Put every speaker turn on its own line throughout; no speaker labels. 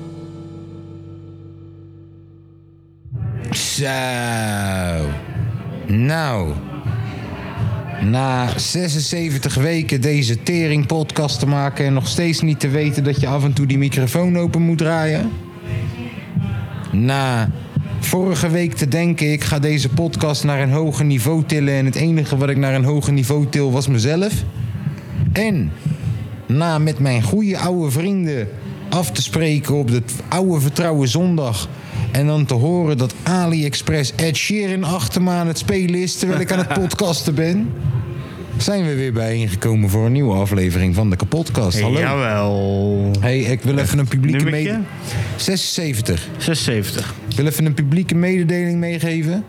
Zo. Nou. Na 76 weken deze tering-podcast te maken en nog steeds niet te weten dat je af en toe die microfoon open moet draaien. Na vorige week te denken, ik ga deze podcast naar een hoger niveau tillen en het enige wat ik naar een hoger niveau til was mezelf. En na met mijn goede oude vrienden af te spreken op de oude vertrouwen zondag. En dan te horen dat AliExpress Ed Sheeran achter me aan het spelen is terwijl ik aan het podcasten ben. Zijn we weer bijeengekomen voor een nieuwe aflevering van de Kapotkast. Hallo.
Jawel.
Hey, ik wil even een publieke
Nummertje?
mededeling. 76.
76.
Ik wil even een publieke mededeling meegeven.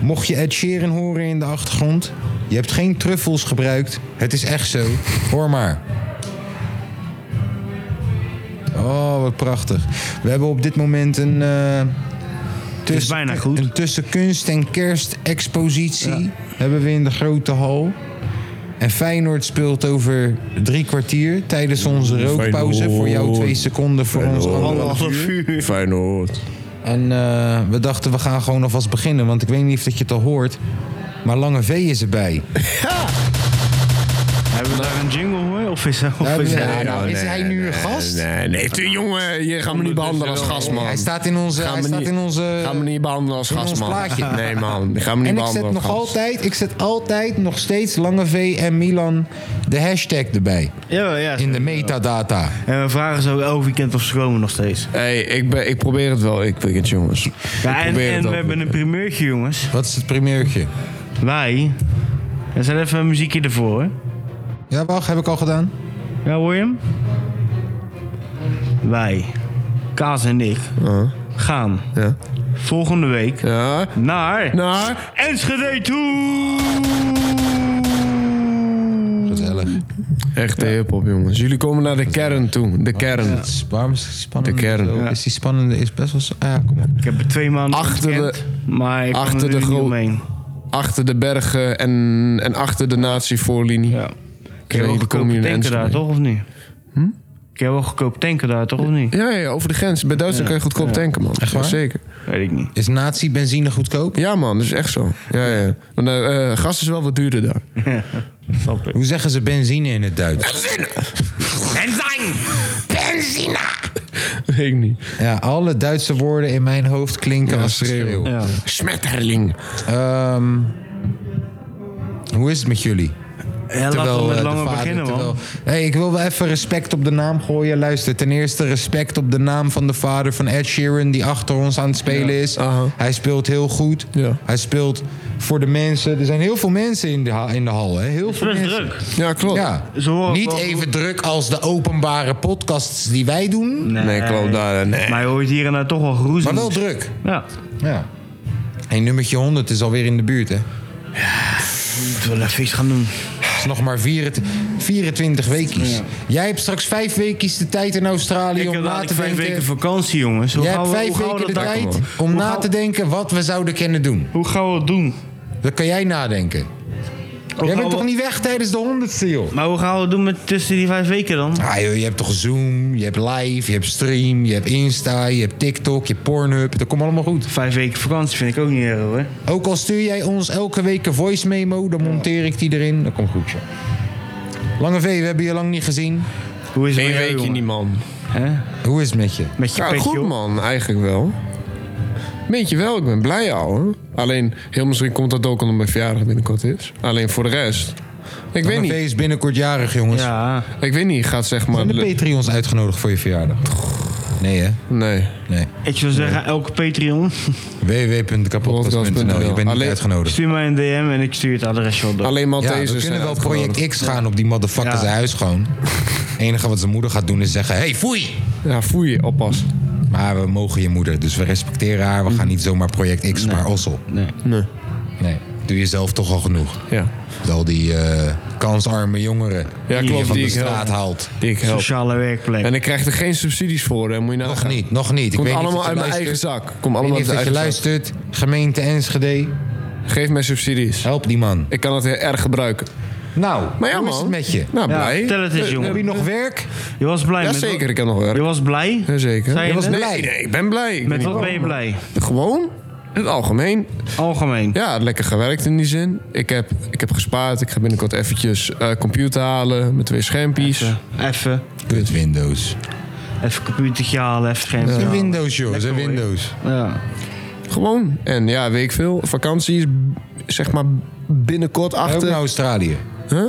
Mocht je Ed Sheeran horen in de achtergrond, je hebt geen truffels gebruikt. Het is echt zo. Hoor maar. Oh, wat prachtig. We hebben op dit moment een. eh, tussen-
bijna goed.
Een tussen kunst en kerst expositie hebben we in de grote hal. En Feyenoord speelt over drie kwartier tijdens onze rookpauze. Voor jou twee seconden, voor ons anderhalf uur.
uur.
Feyenoord.
En eh, we dachten, we gaan gewoon alvast beginnen. Want ik weet niet of dat je het al hoort. Maar Lange V is erbij.
Hebben we daar een jingle hoor? Of is, of is
Ja,
hij...
nou, is hij nu een gast?
oh, Nee, nee, nee. Jongen, je gaat me niet behandelen als gast, man.
Hij staat in onze...
Ga
Hij
me
staat
niet-
in onze...
Ga me niet behandelen als
in ons
gast, man.
plaatje.
Nee, man. Ik ga me niet
en ik
behandelen
zet nog
als gast.
altijd, ik zet altijd nog steeds Lange V en Milan de hashtag erbij.
Ja, ja.
In de metadata.
En we vragen zo elk weekend of ze komen nog steeds.
hey, ik, ben, ik probeer het wel. Ik weekend, jongens. Ik
Ja, en
probeer
en
het
we
wel.
hebben een primeurtje, jongens.
Wat is het primeurtje?
Wij. Er zet even een muziekje ervoor. Hè?
Ja, wacht, heb ik al gedaan?
Ja, hoor je hem? Wij. Kaas en ik. Gaan.
Uh-huh. Ja.
Volgende week.
Ja. nou,
Naar.
Naar.
Enschede toe!
Gezellig.
Echte hip-hop, jongens. Jullie komen naar de kern toe. De kern.
Het is- Waarom is die spannende?
De kern.
zo-
Ja.
Is die spannende? Is best wel. zo- Ah, ja, kom op.
Ik heb er twee maanden
Achter de-
ontkend, maar ik kan
achter
er
de
nu niet
gro-
omheen.
Achter de bergen en, en achter de nazi-voorlinie.
Ja. Ik heb
jullie
wel
komen hier
goedkope
in
tanken daar,
Enschede.
toch? Of niet?
Hm?
Ik heb wel goedkope tanken daar, toch? Of niet?
Ja, ja, over de grens. Bij Duitsland kan je goedkoop tanken, man. Echt
waar?
Zeker.
Weet ik niet.
Is nazi-benzine goedkoop?
Ja, man. Dat is echt zo. Ja, ja. Want, eh, eh, gas is wel wat duurder daar.
Snap ik.
Hoe zeggen ze benzine in het Duits?
Weet ik niet.
Ja, alle Duitse woorden in mijn hoofd klinken als schreeuw.
Ja.
Smetterling.
Ehm, hoe is het met jullie?
Ja, laten we
eh,
met
de
langer
vader-
beginnen, man.
terwijl- Hey, ik wil wel even respect op de naam gooien. Luister, ten eerste respect op de naam van de vader van Ed Sheeran... die achter ons aan het spelen is.
aha.
Hij speelt heel goed.
Ja.
Hij speelt voor de mensen. Er zijn heel veel mensen in de, ha- in de hal. Hè? Heel veel
best
mensen.
druk.
Ja, klopt.
Ja.
Ze horen
Niet
wel-
even druk als de openbare podcasts die wij doen...
Nee, klopt daar. Eh, Nee.
Maar je hoort hier en daar toch wel geroezemoes.
maar wel druk.
Ja.
Ja. Hey, nummertje 100 is alweer in de buurt, hè?
Moeten we wel even iets gaan doen.
Het is nog maar 24, 24 weekjes. Jij hebt straks vijf weekjes de tijd in Australië
Ik
om
heb
na te
dadelijk vijf
denken.
weken vakantie, jongens. Hoe
Jij
gaan
hebt
we-
vijf
hoe gaan we
weken de
dat
tijd
doen?
om
Hoe
na
gaan-
te denken wat we zouden kunnen doen.
Hoe gaan we het doen?
Dat kan jij nadenken.
Hoe
jij
gaan
bent
we-
toch niet weg tijdens de honderdste, joh?
Maar hoe gaan we het doen met tussen die vijf weken dan?
Ah, joh, je hebt toch Zoom, je hebt Live, je hebt Stream, je hebt Insta, je hebt TikTok, je hebt Pornhub. Dat komt allemaal goed.
Vijf weken vakantie vind ik ook niet erg, hoor.
Ook al stuur jij ons elke week een voice memo, dan monteer ik die erin. Dat komt goed, joh. Lange V, we hebben je lang niet gezien.
Hoe is het
Eén
met jou,
weekje
jongen?
niet, man.
Hè?
Hoe is het met je?
Met je
Ja,
petje
goed,
op.
man. Eigenlijk wel. Weet je wel, ik ben blij al. Alleen, heel misschien komt dat ook omdat mijn verjaardag binnenkort is. Alleen voor de rest. Ik weet
Lange V
niet.
is binnenkort jarig, jongens.
Ja.
Ik weet niet. Gaat zeg maar...
Zijn de Patreons uitgenodigd voor je verjaardag? Nee, hè?
Nee.
Nee.
Ik zou zeggen, elke Patreon,
www.kapotkast.nl. Je bent niet
Alleen-
uitgenodigd.
stuur mij een DM en ik stuur het adres wel door.
Alleen eh,
Ja, we
Maltesers zijn
kunnen wel
dus, uitgenodigd.
Project X gaan op die motherfuckers
Ja.
huis gewoon. Het enige wat zijn moeder gaat doen is zeggen... Hey, foei!
Ja, foei, oppas.
Maar Maar we mogen je moeder, dus we respecteren haar. We gaan niet zomaar project X, maar Ossel.
Nee.
Mm. Nee.
Nee, doe jezelf toch al genoeg.
Ja.
Met Al die eh, kansarme jongeren
Ja,
die je
klopt.
van
Die
de
ik
straat
help.
haalt.
Die ik help.
Sociale werkplek.
En ik krijg er geen subsidies voor, hè. Moet je
Nog
nagaan.
niet, nog niet. Ik
Komt
weet niet
allemaal
of je
uit mijn eigen
luistert.
zak. Komt
Ik weet
allemaal
niet
uit
of dat je
mijn eigen zak.
luistert. Gemeente Enschede,
Geef mij subsidies.
help die man.
Ik kan het heel erg gebruiken.
Nou,
Maar ja,
hoe
man.
is het met je?
Nou,
Ja,
blij.
vertel het eens, jongen.
Heb je nog werk?
Je was blij met
Jazeker, ik heb nog
Je
werk.
was blij?
Jazeker.
Zei je
was
net?
blij.
Nee, nee, ik ben blij. Ik
Met
weet
wat
niet
ben je
waarom,
blij?
maar- Gewoon, in het algemeen.
Algemeen.
Ja, lekker gewerkt in die zin. Ik heb, ik heb gespaard. Ik ga binnenkort eventjes eh, computer halen met twee schermpjes.
Even.
Kut Windows.
Even computertje halen, even geen.
Een
Ja.
Windows, joh. Zijn Windows.
Ja.
Gewoon. En ja, weet ik veel. Vakantie is b- zeg maar binnenkort
Ga je ook
achter.
naar Australië.
Huh?
je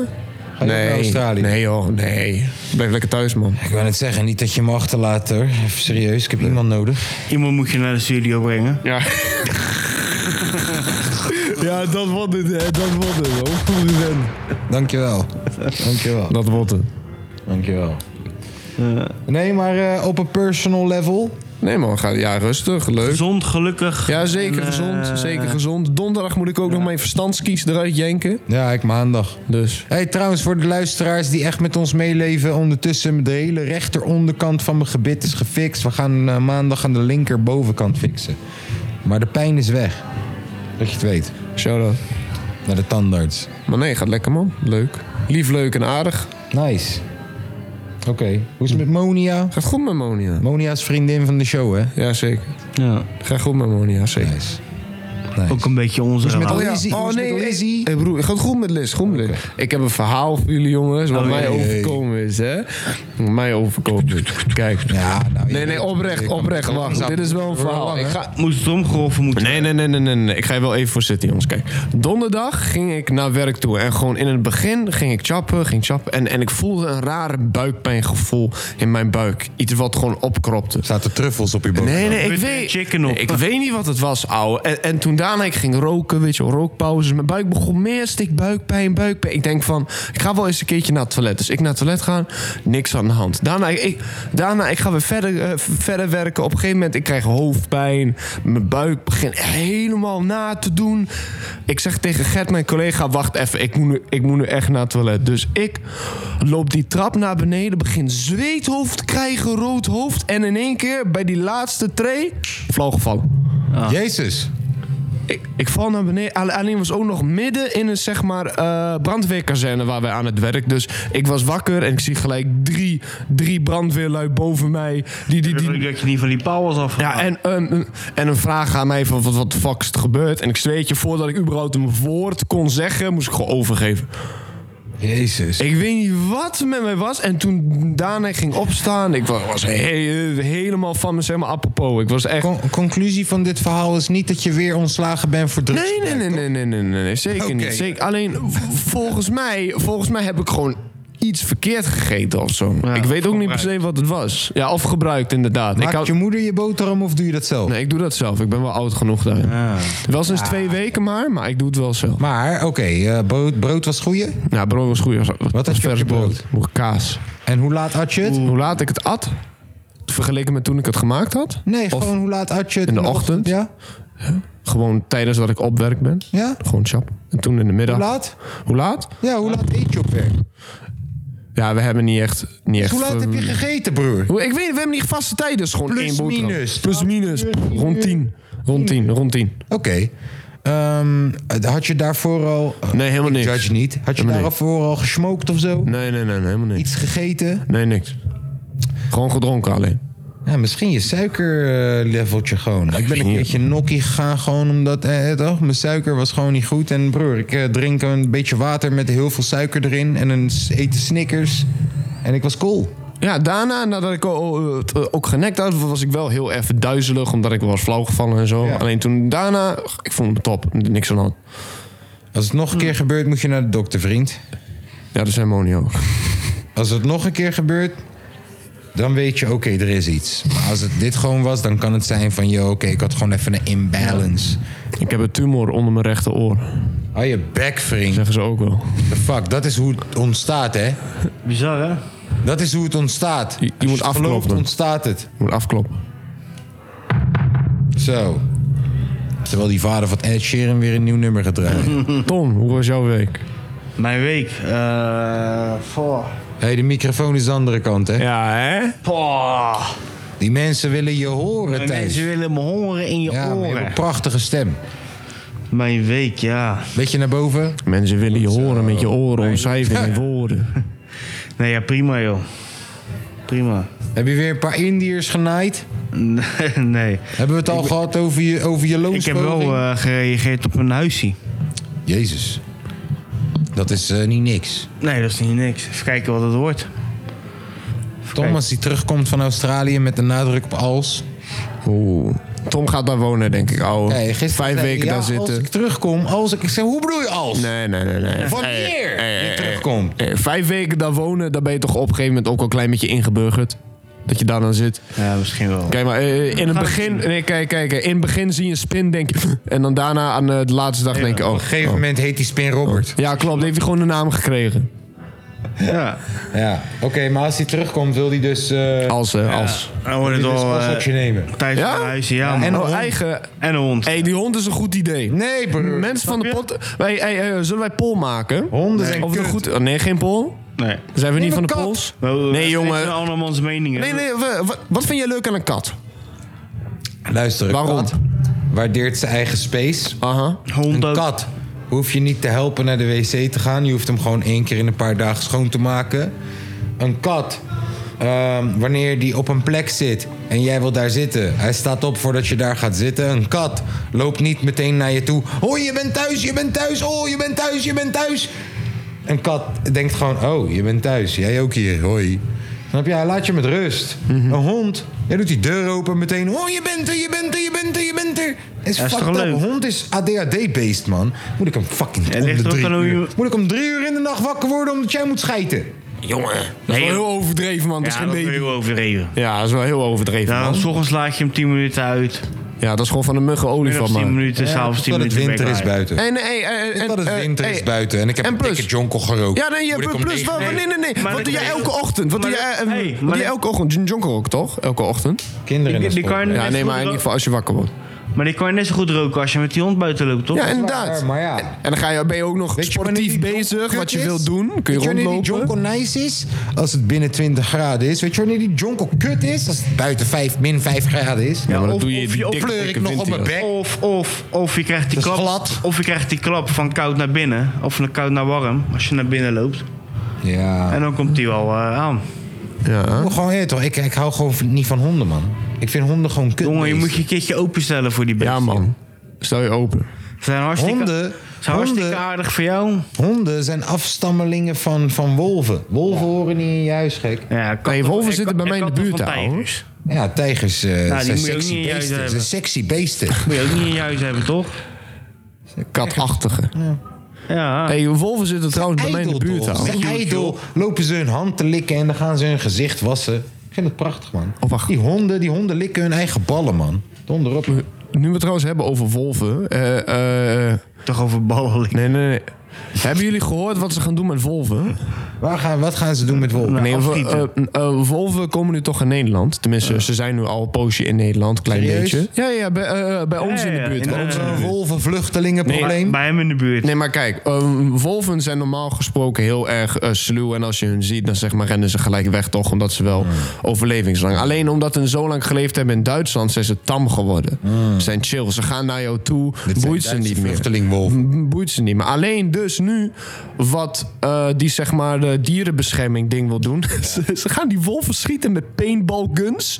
ook naar Australië?
nee joh, nee. Blijf lekker thuis, man.
Ik wil net zeggen, niet dat je me achterlaat hoor. Even serieus, ik heb iemand nodig.
Iemand moet je naar de studio brengen.
Ja. ja, dat wordt het. hè. Dat wordt het. Hoe goed je bent.
Dankjewel. Dankjewel.
Dat wordt het.
Dankjewel. Nee, maar eh, op een personal level.
Nee man, ga, ja, rustig. Leuk.
Gezond, gelukkig.
Ja, zeker
En,
gezond.
eh,
Zeker gezond. Donderdag moet ik ook nog mijn verstandskies eruit jenken.
Ja, ik maandag.
Dus.
Hey, trouwens, voor de luisteraars die echt met ons meeleven, ondertussen de hele rechteronderkant van mijn gebit is gefixt. We gaan eh, maandag aan de linkerbovenkant fixen. Maar de pijn is weg. Dat je het weet.
Shout out.
Naar de tandarts.
Maar nee, gaat lekker man. Leuk. Lief, leuk en aardig.
Nice. Oké. Hoe is het met Monia?
Gaat goed met Monia.
Monia is vriendin van de show, hè?
Ja, zeker.
Ja.
Gaat goed met Monia, zeker.
Nice. nice.
Ook een beetje
Dus
onze
met
Oh
relatie.
al- Lizzie, hoe is het met Lizzie?
Hey broer, gaat goed met Liz, goed met Liz. Ik heb een verhaal voor jullie jongens, wat
Oh,
mij
jee.
overkomen is, hè. Wat mij overkomen is. Kijk.
Ja, nou, je-
Nee, nee, oprecht, oprecht, wacht. Dit is wel een verhaal. Ik ga...
Moest het omgeroffen moeten
Nee, nee, nee, nee, nee, nee. Ik ga je wel even voor zitten, jongens. Kijk, donderdag ging ik naar werk toe. En gewoon in het begin ging ik chappen, ging chappen. En, en ik voelde een rare buikpijngevoel in mijn buik. Iets wat gewoon opkropte.
Staat er truffels op je boven?
Nee, nee, ik
Met
weet,
een chicken op.
ik weet niet wat het was, ouwe. En, en toen daarna ik ging roken, weet je wel, rookpauzes. Mijn buik begon meer stik, buikpijn, buikpijn. Ik denk van, ik ga wel eens een keertje naar het toilet. Dus ik naar het toilet gaan, niks aan de hand. Daarna, ik- ik, daarna ik ga weer verder, eh, v- verder werken. Op een gegeven moment, ik krijg hoofdpijn. Mijn buik begint helemaal na te doen. Ik zeg tegen Gert, mijn collega, wacht even. Ik moet, nu, ik moet nu echt naar het toilet. Dus ik loop die trap naar beneden, begin zweethoofd te krijgen, rood hoofd. En in één keer, bij die laatste tray, flauw gevallen. Ah.
Jezus.
Ik, ik val naar beneden. Al- Alleen was ook nog midden in een zeg maar, eh, brandweerkazerne waar wij aan het werk. Dus ik was wakker en ik zie gelijk drie, drie brandweerlui boven mij. Die, die, die,
Ik dat je niet van die pauw was
ja,
afgegaan.
en, ehm, en een vraag aan mij van wat, wat de fuck is er gebeurd? En ik zweet je, voordat ik überhaupt een woord kon zeggen, moest ik gewoon overgeven.
Jezus.
Ik weet niet wat er met mij was. En toen daarna ging opstaan, ik wa- was he- helemaal van me, zeg maar, apropos. Ik was echt...
Con- conclusie van dit verhaal is niet dat je weer ontslagen bent voor drugs.
Nee, nee, nee, nee, nee, nee, nee, nee, zeker
Oké.
niet. Zeker. Alleen v- volgens mij, volgens mij heb ik gewoon iets verkeerd gegeten of zo. ik weet ook niet per se wat het was. Ja, of gebruikt inderdaad. ik
Maakt
had-
je moeder je boterham of doe je dat zelf?
Nee, ik doe dat zelf. Ik ben wel oud genoeg daar. Wel sinds twee weken maar, maar ik doe het wel zelf.
Maar, oké, eh, brood, brood was goeie.
Ja, brood was goed.
had je op je brood?
Mocht kaas.
En hoe laat at je het?
Hoe laat ik het at, vergeleken met toen ik het gemaakt had.
Nee, gewoon hoe laat at je het?
in de ochtend? Ah.
Ja?
Gewoon tijdens dat ik op werk ben.
Ja?
Gewoon chap. En toen in de middag.
Hoe laat?
Hoe laat?
Ja, hoe laat eet je op werk?
Ja, we hebben niet echt... Niet echt
Dus Hoe laat
eh,
heb je gegeten, broer?
Hoe- Ik weet niet, we hebben niet vaste tijden. dus gewoon
Plus,
één boterham.
minus.
Plus minus. Rond tien. Rond tien. Rond tien.
Oké. Ehm, had je daarvoor al...
Nee, helemaal niks.
Judge niet. Had je
Helemaal niks.
daarvoor al gesmoked of zo?
Nee, nee, nee. nee, Helemaal niks.
Iets gegeten?
Nee, niks. Gewoon gedronken alleen.
Ja, misschien je suikerleveltje gewoon. Ik ben een
Geen-
keertje nokkie gegaan gewoon omdat... Eh, eh, toch, mijn suiker was gewoon niet goed. En broer, ik eh, drink een beetje water met heel veel suiker erin. En een s- eten Snickers. En ik was cool.
Ja, daarna, nadat ik o- o- het, eh, ook genekt had, was ik wel heel even duizelig. Omdat ik was flauwgevallen en zo.
Ja.
Alleen toen daarna, ik vond me top. Niks aan de hand.
Als het nog een keer gebeurt, moet je naar de dokter, vriend.
Ja, dat zijn monio.
Als het nog een keer gebeurt, dan weet je, oké, er is iets. Maar als het dit gewoon was, dan kan het zijn van... Yo, oké, ik had gewoon even een imbalance.
Ik heb een tumor onder mijn rechteroor.
Hou je bek, vriend.
Zeggen ze ook wel.
The fuck, dat is hoe het ontstaat, hè?
Bizar, hè?
Dat is hoe het ontstaat.
Je- je
Als
moet
het gelooft,
afkloppen.
ontstaat het.
Ik moet afkloppen.
Zo. Terwijl die vader van Ed Sheeran weer een nieuw nummer gaat draaien.
Tom, hoe was jouw week?
Mijn week. eh voor.
hey, de microfoon is de andere kant, hè?
Ja, hè?
Poh.
Die mensen willen je horen,
Mijn
Thijs.
Mensen willen me horen in je
Ja, maar je hebt
oren.
een prachtige stem.
Mijn week, ja.
Beetje naar boven.
Mensen willen je horen met je oren, omschrijven in woorden.
Nee, ja, prima joh. Prima.
Heb je weer een paar Indiërs genaaid?
nee.
Hebben we het al gehad over je, over je
Ik heb wel
loonspoging?
eh, gereageerd op een huisie.
Jezus. Dat is eh, niet niks.
Nee, dat is niet niks. Even kijken wat het wordt.
Thomas die terugkomt van Australië met de nadruk op als.
Oeh. Tom gaat daar wonen, denk ik, ouwe.
Nee, gisteren
Vijf
zei hij,
weken
ja,
daar
Als
zitten.
ik terugkom, als ik... Ik zei, hoe bedoel je als?
Nee, nee, nee. nee.
Wanneer
Eh, eh,
je
eh,
terugkomt.
eh, vijf weken daar wonen, daar ben je toch op een gegeven moment ook al een klein beetje ingeburgerd. Dat je daar dan zit.
Ja, misschien wel.
Kijk maar, eh, in het
Gaan we
begin... Nee, kijk, kijk. eh, In het begin zie je een spin, denk je... En dan daarna aan eh, de laatste dag denk je... Oh,
Op een gegeven moment heet die spin Robert.
Ja, klopt. Heeft hij gewoon een naam gekregen.
Ja.
Ja. Oké, maar als hij terugkomt wil hij dus... eh
Als, eh, als.
Dan wordt Oh, het
wil hij dus
wel
als
eh,
optie nemen.
tijd
Ja?
voor een huisie. Ja, man.
En
en,
al eigen...
een hond.
hey, die hond is een goed idee.
Nee, broer.
Mensen van de pot... Wij, hey, eh, zullen wij pol maken?
Honden zijn
Of het een
kut.
goed... oh, nee, geen pol.
Nee.
Zijn we niet van
een
de
kat.
pols?
We- we-
Nee,
we-
jongen.
Het zijn allemaal meningen.
Nee, nee, wa- wa- wat vind jij leuk aan een kat?
Luister, een
Waarom?
kat waardeert zijn eigen space.
Aha.
Hond
Een
ook.
kat hoef je niet te helpen naar de wc te gaan. Je hoeft hem gewoon één keer in een paar dagen schoon te maken. Een kat, ehm, wanneer die op een plek zit en jij wil daar zitten, hij staat op voordat je daar gaat zitten. Een kat loopt niet meteen naar je toe. Oh, je bent thuis, je bent thuis, oh, je bent thuis, je bent thuis. Een kat denkt gewoon, oh, je bent thuis, jij ook hier, hoi. Snap je? Hij laat je met rust.
Mhm.
Een hond, jij doet die deur open meteen. Oh, je bent er, je bent er, je bent er, je bent er. Is
Ja, is
fucked
toch
up.
leuk?
Hond is ADHD-based, man. Moet ik hem fucking
het
om de
ligt ook
drie
aan hoe je-
uur- Moet ik om drie uur in de nacht wakker worden omdat jij moet schijten?
Jongen. Dat is
Nee,
wel heel overdreven, man. Dat is
Ja,
geen
dat is
baby.
heel overdreven.
Ja, dat is wel heel overdreven,
Ja,
man.
s ochtends laat je hem 10 minuten uit.
Ja, dat is gewoon van de muggen olie
Middags
van
10
man.
minuten, s'avonds 10
dat het
minuten.
winter is
wegblijven.
buiten.
En, hey, eh, en,
dat het
eh,
winter is
hey.
buiten en ik heb
en
een
plus.
dikke jonkel gerookt.
Ja, nee, je
Moet ik om
plus
negen
wel.
uur-
Nee, nee, nee.
Maar
Wat
dat-
doe jij elke ochtend? Wat doe
maar
jij
dat-
eh,
hey,
wat
maar
doe jij
dat-
elke ochtend? Een jonker ook, toch? Elke ochtend?
Kinderen
Die-
in
die
school.
kan-
Ja,
is goed,
nee, maar in
dat-
ieder geval als je wakker wordt.
Maar die kan je net zo goed roken als je met die hond buiten loopt, toch?
Ja,
Ja,
inderdaad.
maar ja.
En dan ga je, ben je ook nog
Weet je wanneer die
sportief
jonkel
bezig,
kut
wat je
is?
wilt doen. Kun je
Weet wanneer die
rondlopen.
jonkel nice is? Als het binnen 20 graden is. Weet je wanneer die jonkel kut is? Als het buiten 5, min 5 graden is.
Ja, maar dat
of-
doe je
of
die
je- of
dikke,
kleur ik
dikke
nog op
wind
mijn
in.
bek.
Of, of, of, je krijgt die
Dat is
klap,
glad.
of je krijgt die klap van koud naar binnen. Of van koud naar warm, als je naar binnen loopt.
Ja.
En dan komt die wel eh, aan.
Ja.
Maar gewoon, ja, toch, ik, ik hou gewoon niet van honden, man. Ik vind honden gewoon kut.
Jongen, je
beesten.
moet je een keertje openstellen voor die beesten.
ja, man. Stel je open.
Ze zijn hartstikke,
Honden-
ze zijn hartstikke
honden-
aardig voor jou.
Honden zijn afstammelingen van, van wolven. Wolven horen niet in je huis, gek.
Ja, katten-
Nee, wolven
en
zitten bij
kat-
mij in
en
de
katten
buurt,
van
ouwe.
tijgers.
Ja, tijgers eh,
Nou, die
zijn
moet je ook
sexy
niet in je huis
beesten. Zijn
hebben.
sexy beesten.
Moet je ook niet in je huis hebben, toch?
Katachtige.
Ja.
Hé, hey, wolven zitten trouwens bij mij in de buurt.
toch?
ouwe.
Ze zijn ijdel lopen ze hun hand te likken en dan gaan ze hun gezicht wassen. Ik vind het prachtig, man.
Oh, wacht.
Die honden, die honden likken hun eigen ballen, man. Donder op.
Nu we het trouwens hebben over wolven. eh, eh,
Toch over ballen liggen.
nee, nee, nee. Hebben jullie gehoord wat ze gaan doen met wolven?
Waar gaan, wat gaan ze doen met wolven?
Nee, of-
afschieten.
eh, eh, wolven komen nu toch in Nederland. Tenminste, ze zijn nu al een poosje in Nederland. Klein
Serieus?
beetje. Ja, ja bij, eh, bij ons
Ja,
in de
ja,
buurt.
in
bij
de-
ons in de
Een
buurt.
wolvenvluchtelingenprobleem?
Bij hem in de buurt.
Nee, maar kijk, ehm, wolven zijn normaal gesproken heel erg eh, sluw. En als je hun ziet, dan zeg maar, rennen ze gelijk weg, toch? Omdat ze wel overlevingsdrang. Alleen omdat ze zo lang geleefd hebben in Duitsland, zijn ze tam geworden. Ze zijn chill. Ze gaan naar jou toe.
Dit zijn
Boeit ze
Duitse
niet meer.
Vluchtelingwolven.
M- boeit ze niet. Maar alleen dus nu wat eh, die zeg maar de dierenbescherming ding wil doen. ze, ze gaan die wolven schieten met paintballguns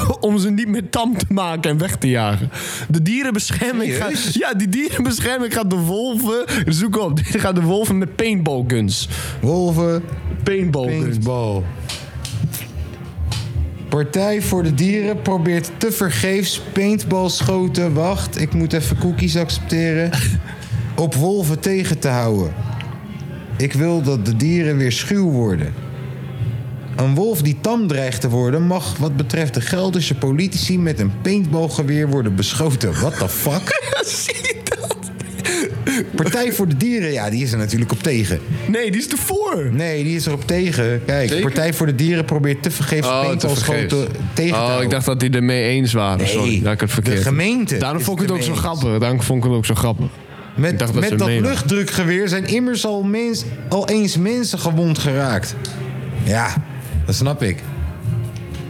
om ze niet meer tam te maken en weg te jagen. De dierenbescherming gaat,
Serieus?
ja, die dierenbescherming gaat de wolven zoek op. Dit gaat de wolven met paintballguns.
Wolven,
Paintballguns.
paintball. Partij voor de Dieren probeert tevergeefs paintballschoten... wacht, ik moet even cookies accepteren... op wolven tegen te houden. Ik wil dat de dieren weer schuw worden. Een wolf die tam dreigt te worden... mag wat betreft de Gelderse politici... met een paintballgeweer worden beschoten. What the fuck?
Zie je dat?
Partij voor de Dieren, ja, die is er natuurlijk op tegen.
Nee, die is ervoor.
Nee, die is er op tegen. Kijk,
Zeker?
Partij voor de Dieren probeert te vergeefs
Oh,
paintballschoten
tevergeefs.
tegen te
Oh, ik
houden.
dacht dat die ermee eens waren.
Nee,
Sorry, dat ik het
de
verkeerd heb.
gemeente
Daarom
is
vond ik
het
het ook zo
ermee eens.
grappig. Daarom vond ik het ook zo grappig.
Met,
Ik dacht dat
met
ze
dat
mee waren.
luchtdrukgeweer zijn immers al, mens, al eens mensen gewond geraakt. Ja, dat snap ik.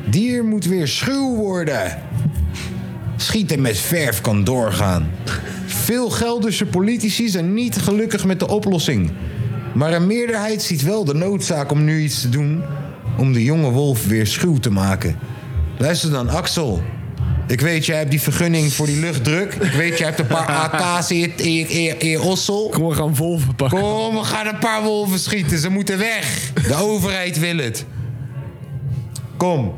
Dier moet weer schuw worden. Schieten met verf kan doorgaan. Veel Gelderse politici zijn niet gelukkig met de oplossing. Maar een meerderheid ziet wel de noodzaak om nu iets te doen... om de jonge wolf weer schuw te maken. Luister dan, Axel. Ik weet, jij hebt die vergunning voor die luchtdruk. Ik weet, jij hebt een paar AK's in je, in je- in je- in je ossel.
Kom, we gaan wolven pakken.
Kom, we gaan een paar wolven schieten. Ze moeten weg. De overheid wil het. Kom.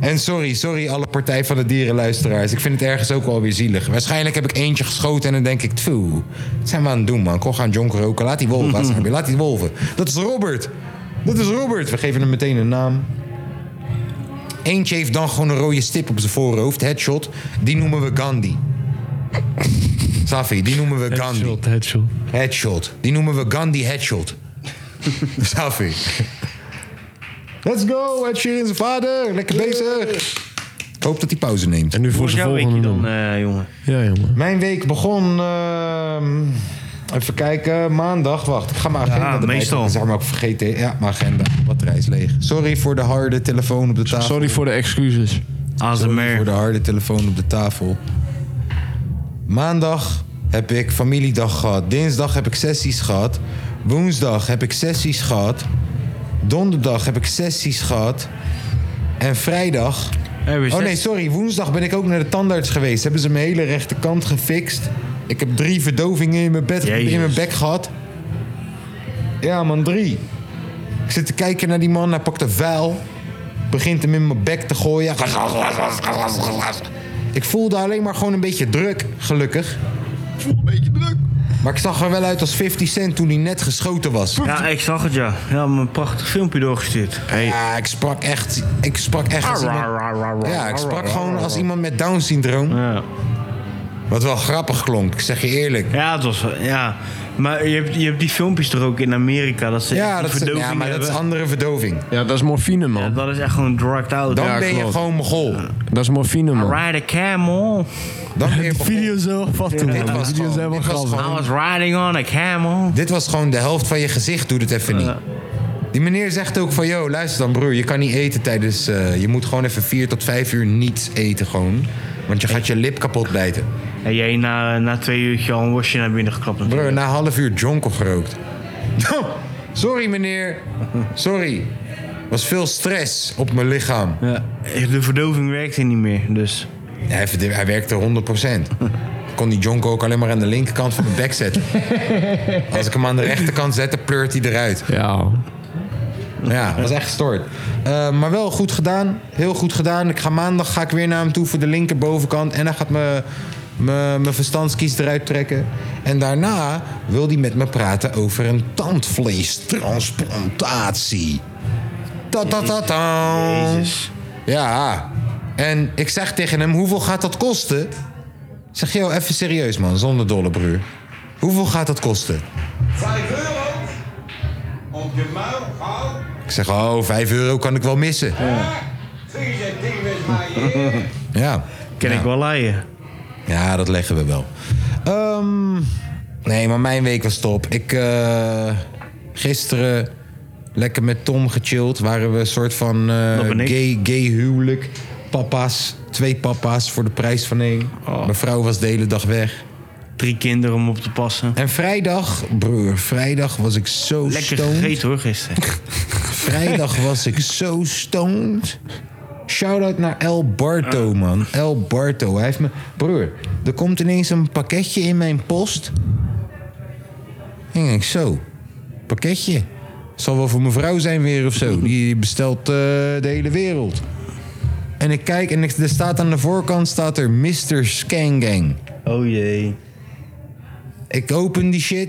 En sorry, sorry alle Partij van de Dierenluisteraars. Ik vind het ergens ook wel weer zielig. Waarschijnlijk heb ik eentje geschoten en dan denk ik... Tfoe, wat zijn we aan het doen, man? Kom, gaan jonken roken. Laat die wolven alsjeblieft. Laat die wolven. Dat is Robert. Dat is Robert. We geven hem meteen een naam. Eentje heeft dan gewoon een rode stip op zijn voorhoofd. Headshot. Die noemen we Gandhi. Safi, die noemen we Gandhi.
headshot.
Headshot. Die noemen we Gandhi Headshot. Safi. Let's go, Ed Sheeran zijn vader. Lekker bezig. Ik hoop dat hij pauze neemt.
En nu voor
Voor
zijn
jouw
volgende
weekje dan,
nummer.
eh, jongen.
Ja, jongen.
Mijn week begon... ehm, even kijken, maandag. Wacht, ik ga mijn agenda erbij
meestal.
pakken. Dat is maar ook vergeten. Ja, mijn agenda. Batterij is leeg. Sorry voor de harde telefoon op de tafel.
Sorry voor de excuses.
Sorry voor
ASMR.
de harde telefoon op de tafel. Maandag heb ik familiedag gehad. Dinsdag heb ik sessies gehad. Woensdag heb ik sessies gehad. Donderdag heb ik sessies gehad. En vrijdag.
Heb je
Oh nee,
sessies?
sorry. Woensdag ben ik ook naar de tandarts geweest. Hebben ze mijn hele rechterkant gefixt. Ik heb drie verdovingen in mijn, bed, in
Jezus.
mijn bek gehad. Ja, man, drie. Ik zit te kijken naar die man. Hij pakt een vuil. Begint hem in mijn bek te gooien. Ik voelde alleen maar gewoon een beetje druk, gelukkig. Ik voel een beetje druk. Maar ik zag er wel uit als 50 Cent toen hij net geschoten was.
Ja, ik zag het ja. Ja, een prachtig filmpje doorgestuurd.
Ja, ik sprak echt, ik sprak echt als iemand... Ja, ik sprak gewoon als iemand met Down-syndroom.
Ja.
Wat wel grappig klonk, ik zeg je eerlijk.
Ja, het was. Ja. Maar je hebt, je hebt die filmpjes er ook in Amerika. Dat ze echt
Ja,
die
dat is,
verdoving
ja maar dat is
hebben.
andere verdoving.
Ja, dat is morfine, man.
Ja, dat is echt gewoon drugged out.
Dan
ja,
ben je
klopt.
gewoon mogol.
Dat is morfine, man.
Ride a camel.
Dan ben je mogol.
zelf wat doen.
Dit was gewoon- dit was
I
gewoon-
was riding on a camel. Eh,
Dit was gewoon de helft van je gezicht, doet het even niet. Die meneer zegt ook van, yo, luister dan broer, je kan niet eten tijdens... eh, je moet gewoon even vier tot vijf uur niets eten gewoon. Want je gaat je lip kapot bijten.
En jij na, na twee uurtje al een wasje naar binnen geklapt. natuurlijk.
Broer, na een half uur jonkel gerookt. Oh, Sorry meneer, sorry. Was veel stress op mijn lichaam.
Ja. Eh, De verdoving werkte niet meer. Dus.
Hij, verd- hij werkte 100%. Ik kon die jonko ook alleen maar aan de linkerkant van mijn bek zetten. Als ik hem aan de rechterkant zette, pleurt hij eruit.
Ja,
Ja, dat was echt gestoord. Eh, maar wel goed gedaan. Heel goed gedaan. Ik ga maandag ga ik weer naar hem toe voor de linkerbovenkant. En hij gaat me- me- mijn verstandskies eruit trekken. En daarna wil hij met me praten over een tandvleestransplantatie. Ta ta ta ta.
Jezus.
Ja. En ik zeg tegen hem, hoeveel gaat dat kosten? Ik zeg, joh, even serieus man, zonder dolle broer. Hoeveel gaat dat kosten?
5 euro op je muil gehaald.
Ik zeg, oh, 5 euro kan ik wel missen.
Vies en ding is maar hier.
Ja.
Ken
Ja.
ik wel laaien.
Ja, dat leggen we wel. Ehm, nee, maar mijn week was top. Ik eh, gisteren lekker met Tom gechilled. Waren we een soort van eh,
Nog een niks.
gay, gay huwelijk. Papa's, twee papa's voor de prijs van één.
Oh.
Mijn vrouw was de hele dag weg.
Drie kinderen om op te passen.
En vrijdag, broer, vrijdag was ik zo
Lekker
stoned.
gegeten hoor gisteren.
Vrijdag was ik zo stoned. Shout-out naar El Barto, man. El Barto. Hij heeft me... Broer, er komt ineens een pakketje in mijn post. En ik denk, zo, pakketje. Zal wel voor mijn vrouw zijn weer of zo. Die bestelt eh, de hele wereld. En ik kijk en ik, er staat aan de voorkant staat er Mr. Skangang.
Oh jee.
Ik open die shit.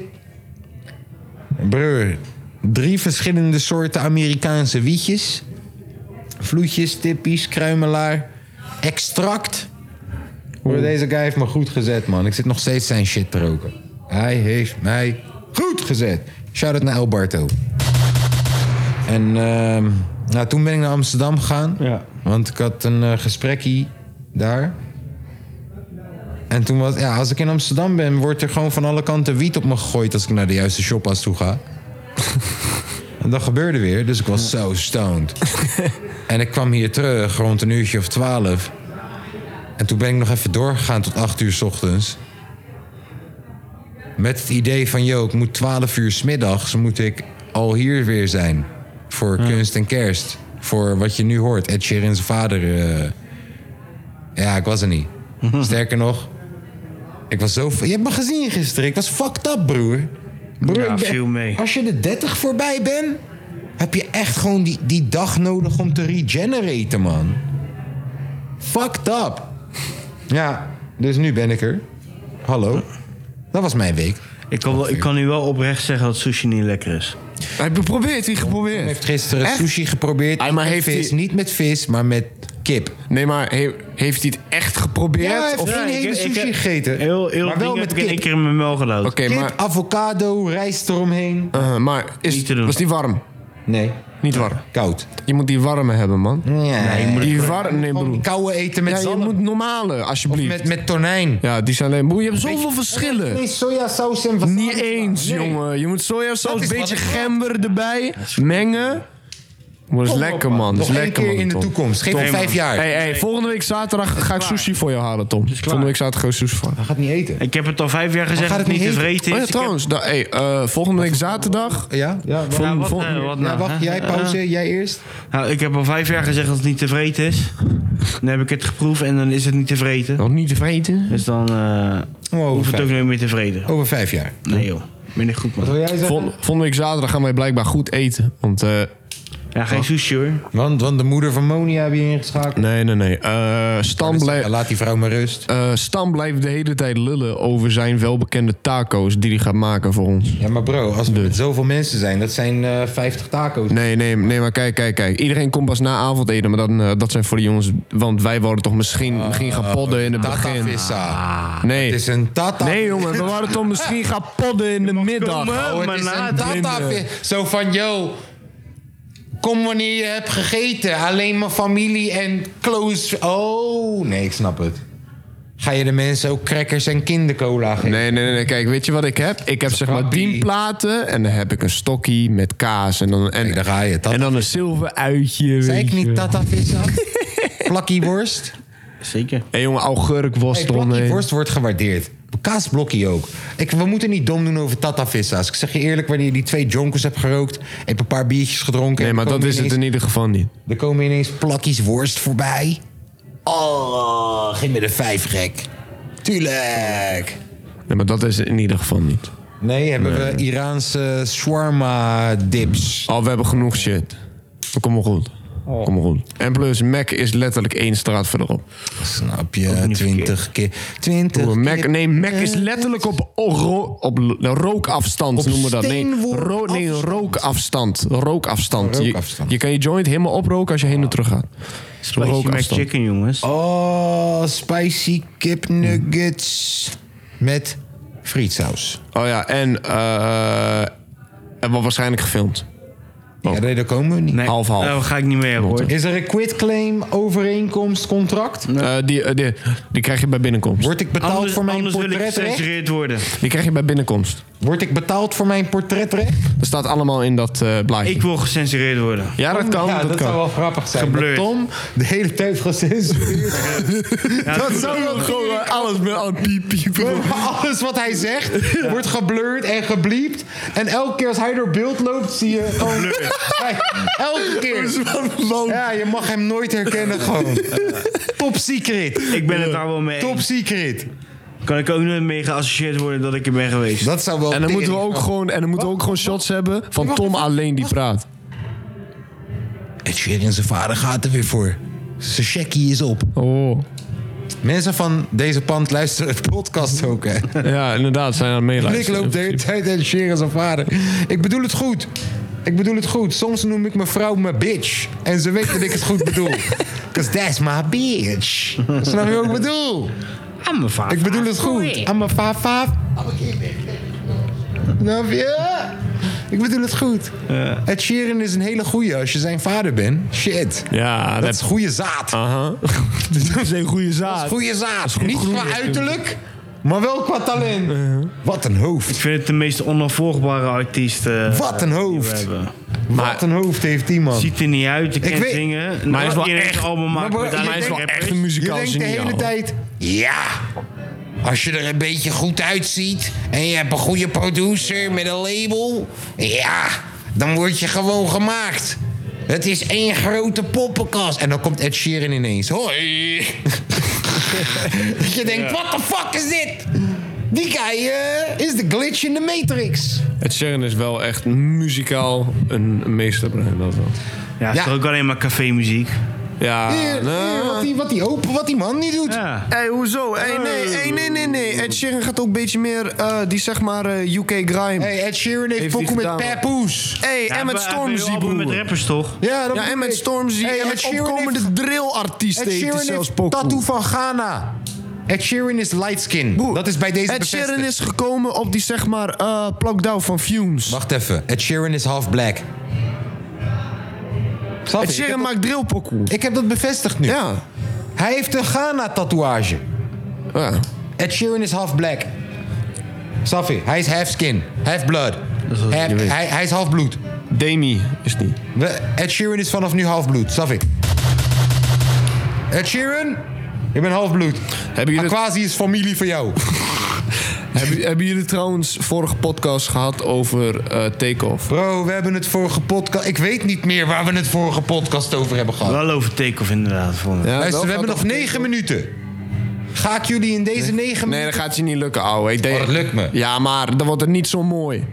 Broer, drie verschillende soorten Amerikaanse wietjes. Vloetjes, tippies, kruimelaar. Extract. Broer, deze guy heeft me goed gezet, man. Ik zit nog steeds zijn shit te roken. Hij heeft mij goed gezet. Shout-out naar Alberto. En ehm, nou, toen ben ik naar Amsterdam gegaan.
Ja.
Want ik had een eh, gesprekkie daar. En toen was... Ja, als ik in Amsterdam ben, wordt er gewoon van alle kanten wiet op me gegooid... als ik naar de juiste shoppas toe ga. en dat gebeurde weer, dus ik was zo stoned. en ik kwam hier terug rond een uurtje of twaalf. En toen ben ik nog even doorgegaan tot acht uur 's ochtends. Met het idee van, yo, ik moet 12 uur 's middags moet ik al hier weer zijn. Voor kunst en kerst. Voor wat je nu hoort. Ed Sheeran zijn vader. eh. Ja, ik was er niet.
Mhm.
Sterker nog, ik was zo... Je hebt me gezien gisteren. Ik was fucked up, broer. broer
Ja,
ik ben-
viel mee.
Als je de 30 voorbij bent, heb je echt gewoon die, die dag nodig om te regeneraten, man. Fucked up. Ja, dus nu ben ik er. Hallo. Dat was mijn week.
Ik kan, wel, ik kan nu wel oprecht zeggen dat sushi niet lekker is.
Hij heeft geprobeerd, hij
Hij
geprobeerd.
heeft gisteren
Echt?
sushi geprobeerd.
Hij maar
Met
heeft
vis.
hij-
Niet met vis, maar met kip.
Nee, maar he- heeft hij het echt geprobeerd?
Ja, hij heeft
Of-
geen hele sushi gegeten.
Heel, heel
maar wel
ding
met
heb ik in één
kip.
keer in mijn mel gedood.
Oké,
Kip,
maar,
avocado, rijst eromheen.
eh, maar is,
Niet te doen.
was die warm?
Nee,
Niet warm.
koud.
Je moet die warme hebben, man.
Nee,
die warm, nee, broer.
Koude eten met
Ja, je
zalm.
moet normale, alsjeblieft.
Met, met tonijn.
Ja, die zijn alleen... Broer, je hebt zoveel verschillen.
Nee, sojasaus en wasabi.
Niet eens,
Nee.
jongen. Je moet sojasaus,
Dat
een
is
beetje
wat ik-
gember erbij, mengen. Maar dat is
Kom op,
lekker, man. Dat
Nog
is
één
lekker,
keer
man,
in de
Tom.
toekomst. Geef me vijf jaar.
Hey, hey, volgende week zaterdag ga ik sushi voor jou halen, Tom. Volgende week zaterdag ga ik sushi voor je
Hij gaat niet eten.
Ik heb het al vijf jaar gezegd
gaat
dat het
het
niet te
niet
vreten is.
Oh ja,
Ik heb-
trouwens. da- hey, eh, volgende week zaterdag...
Ja? Ja, wacht.
Ja, wat,
vol-
eh, wat nou,
Ja, wacht.
hè?
Jij pauze, jij eerst.
Eh, nou, ik heb al vijf jaar gezegd dat het niet te vreten is. Dan heb ik het geproefd en dan is het niet te vreten.
Nog niet te vreten?
Dus dan eh
Oh,
hoef het
fijn. Oh.
ook niet meer te vreten.
Over vijf jaar.
Nee joh, ben ik goed man.
jij zeggen?
Vol- volgende week zaterdag gaan wij blijkbaar goed eten. Want, eh,
Ja,
Oh.
geen sushi hoor.
Want, want de moeder van Monia hebben je ingeschakeld. Dus,
nee, nee, nee. Eh, Stan, blij-
Ja, laat die vrouw maar rust.
eh, Stan blijft de hele tijd lullen over zijn welbekende taco's die hij gaat maken voor ons.
Ja, maar bro, als er
Dus.
zoveel mensen zijn, dat zijn eh, 50 taco's.
Nee, nee, nee, maar kijk, kijk, kijk. Iedereen komt pas na avondeten, maar dan, eh, dat zijn voor de jongens. Want wij worden toch misschien, misschien gaan podden in het begin.
Tatavissa. Ah, Het
Nee.
is een tata.
Nee, jongen, we waren toch misschien gaan podden in de middag.
komen,
Oh, het
maar
is
na
een
het
blinde.
Tatavi- Zo van, yo, kom wanneer je hebt gegeten. Alleen mijn familie en close... Oh, nee, ik snap het. Ga je de mensen ook crackers en kindercola geven?
Nee, nee, nee, nee, kijk, weet je wat ik heb? Ik heb zeg maar
Stokkie.
dienplaten en dan heb ik een stokkie met kaas en dan, en,
Kijk, daar ga je. Tata-
en dan een zilver uitje.
Zei
weet
ik
je.
niet tatavissa? Plakkie worst?
Zeker.
Hé jongen, augurkworst
Hey, blokkie
eromheen.
worst wordt gewaardeerd. Kaasblokkie ook. Ik, we moeten niet dom doen over tatafissa's. Ik zeg je eerlijk, wanneer je die twee jonkers hebt gerookt... heb een paar biertjes gedronken...
Nee,
en
maar
er
dat
komen
is het
ineens-
in ieder geval niet.
Er komen ineens plakkies worst voorbij. Oh, geef me de vijf, gek. Tuurlijk.
Nee, maar dat is het in ieder geval niet.
Nee, hebben we Iraanse shawarma dips.
Oh, we hebben genoeg shit. Kom maar goed. Kom maar goed. En plus, Mac is letterlijk één straat verderop.
Snap je? Twintig keer. Twintig
Broer, Mac,
keer.
nee, Mac is letterlijk op, ro- op l- nou, rookafstand, noemen we dat. Nee,
steenworp
ro- nee rookafstand. Rookafstand. Je,
Rookafstand.
je kan je joint helemaal oproken als je heen en terug gaat.
Spicy McChicken jongens.
Oh, spicy kipnuggets. Met frietsaus.
Oh ja, en eh, er wordt waarschijnlijk gefilmd.
Ja, nee, daar komen we niet.
Nee,
half, half.
Daar ga ik niet mee hebben hoor.
Is er een quitclaim overeenkomst contract?
Eh, die, eh, die, die krijg je bij binnenkomst.
Word ik betaald
Anders,
voor mijn
anders wil ik
portretrecht?
gecensureerd worden.
Die krijg je bij binnenkomst.
Word ik betaald voor mijn portretrecht?
Dat staat allemaal in dat eh blaadje.
Ik wil gecensureerd worden.
ja, dat kan.
ja,
dat kan.
zou wel grappig zijn.
Geblurred.
Dat Tom de hele tijd gecensureerd.
dat zou wel gewoon alles met al piep, piep.
Alles wat hij zegt wordt geblurred en gebliept. En elke keer als hij door beeld loopt, zie je gewoon... Hij- elke keer. Ja, je mag hem nooit herkennen gewoon. Top secret.
Ik ben het daar wel mee
Top
eens.
secret.
Kan ik ook nooit mee geassocieerd worden dat ik er ben geweest.
Dat zou wel...
En dan moeten we ook
tering-
gewoon, en dan moeten we ook gewoon shots hebben van Tom alleen die praat.
Ed Sheeran, zijn vader gaat er weer voor. Zijn checkie is op.
Oh.
Mensen van deze pand luisteren de podcast ook, hè?
Ja, inderdaad, zijn aan het
ik
meeluisteren.
loop de hele tijd en sheren zijn vader. Ik bedoel het goed. Ik bedoel het goed. Soms noem ik mijn vrouw mijn bitch. En ze weet dat ik het goed bedoel. Cause that's my bitch. Snap je wat ik bedoel?
I'm a vaaf.
Ik bedoel het goed. I'm a faaf faaf. Snap je? Ik bedoel het goed. Ed Sheeran is een hele goeie als je zijn vader bent. Shit.
Ja,
Dat is
dat, Ah.
goede zaad.
aha. dat is een goede
Dat
zaad.
is goede zaad. Niet qua uiterlijk, maar wel qua talent. Wat een
Ik
hoofd.
vind het de meest onafvolgbare artiest. eh,
Wat een
die we
hoofd.
hebben.
Wat een hoofd heeft die man.
Ziet er niet uit, ik kan
weet-
zingen.
Maar hij is wel
iedereen
echt-
zijn album
maar
maakt,
bro,
maar daarna
hij is
zijn
wel
rappers.
echt een muziek-
Je
muzikaal
denkt de
geniaal.
hele tijd, ja, als je er een beetje goed uitziet en je hebt een goede producer met een label, ja, dan word je gewoon gemaakt. Het is één grote poppenkast. En dan komt Ed Sheeran ineens. Hoi. Dat je denkt, what the fuck is dit? Die guy eh, is de glitch in de Matrix.
Het Sharon is wel echt muzikaal een meesterbrein, dat wel.
Ja, het is
Ja.
toch ook alleen maar cafémuziek.
Ja, nou.
Hier, hier, wat, die, wat, die open, wat die man niet doet.
Ja.
Hé, hoezo? Hey, nee, hey, nee, nee, nee. Ed Sheeran gaat ook een beetje meer, eh, die zeg maar, eh, UK grime. Hey,
Hey, Ed Sheeran heeft,
Heeft die
pokoe met
gedaan, man.
Papoose.
Ja,
en met
maar hij heeft
Stormzy,
een album Met
broer.
rappers toch?
Ja, dat
Ja, en
bedoel
met
ik.
Stormzy
Hey,
en
Ed
met
Sheeran heeft-
opkomende drillartiesten
Ed
heeft hij
Sheeran
zelfs
heeft
pokoe.
tattoo van Ghana. Ed Sheeran is light skin.
Broer,
dat is bij deze
Ed
bevestigd.
Sheeran is gekomen op die zeg maar eh plakdown van Fumes.
Wacht even. Ed Sheeran is half black. Snap je?
Ed Sheeran
ik, heb
maakt drillpokoe.
dat, ik heb dat bevestigd nu.
Ja.
Hij heeft een Ghana-tatoeage.
ja.
Ed Sheeran is half black. Safi, hij is half skin, half blood. Half-
je weet.
hij, hij is half bloed.
Demi is die.
We- Ed Sheeran is vanaf nu half bloed, Safi. Ed Sheeran, je bent half bloed.
Hebben jullie-
Aquasi is familie van jou.
hebben, hebben jullie trouwens vorige podcast gehad over eh Takeoff?
Bro, we hebben het vorige podcast. Ik weet niet meer waar we het vorige podcast over hebben gehad.
Wel over take-off inderdaad. Voor me.
Ja, wel
Luister,
gaat
we hebben
dat-
nog negen minuten. Ga ik jullie in deze negen
Nee, dat
minuten.
gaat je niet lukken, ouwe. Ik denk...
Oh, dat lukt me.
Ja, maar dan wordt het niet zo mooi.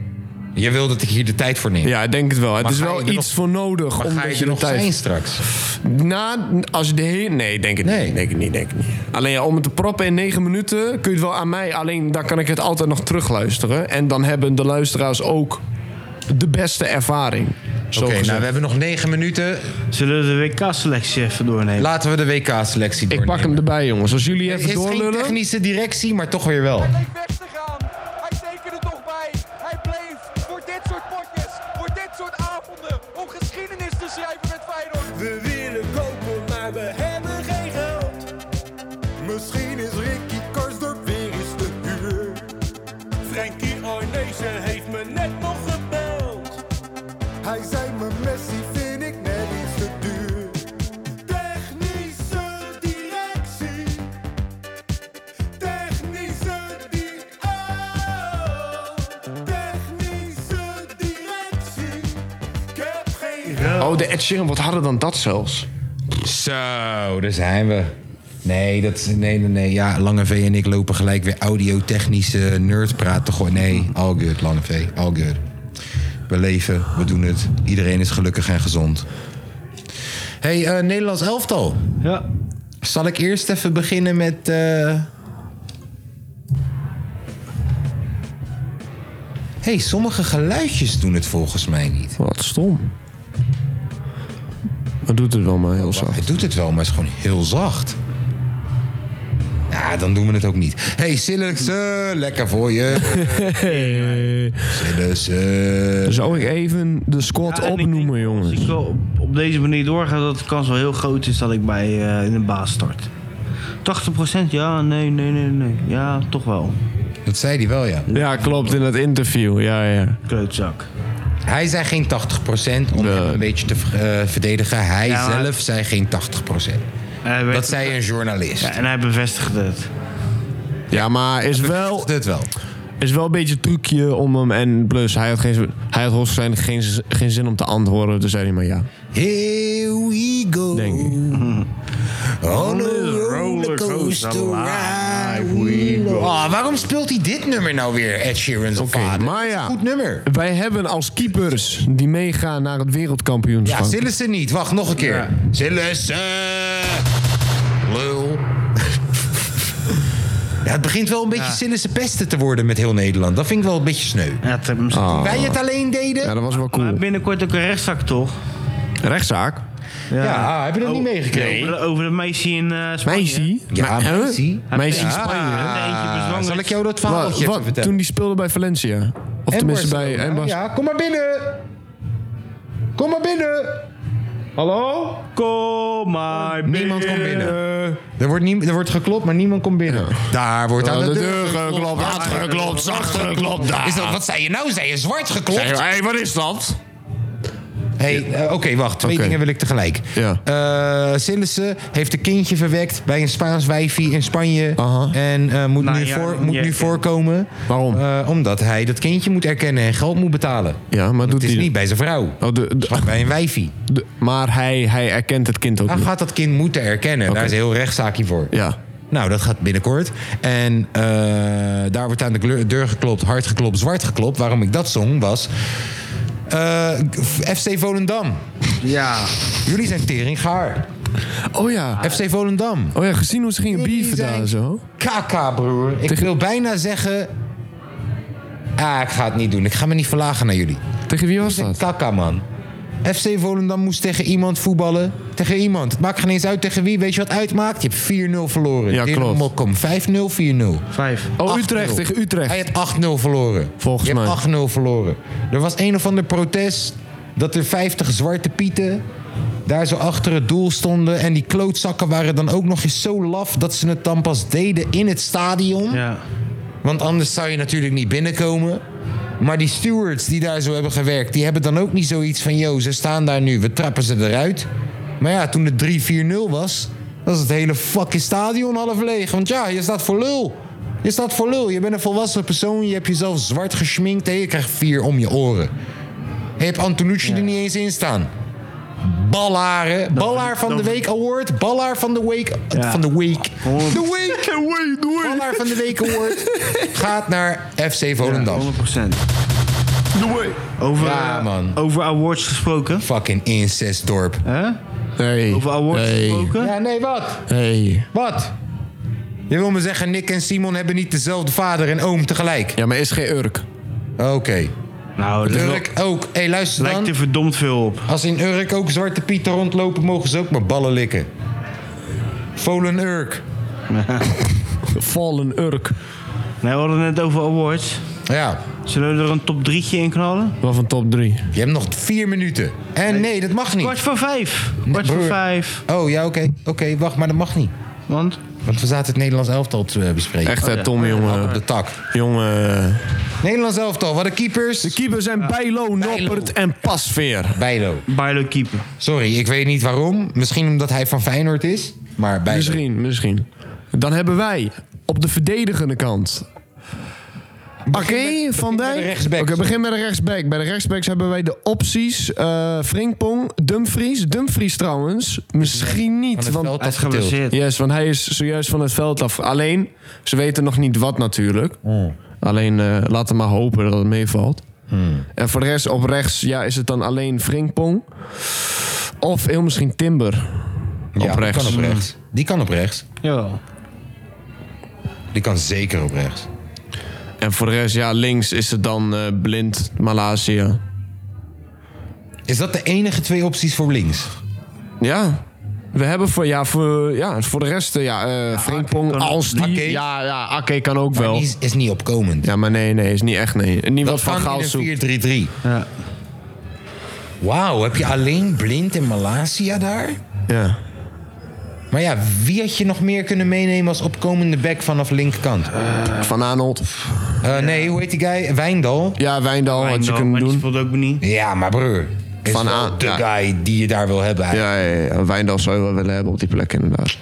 Je wil dat ik hier de tijd voor neem.
Ja, ik denk het wel. Het
Maar
is
ga
wel
je er
iets
nog-
voor nodig.
maar
omdat
ga je
de
er nog
tijd-
zijn straks?
Na, als je de hele... Nee, denk het
Nee.
niet. Denk het niet, denk het niet. Alleen ja, om het te proppen in negen minuten kun je het wel aan mij. Alleen dan kan ik het altijd nog terugluisteren. En dan hebben de luisteraars ook de beste ervaring. Zo
Oké,
gezegd.
nou we hebben nog negen minuten.
Zullen we de WK-selectie even doornemen?
Laten we de WK-selectie
Ik pak hem erbij, jongens. Als jullie
Het is
even
geen
doorlullen...
technische directie, maar toch weer wel.
bleef weg te gaan. Hij tekende toch bij. Hij bleef voor dit soort potjes, voor dit soort avonden, om geschiedenis te schrijven met Feyenoord.
We willen kopen, maar we hebben geen geld. Misschien is Ricky Karsdorp weer eens te huur. Frankie Arnezen heeft me net nog gebeld.
Hij zei me Messi vind ik net iets te duur.
Technische directie. Technische di- oh. Technische directie. Ik heb geen
Oh, de Ed Sheeran wordt harder dan dat zelfs.
Zo, daar zijn we. Nee, dat, nee, nee, nee. Ja, Lange V en ik lopen gelijk weer audiotechnische nerd praten. Goh, nee, all good, Lange V, all good. We leven, we doen het. Iedereen is gelukkig en gezond. hey, eh, Nederlands elftal.
Ja.
Zal ik eerst even beginnen met... eh, hey, sommige geluidjes doen het volgens mij niet.
Wat stom. Maar doet het wel maar heel
Wacht,
zacht.
Hij doet het wel, maar het is gewoon heel zacht. Ja, dan doen we het ook niet. hey, Sillessen, lekker voor je. Sillessen.
Zou ik even de squad
Ja, en ik
opnoemen,
denk,
jongens?
Als ik wel op, op deze manier doorga, dat de kans wel heel groot is dat ik bij eh, in de baas start. 80% ja, nee, nee, nee, nee. Ja, toch wel.
Dat zei hij wel, ja.
Ja, klopt, in het interview. Ja, ja.
Kleutzak.
Hij zei geen 80% om hem een beetje te eh, verdedigen. Hij
Ja, maar-
zelf zei geen 80%.
Hij werd-
Dat zei een journalist.
Ja, en hij bevestigde het.
Ja, maar is wel,
Dit wel.
is wel een beetje een trucje om hem. En plus, hij had, geen, hij had hoogstwaarschijnlijk geen, z- geen zin om te antwoorden. Dus zei hij maar ja.
Here we go.
Denk ik.
On
a rollercoaster
ride Ah, waarom speelt hij dit nummer nou weer, Ed Sheeran's
Oké,
vader?
maar ja.
Goed nummer.
Wij hebben als keepers die meegaan naar het
Ja,
wereldkampioenschap.
Sillessen niet. Wacht, nog een keer.
Ja.
Sillessen. Lul. ja, het begint wel een beetje Sillessen pesten te worden met heel Nederland. Dat vind ik wel een beetje sneu.
Ja, het,
Oh.
Oh.
misschien-
Wij het alleen deden?
ja, dat was wel
Maar
cool.
binnenkort ook een rechtszaak, toch?
Rechtszaak?
Ja, Ah, heb
Oh.
je dat niet meegekregen?
Over, over dat meisje in eh Spanje.
Meisje?
Ja,
Maar- huh?
meisje.
Meisje in
Ja.
Spanje.
Ah, er eentje bezwanger
Zal ik
is.
jou dat
Wa-
verhaaltje
wat,
even vertellen?
toen die speelde bij Valencia. Of tenminste bij...
Barcelona.
en Bas-
Ja, kom maar binnen. Kom maar binnen. Hallo?
Kom maar binnen.
Oh, Niemand komt binnen.
eh.
Er wordt, nie, er wordt geklopt, maar niemand komt binnen. Daar wordt
Aan
aan
de deur geklopt, hard geklopt, zacht geklopt. daar.
Is dat, wat zei je nou? Zei je zwart geklopt?
Hé, hey, wat is dat?
Hey, eh, Oké, wacht. Twee
Oké.
dingen wil ik tegelijk.
Ja.
Eh, Sillissen heeft een kindje verwekt bij een Spaans wijfie in Spanje.
Aha.
En eh, moet,
Nou
nu,
ja,
voor, moet
ja,
nu
ja.
voorkomen.
Waarom?
Eh, omdat hij dat kindje moet erkennen en geld moet betalen.
Ja, maar doet
Het is
hij...
niet bij zijn vrouw.
Oh, de, de-
Maar bij een wijfie.
de- maar hij, hij erkent het kind ook
Dan
niet.
gaat dat kind moeten erkennen. Daar is een heel rechtszaakje voor.
Ja.
Nou, dat gaat binnenkort. En eh, daar wordt aan de gleur- deur geklopt, hard geklopt, zwart geklopt. Waarom ik dat zong was... eh, FC Volendam.
Ja.
Jullie zijn teringgaar.
Oh ja.
FC Volendam.
Oh ja, gezien hoe ze gingen
Jullie
bieven
zijn
daar zo.
Kaka, broer. Ik wil bijna zeggen... Ah, ik ga het niet doen. Ik ga me niet verlagen naar jullie.
Tegen wie was
Een
dat?
Kaka, man. FC Volendam moest tegen iemand voetballen. Tegen iemand. Het maakt geen eens uit tegen wie. Weet je wat uitmaakt? Je hebt 4-0 verloren.
Ja,
Tegen
klopt.
Mokkom. 5-0, 4-0.
Vijf.
Oh,
8-0.
Utrecht tegen
Hij
Utrecht.
heeft 8-0 verloren.
Volgens
Je hebt
mij.
8-0 verloren. Er was een of ander protest dat er 50 zwarte pieten daar zo achter het doel stonden. En die klootzakken waren dan ook nog eens zo laf dat ze het dan pas deden in het stadion.
Ja.
Want anders zou je natuurlijk niet binnenkomen. Maar die stewards die daar zo hebben gewerkt, die hebben dan ook niet zoiets van: yo, ze staan daar nu, we trappen ze eruit. Maar ja, toen het 3-4-0 was, was het hele fucking stadion half leeg. Want ja, je staat voor lul. Je staat voor lul. Je bent een volwassen persoon, je hebt jezelf zwart geschminkt en je krijgt vier om je oren. En je hebt Antonucci er niet eens in staan. Ballaren. Ballaar van de Week Award. Ballaar van de Week.
Ja.
Van de Week. De Week. Ballaar van de Week Award gaat naar FC Volendam.
100 procent. Over,
Ja,
eh,
man.
over awards gesproken.
Fucking incestdorp.
Hè?
Nee.
Over awards
Nee.
gesproken.
Ja, nee, wat?
Nee.
Wat? Je wil me zeggen, Nick en Simon hebben niet dezelfde vader en oom tegelijk.
Ja, maar is geen Urk.
Oké.
Nou, dat
Urk ook. Hé, luister
lijkt
dan.
er verdomd veel op.
Als in Urk ook zwarte pieten rondlopen, mogen ze ook maar ballen likken. Volen Urk.
Fallen Urk.
Nee, we hadden het net over awards.
Ja,
Zullen we er een top drietje in knallen?
Wel van top 3.
je hebt nog vier minuten. En nee, dat mag
Kwart
niet.
voor vijf. Kwart voor
broer.
vijf.
Oh ja, oké. Oké, wacht, maar dat mag niet.
Want?
Want we zaten het Nederlands elftal te eh, bespreken.
Echt, hè, Tom,
Op
jongen.
Eh, de tak.
Jongen.
Nederlands elftal, wat de keepers.
De keepers zijn Bijlo, Noppert en Pasveer.
Bijlo.
Bijlo keeper.
Sorry, ik weet niet waarom. Misschien omdat hij van Feyenoord is. Maar bij
Misschien, misschien. Dan hebben wij op de verdedigende kant. Oké,
met-
Van
begin met de
Dijk.
rechtsback,
Oké,
sorry.
begin met de rechtsback. Bij de rechtsbacks hebben wij de opties. eh Frimpong, Dumfries. Dumfries trouwens, misschien niet.
het
Want,
veld.
Hij is
getild.
geblesseerd.
yes, want hij is zojuist van het veld af. Alleen, ze weten nog niet wat natuurlijk.
Hmm.
Alleen eh, laten we maar hopen dat het meevalt.
Hmm.
En voor de rest op rechts ja, is het dan alleen Frimpong. Of heel misschien Timber.
Ja,
op
die
rechts.
kan op rechts. Die kan op rechts.
Jawel.
Die kan zeker op rechts.
En voor de rest, ja, links is het dan eh, blind Malaysia.
Is dat de enige twee opties voor links?
Ja. We hebben voor, ja, voor, ja, voor de rest, eh, ja, eh Frimpong,
kan-
als die.
Ake.
Ja, ja, Ake kan ook wel.
Die is, is niet opkomend.
Ja, maar nee, nee, is niet echt, nee. Niet wat Van
kan
Gaal
in
zoekt.
een 4-3-3.
Ja.
Wauw, heb je alleen Blind en Malasia daar?
Ja.
Maar ja, wie had je nog meer kunnen meenemen als opkomende back vanaf linkerkant?
Eh, Van Arnold.
Eh, nee, hoe heet die guy? Wijndal?
Ja, Wijndal had je
Wijndal,
kunnen
maar die
doen.
speelt ook niet.
Ja, maar broer. Is
Van
wel
aan-
de
ja.
guy die je daar wil hebben. eigenlijk.
Ja, ja, ja, Wijndal zou je wel willen hebben op die plek, inderdaad.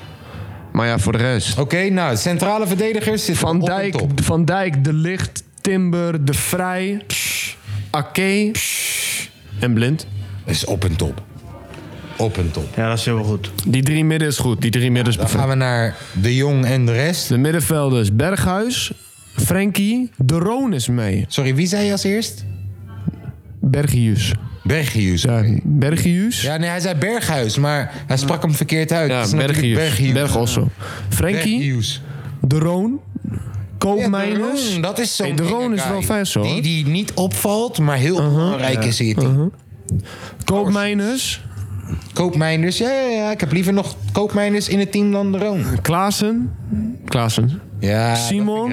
Maar ja, voor de rest.
Oké, nou, centrale verdedigers zitten
Van
op en
Dijk,
top.
Van Dijk, De Licht, Timber, De Vrij, Ake en Blind.
Is op en top. Op en top.
Ja, dat is heel wel goed.
Die drie midden is goed. Die drie midden is
Dan
perfect.
gaan we naar De Jong en de rest.
De middenvelders Berghuis, Frenkie, De Roon is mee.
Sorry, wie zei je als eerst?
Bergius.
Bergius.
Ja, Bergius.
Ja, nee, hij zei Berghuis, maar hij sprak hem verkeerd uit. Het is natuurlijk
Bergius. Bergosso. Frenkie,
Berghuis.
De Roon,
Ja,
Koopmeiners.
de Roon, dat is zo'n
Hey, de Roon
enge
is
guy. Uh-huh.
wel vet, hoor.
Die, Uh-huh. die niet opvalt, maar heel belangrijk is hier.
Koopmeiners,
Koopmijnders, ja, ja, ja, ik heb liever nog koopmijnders in het team dan de Roon.
Klaassen? Klaassen.
Ja,
Simon?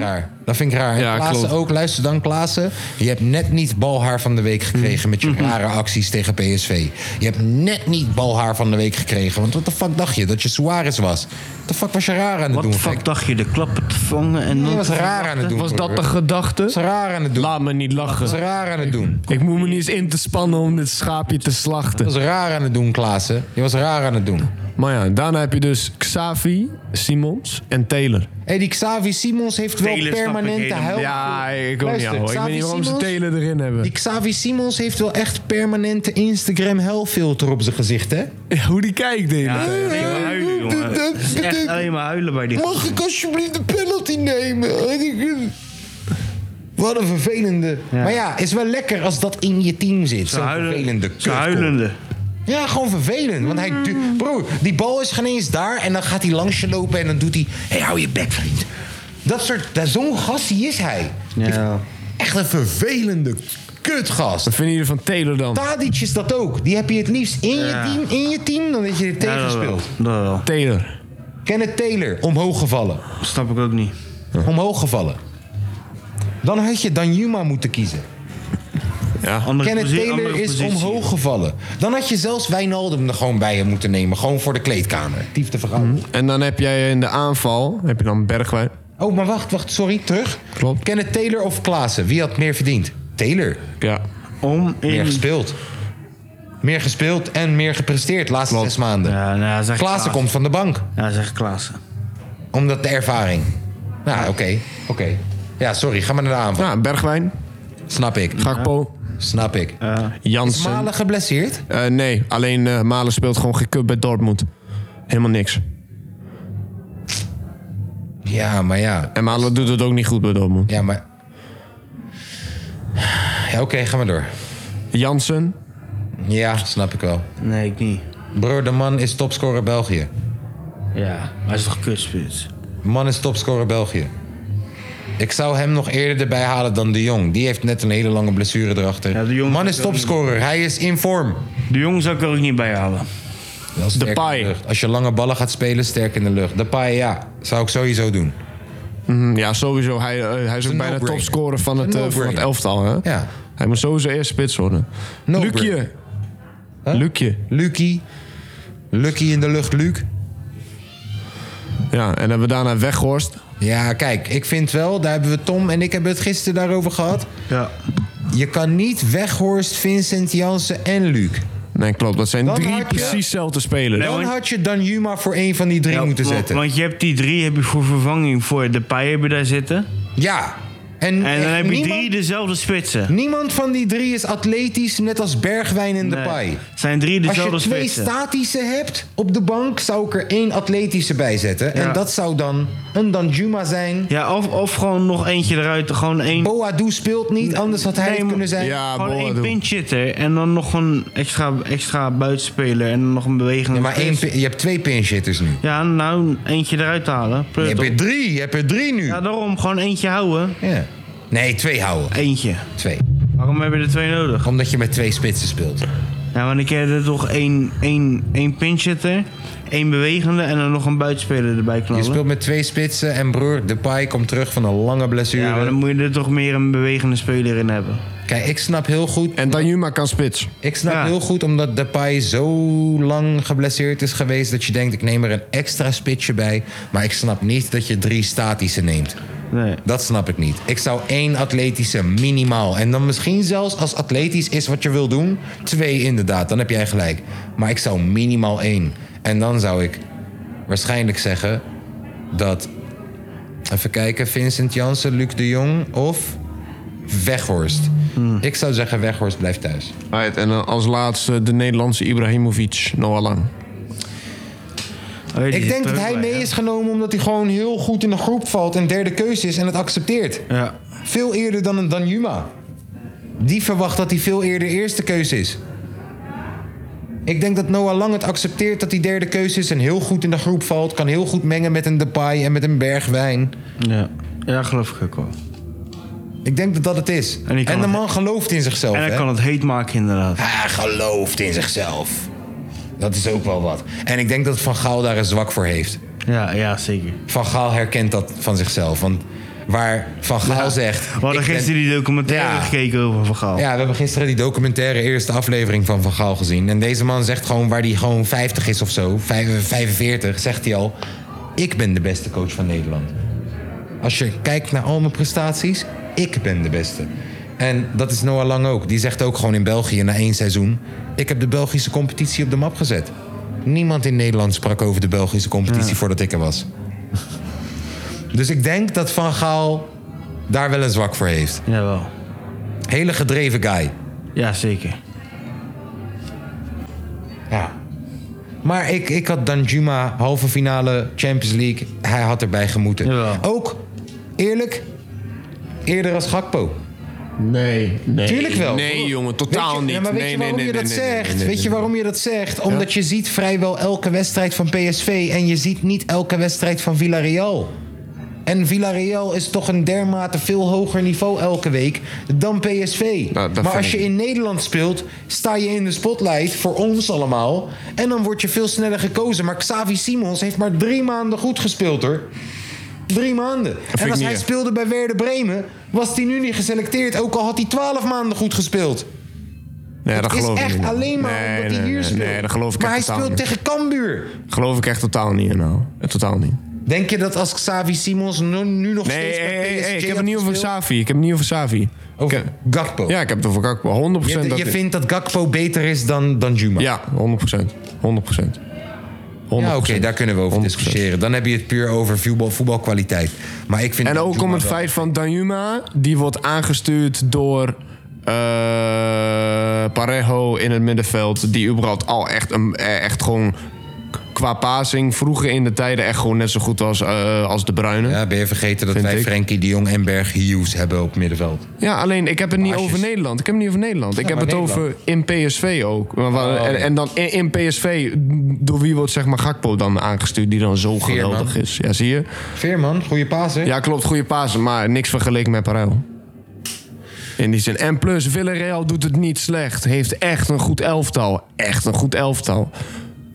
Dat vind ik raar. Dat vind ik raar.
Ja,
Ja, Klaassen
klopt.
ook. Luister dan, Klaassen. Je hebt net niet balhaar van de week
Mm.
gekregen met je
Mm-hmm.
rare acties tegen PSV. Je hebt net niet balhaar van de week gekregen. Want wat de fuck dacht je? Dat je Suarez was. Wat de fuck was je raar aan het
Wat
doen,
de fuck
gek?
dacht je, de klappen te vangen en
Je
dan...
was raar aan het doen.
Was dat de
broer.
gedachte?
was raar aan het doen.
Laat me niet
was
lachen.
raar aan het doen.
Ik moet me niet eens in te spannen om dit schaapje te slachten.
Je was raar aan het doen, Klaassen. Je was raar aan het doen.
Maar ja, daarna heb je dus Xavi, Simons en Taylor.
Hé, die Xavi Simons heeft wel
Velen snap ik
permanente
helemaal.
huil.
Ja, ik ook niet
Luister,
ouwe. Ik weet
Xavi
niet waarom ze
Simons-
Taylor erin hebben.
Die Xavi Simons heeft wel echt permanente Instagram hellfilter op zijn gezicht, hè?
Hoe die kijkt, de hele
Ja,
tijd.
alleen maar huilen, jongen. Het is echt alleen maar huilen bij die...
Mag ik alsjeblieft de penalty nemen? Wat een vervelende. Maar ja, is wel lekker als dat in je team zit.
Ze
Zo'n vervelende
huilen. Ze
kutkop.
huilende.
Ja, gewoon vervelend. Want hij. du- Broer, die bal is geen eens daar. En dan gaat hij langs je lopen en dan doet hij. Hé, hou je bek, vriend. Dat soort. dat- Zo'n gast die is hij.
Ja.
Echt een vervelende kutgast.
Wat vinden jullie van Taylor dan?
Tadic is dat ook. Die heb je het liefst in je
Ja.
team, in je team dan dat je er
Ja,
tegen
dat wel.
speelt.
Dat wel.
Taylor.
Kenneth Taylor, omhoog gevallen.
Snap ik ook niet.
Omhoog gevallen. Dan had je Danjuma moeten kiezen.
Andere
Kenneth
posi-
Taylor
andere
is
positie.
omhoog gevallen. Dan had je zelfs Wijnaldum er gewoon bij je moeten nemen. Gewoon voor de kleedkamer. Dief te vergaan.
Mhm.
En dan heb jij in de aanval, heb je dan Bergwijn.
Oh, maar wacht, wacht. Sorry, terug.
Klopt.
Kenneth Taylor of Klaassen? Wie had meer verdiend? Taylor.
Ja.
Om
Meer
in...
gespeeld. Meer gespeeld en meer gepresteerd de laatste zes maanden.
Ja, nou, zeg
Klaassen komt van de bank.
Ja, zeg Klaassen.
Omdat de ervaring. Nou, oké. Oké. Ja, sorry. Ga maar naar de aanval.
Ja, Bergwijn,
Snap ik.
Gakpo,
Snap ik. Is
Jansen.
Malen geblesseerd?
Eh, nee, alleen eh Malen speelt gewoon geen cup bij Dortmund. Helemaal niks.
Ja, maar ja.
En Malen doet het ook niet goed bij Dortmund.
Ja, maar... Ja, oké. ga maar door.
Jansen,
Ja, snap ik wel.
Nee, ik niet.
Broer, de man is topscorer België.
Ja, hij is toch kutspits?
De man is topscorer België. Ik zou hem nog eerder erbij halen dan De Jong. Die heeft net een hele lange blessure erachter.
Ja, De Jong-
man is topscorer. Hij is in vorm.
De Jong zou ik er ook niet bij halen.
Dat is sterk in De
Depay.
lucht. Als je lange ballen gaat spelen, sterk in de lucht. De paai, ja. Zou ik sowieso doen.
mm, ja sowieso. Hij, eh, hij is ook
een
bijna
no-brainer.
topscorer van het,
Een
eh, van het
no-brainer.
elftal. Hè?
Ja.
Hij moet sowieso eerst spits worden.
No-brainer.
Lukje.
Huh?
Lukje.
Lucky. Lucky in de lucht, Luc.
Ja, en dan hebben we daarna Weghorst.
Ja, kijk, ik vind wel, daar hebben we Tom en ik hebben het gisteren daarover gehad.
Ja.
Je kan niet Weghorst, Vincent Jansen en Luc.
Nee, klopt. Dat zijn
Dan
drie
had je-
precies dezelfde spelers.
Nee,
Dan
want-
had je Dan Juma voor één van die drie moeten
want,
zetten.
Want je hebt die drie heb je voor vervanging voor de Pai heb je daar zitten.
Ja. En,
En dan
echt
heb je
niemand,
drie dezelfde spitsen.
niemand van die drie is atletisch, net als Bergwijn en Depay.
Nee, zijn drie
Als
dezelfde
je twee
spitsen.
statische hebt op de bank, zou ik er één atletische bij zetten. En
Ja.
dat zou dan een Danjuma zijn.
Ja, of, of gewoon nog eentje eruit. Gewoon één,
Boadu speelt niet, anders had hij
Nee,
het
maar-
kunnen zijn.
Ja,
gewoon
Boa
één
doe.
pinchitter. En dan nog een extra, extra buitenspeler. En dan nog een beweging.
Ja, maar één, pin- je hebt twee pinshitters nu.
Ja, nou, eentje eruit halen.
Je
Pleur
hebt
het
er
op.
drie, je hebt er drie nu.
Ja, daarom. Gewoon eentje houden.
Ja. Nee, twee houden.
Eentje.
Twee.
Waarom heb je er twee nodig?
Omdat je met twee spitsen speelt.
Ja, want ik heb er toch één, één, één pinchitter, één bewegende en dan nog een buitenspeler erbij
Je
knallen.
speelt met twee spitsen en broer Depay komt terug van een lange blessure.
Ja, maar dan moet je er toch meer een bewegende speler in hebben.
Kijk, ik snap heel goed
En Danjuma kan spits.
Ik snap
Ja.
heel goed omdat Depay zo lang geblesseerd is geweest... dat je denkt, ik neem er een extra spitsje bij. Maar ik snap niet dat je drie statische neemt.
Nee.
Dat snap ik niet. Ik zou één atletische minimaal. En dan misschien zelfs als atletisch is wat je wil doen... twee inderdaad, dan heb jij gelijk. Maar ik zou minimaal één. En dan zou ik waarschijnlijk zeggen dat... Even kijken, Vincent Jansen, Luc de Jong of Weghorst. Ik zou zeggen, Weghorst blijft thuis.
Right, en dan als laatste de Nederlandse Ibrahimovic. Noah Lang.
Oh, ja, die
Ik
zit
denk
er
dat
ook
hij
bij,
mee
hè?
is genomen omdat hij gewoon heel goed in de groep valt en derde keuze is en het accepteert.
Ja.
Veel eerder dan een Danjuma. Die verwacht dat hij veel eerder eerste keuze is. Ik denk dat Noah Lang het accepteert dat hij derde keuze is en heel goed in de groep valt. Kan heel goed mengen met een Depay en met een Bergwijn.
ja. Ja, geloof ik ook wel.
Ik denk dat dat het is.
En hij
En,
kan
de
het-
man gelooft in zichzelf.
En
hè?
hij kan het heet maken inderdaad.
Hij gelooft in zichzelf. Dat is ook wel wat. En ik denk dat Van Gaal daar een zwak voor heeft.
Ja, ja zeker.
Van Gaal herkent dat van zichzelf. Want waar Van Gaal zegt...
We hadden
ik ben-
gisteren die documentaire
Ja.
gekeken over Van Gaal.
Ja, we hebben gisteren die documentaire eerste aflevering van Van Gaal gezien. En deze man zegt gewoon waar hij gewoon 50 is of zo, vijf- 45, zegt hij al... Ik ben de beste coach van Nederland. Als je kijkt naar al mijn prestaties, ik ben de beste. En dat is Noah Lang ook. Die zegt ook gewoon in België na één seizoen... ik heb de Belgische competitie op de map gezet. Niemand in Nederland sprak over de Belgische competitie voordat ik er was. Dus ik denk dat Van Gaal daar wel een zwak voor heeft.
Jawel.
Hele gedreven guy.
Ja, zeker.
Ja. Maar ik, ik had Danjuma halve finale Champions League. Hij had erbij gemoeten.
Jawel.
Ook, eerlijk, eerder als Gakpo.
Nee, nee.
Tuurlijk wel.
Nee, jongen, totaal
Weet je-
niet.
Ja, maar weet
nee,
je
nee,
waarom je
nee, nee,
dat
nee, nee,
zegt?
nee,
Weet je
nee.
waarom je dat zegt? Omdat je ziet vrijwel elke wedstrijd van PSV... en je ziet niet elke wedstrijd van Villarreal. En Villarreal is toch een dermate veel hoger niveau elke week dan PSV.
Nou, dat
maar
vind
als je
ik-
in Nederland speelt, sta je in de spotlight voor ons allemaal. En dan word je veel sneller gekozen. Maar Xavi Simons heeft maar drie maanden goed gespeeld hoor. Drie maanden. En
ik
als
niet,
hij
hè.
speelde bij Werder Bremen, was hij nu niet geselecteerd. Ook al had hij twaalf maanden goed gespeeld.
Nee, dat
Het is
geloof ik
echt
niet.
alleen maar
Nee,
omdat
nee,
hij hier
nee,
speelt.
Nee, dat geloof ik
maar hij
echt totaal
speelt
niet.
tegen Cambuur.
Geloof ik echt totaal niet, nou. Eh, Totaal niet.
Denk je dat als Xavi Simons nu, nu nog
Nee,
steeds bij
hey, hey,
PSG
hey, ik heb
had
het niet over
gespeeld-
Savi. Ik heb het niet over Savi.
Over
Ik-
Gakpo.
Ja, ik heb het over Gakpo. 100%
je,
dat
je
ik-
vindt dat Gakpo beter is dan, dan Juma?
Ja, 100%. 100%. 100%.
Ja, oké, daar kunnen we over
100%.
discussiëren. Dan heb je het puur over voetbal, voetbalkwaliteit. Maar ik vind
En
dat
ook om
Juma
het
wel-
feit van Danjuma, die wordt aangestuurd door eh, Parejo in het middenveld. Die überhaupt al echt, een, eh, echt gewoon qua passing vroeger in de tijden echt gewoon net zo goed was eh, als de Bruyne. Ja.
Ja, ben je vergeten dat
Vind
wij
ik.
Frenkie de Jong en Berg Hughes hebben op middenveld?
alleen ik heb het niet
Maar als je-
over Nederland. Ik heb het niet over Nederland. ik heb
maar
het over in PSV ook. Maar wa-
Oh.
en, en dan in, in PSV, door wie wordt zeg maar Gakpo dan aangestuurd die dan zo
Veerman.
geweldig is. Ja, zie je?
Veerman, goede paas, hè?
Ja, klopt. Goede paas, maar niks vergeleken met Parijl. In die zin. En plus, Villarreal doet het niet slecht. Heeft echt een goed elftal. Echt een goed elftal.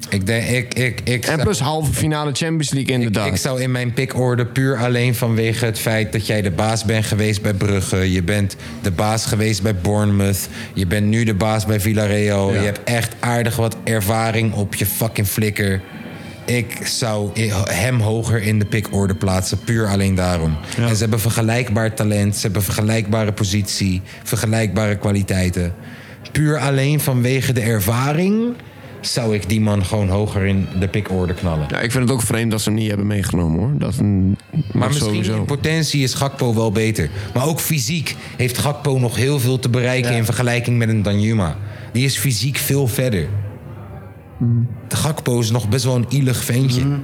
Ik denk, ik, ik, ik,
En
zou-
plus halve finale Champions League inderdaad.
Ik zou in mijn pickorde puur alleen vanwege het feit dat jij de baas bent geweest bij Brugge. Je bent de baas geweest bij Bournemouth. Je bent nu de baas bij Villarreal. Je hebt echt aardig wat ervaring op je fucking flikker. Ik zou i- hem hoger in de pickorde plaatsen, puur alleen daarom. En ze hebben vergelijkbaar talent, ze hebben vergelijkbare positie, vergelijkbare kwaliteiten. Puur alleen vanwege de ervaring zou ik die man gewoon hoger in de pickorde knallen.
ja, ik vind het ook vreemd dat ze hem niet hebben meegenomen hoor. Dat, een,
Maar
dat
misschien
sowieso.
in potentie is Gakpo wel beter. Maar ook fysiek heeft Gakpo nog heel veel te bereiken in vergelijking met een Danjuma. Die is fysiek veel verder.
Mm.
De Gakpo is nog best wel een ielig ventje.
Mm-hmm.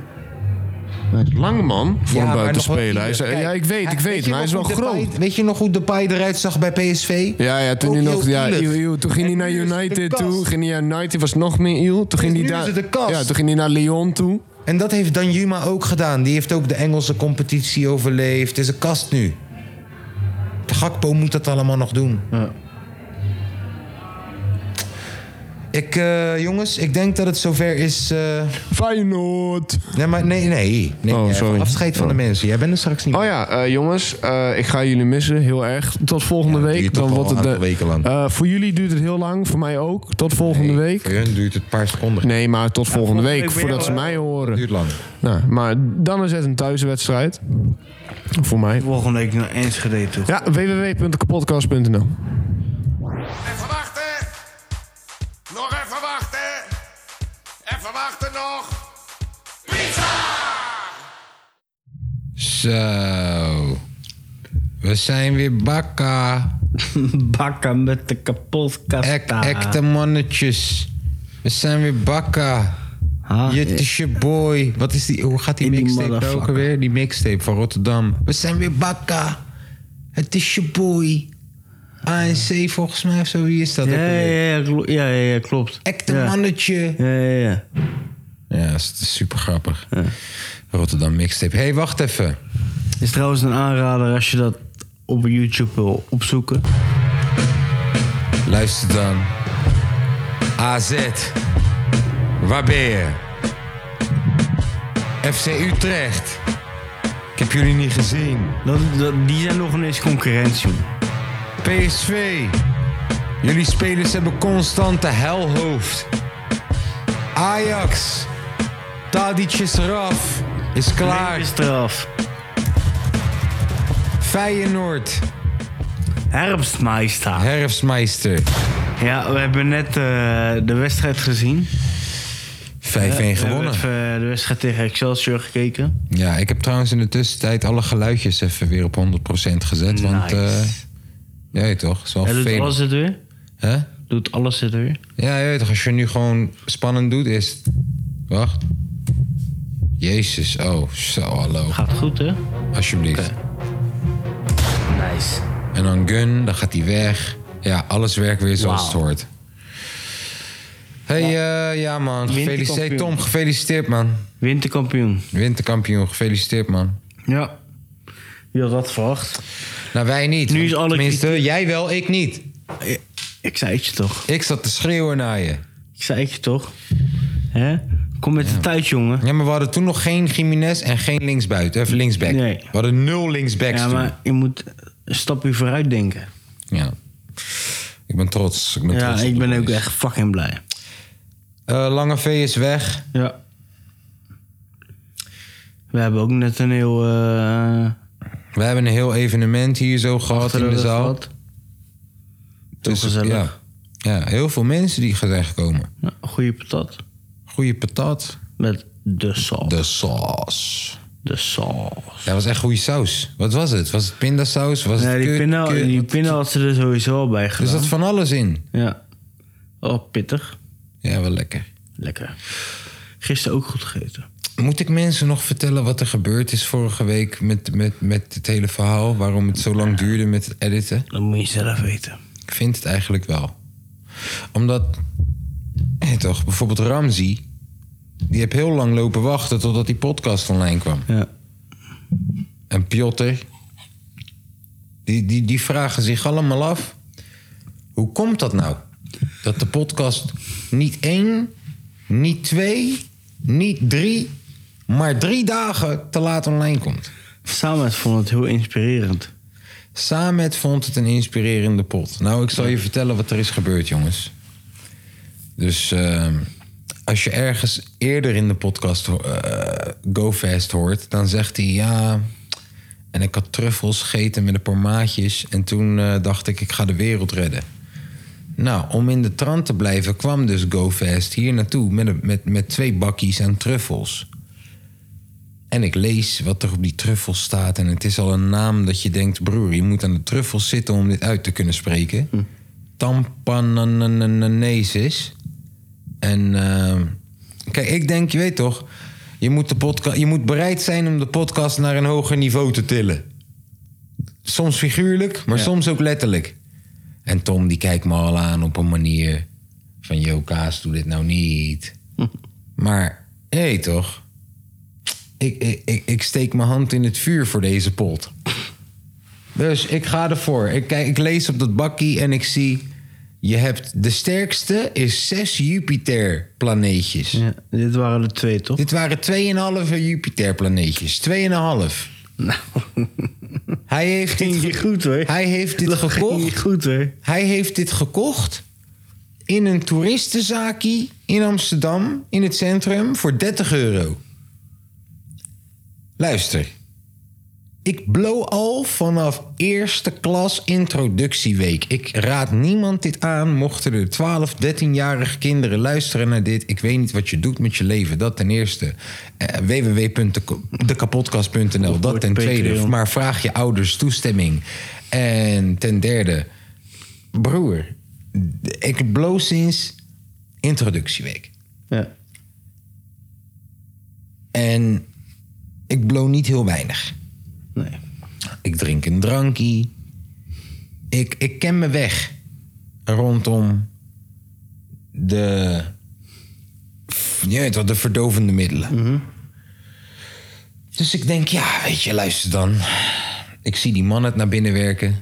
Lange man
maar
voor een
nog wel
buitenspeler.
ielig.
Hij is,
Kijk,
ja, ik weet, ik weet.
je
Maar hij is wel
nog hoe
groot.
Depay- weet je nog hoe Depay eruit zag bij PSV?
Ja, ja, toen,
Ook
hij nog,
heel
ja,
ielig.
eeuw, eeuw. toen ging hij
En
naar
nu is het de
United
kast.
toe. Ging hij naar United, was nog meer Iel. Toen ging
nu
hij
is
daar.
het de kast.
Ja, toen ging hij naar Lyon toe.
En dat heeft Danjuma ook gedaan. Die heeft ook de Engelse competitie overleefd. Het is een kast nu. De Gakpo moet dat allemaal nog doen.
Ja.
Ik, eh, jongens, ik denk dat het zover is. eh,
Feyenoord.
Nee, maar nee, nee. nee
Oh,
jij-
sorry.
Afscheid van
Oh.
de mensen. Jij bent er straks niet
Oh
meer.
ja, eh, jongens, eh, ik ga jullie missen heel erg. Tot volgende
Ja, dat
week.
duurt toch
Dan
al
wordt
een
het. eh,
aantal weken lang.
eh, voor jullie duurt het heel lang, voor mij ook. Tot volgende
Voor
week.
hun duurt het een paar seconden.
Nee, maar tot volgende
volgende
week,
week
voordat
weer,
ze
hoor.
mij
Het
horen.
duurt lang.
Nou, maar dan is het een thuiswedstrijd. Voor mij.
Volgende week naar Enschede toe.
Ja, www.kapodcast.nl.
Even wachten. Nog even wachten. Even wachten nog. Pizza!
Zo. We zijn weer bakka.
Bakken met de kapotkast.
Ek, ekte mannetjes. We zijn weer bakka.
Ha,
Dit is je boy. Wat is die, hoe gaat die
In die
mixtape nou ook
motherfucker.
alweer? Die mixtape van Rotterdam. We zijn weer bakka. Het is je boy. ANC volgens mij of zo. Wie is dat ook
Ja, ja,
alweer?
ja, klo- ja, ja, ja, klopt.
Ekte
ja.
mannetje.
Ja, ja, ja.
Ja, dat is- dat is super grappig. Rotterdam mixtape. Hé, hey, wacht even.
Is trouwens een aanrader als je dat op YouTube wil opzoeken.
Luister dan. AZ. Waar ben je? FC Utrecht. Ik heb jullie niet gezien.
Dat, dat- die zijn nog ineens concurrentie. joh.
PSV. Jullie spelers hebben constante helhoofd. Ajax. Tadic is eraf. Is klaar.
Neem je straf.
Feyenoord.
Herbstmeister.
Herfstmeister. 5-1
Ja, we hebben net eh, de wedstrijd gezien.
gewonnen.
We hebben even de wedstrijd tegen Excelsior gekeken.
Ja, ik heb trouwens in de tussentijd alle geluidjes even weer op 100% gezet. Want,
Nice.
eh ja, je toch? Is wel
Hij doet
veel.
alles het weer.
Hè?
Doet alles het weer.
Ja, je weet toch, als je nu gewoon spannend doet, is. het- Wacht. Jezus, oh, zo, hallo.
Gaat goed, hè?
Alsjeblieft.
Nice.
En dan gun, dan gaat hij weg. Ja, alles werkt weer zoals het
Wauw.
hoort. hey, eh, ja man, gefeliciteerd.
Winterkampioen.
Tom, gefeliciteerd man.
Winterkampioen.
Winterkampioen, gefeliciteerd man.
Ja. Wie had dat verwacht?
Nou, wij niet.
Nu is alle
Tenminste, jij wel, ik niet.
Ik zei het je toch.
Ik zat te schreeuwen naar je.
Ik zei het je toch. Hè? Kom met de tijd, jongen.
Ja, maar we hadden toen nog geen Jiménez en geen linksbuiten. Even linksback.
Nee.
We hadden nul linksbacks
Ja,
toen.
maar je moet een stapje vooruit denken.
Ja. Ik ben trots. Ik ben
Ja,
trots op
ik
de
ben ook
boys.
echt fucking blij.
Eh, Lange V is weg.
Ja. We hebben ook net een heel... eh,
We hebben een heel evenement hier zo gehad in de
terug
zaal.
gehad.
Tussen-
gezellig.
Dus, Ja. ja, heel veel mensen die zijn gekomen.
Ja, goeie patat.
Goeie patat.
Met de saus. De,
De saus.
saus.
Ja, was echt goede saus. Wat was het? Was het pindasaus? Was
Ja,
het Dus
die
kut-
pinda,
kut-
die pinda had ze er sowieso al bij
Er
gedaan.
zat van alles in.
Ja. Oh, pittig.
Ja, wel lekker.
Lekker. Gisteren ook goed gegeten.
Moet ik mensen nog vertellen wat er gebeurd is vorige week met, met, met het hele verhaal? Waarom het zo lang duurde met het editen?
Dat moet je zelf weten.
Ik vind het eigenlijk wel. Omdat, hé, toch, bijvoorbeeld Ramzi, die heb heel lang lopen wachten totdat die podcast online kwam.
Ja.
En Piotr, die, die, die vragen zich allemaal af: hoe komt dat nou? Dat de podcast niet één, niet twee, niet drie, maar drie dagen te laat online komt.
Samen vond het heel inspirerend.
Samet vond het een inspirerende pot. Nou, ik zal je vertellen wat er is gebeurd, jongens. Dus ehm, als je ergens eerder in de podcast ho- eh, Go Fast hoort, dan zegt hij ja. En ik had truffels gegeten met een paar maatjes. En toen eh, dacht ik, ik ga de wereld redden. Nou, om in de trant te blijven, kwam dus Go Fast hier naartoe met, een- met, met twee bakkies aan truffels. En ik lees wat er op die truffel staat. En het is al een naam dat je denkt... broer, je moet aan de truffel zitten om dit uit te kunnen spreken. Tampanananesis. En ehm, kijk, ik denk, je weet toch... Je moet, de podca- je moet bereid zijn om de podcast naar een hoger niveau te tillen. Soms figuurlijk, maar soms ook letterlijk. En Tom die kijkt me al aan op een manier... van, yo, Kaas, doe dit nou niet. Maar, hé toch ik, ik, ik, ik steek mijn hand in het vuur voor deze pot. Dus ik ga ervoor. Ik, kijk, ik lees op dat bakkie en ik zie... Je hebt de sterkste is zes Jupiter-planeetjes.
Ja, dit waren de twee, toch?
Dit waren 2,5 Jupiter-planeetjes. 2,5. Hij heeft dit
Ging je
ge-
goed, hoor.
Hij heeft dit
Dat ging
gekocht.
niet goed, hoor.
Hij heeft dit gekocht in een toeristenzaakje in Amsterdam, in het centrum, voor 30 euro. Luister. Ik blow al vanaf eerste klas introductieweek. Ik raad niemand dit aan. Mochten er 12, 13-jarige kinderen luisteren naar dit. Ik weet niet wat je doet met je leven. Dat ten eerste. Eh, www.dekapodcast.nl. Dat ten tweede.
Patreon.
Maar vraag je ouders toestemming. En ten derde. Broer, ik blow sinds introductieweek.
Ja.
En ik blow niet heel weinig.
Nee.
Ik drink een drankie. Ik, ik ken me weg rondom de, je weet wel, de verdovende middelen. Dus ik denk, ja, weet je, luister dan. Ik zie die man het naar binnen werken.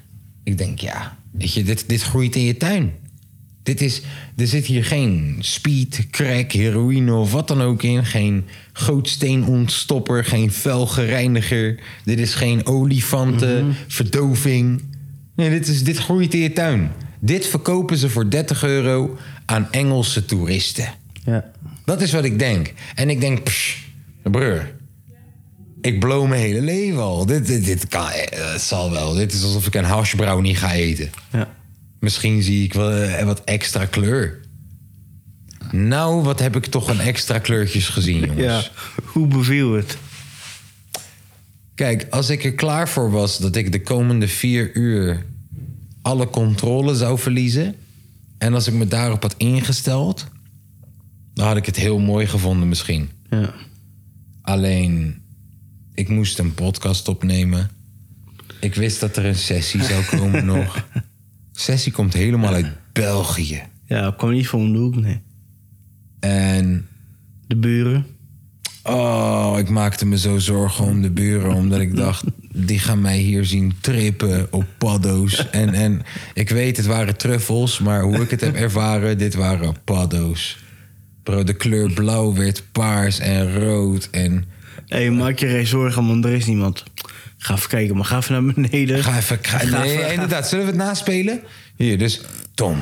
Ik denk, ja, weet je, dit, dit groeit in je tuin. Dit is, er zit hier geen speed, crack, heroïne of wat dan ook in. Geen gootsteenontstopper, geen velgereiniger. Dit is geen olifanten, verdoving. Nee, dit, is, dit groeit in je tuin. Dit verkopen ze voor 30 euro aan Engelse toeristen.
Ja.
Dat is wat ik denk. En ik denk, psh, broer. Ik blow mijn hele leven al. Dit, dit, dit kan, eh, het zal wel. Dit is alsof ik een hash brownie ga eten.
ja.
Misschien zie ik wel eh, wat extra kleur. Nou, wat heb ik toch een extra kleurtjes gezien, jongens.
ja. Dus Hoe beviel het?
Kijk, als ik er klaar voor was dat ik de komende vier uur alle controle zou verliezen. En als ik me daarop had ingesteld, dan had ik het heel mooi gevonden misschien.
Ja.
Alleen, ik moest een podcast opnemen. Ik wist dat er een sessie zou komen nog. Sessie komt helemaal uit België.
Ja, ik kwam niet van de hoek, nee.
En
De buren.
Oh, ik maakte me zo zorgen om de buren. Omdat ik dacht, die gaan mij hier zien trippen op paddo's. En, en ik weet, het waren truffels. Maar hoe ik het heb ervaren, dit waren paddo's. Bro, de kleur blauw werd paars en rood. En
Hé, maak je geen zorgen, man. Er is niemand. Ga even kijken, maar ga even naar beneden.
ga even... Ga,
Ga
nee,
even- ga-
inderdaad. Zullen we het naspelen? Hier, dus Tom,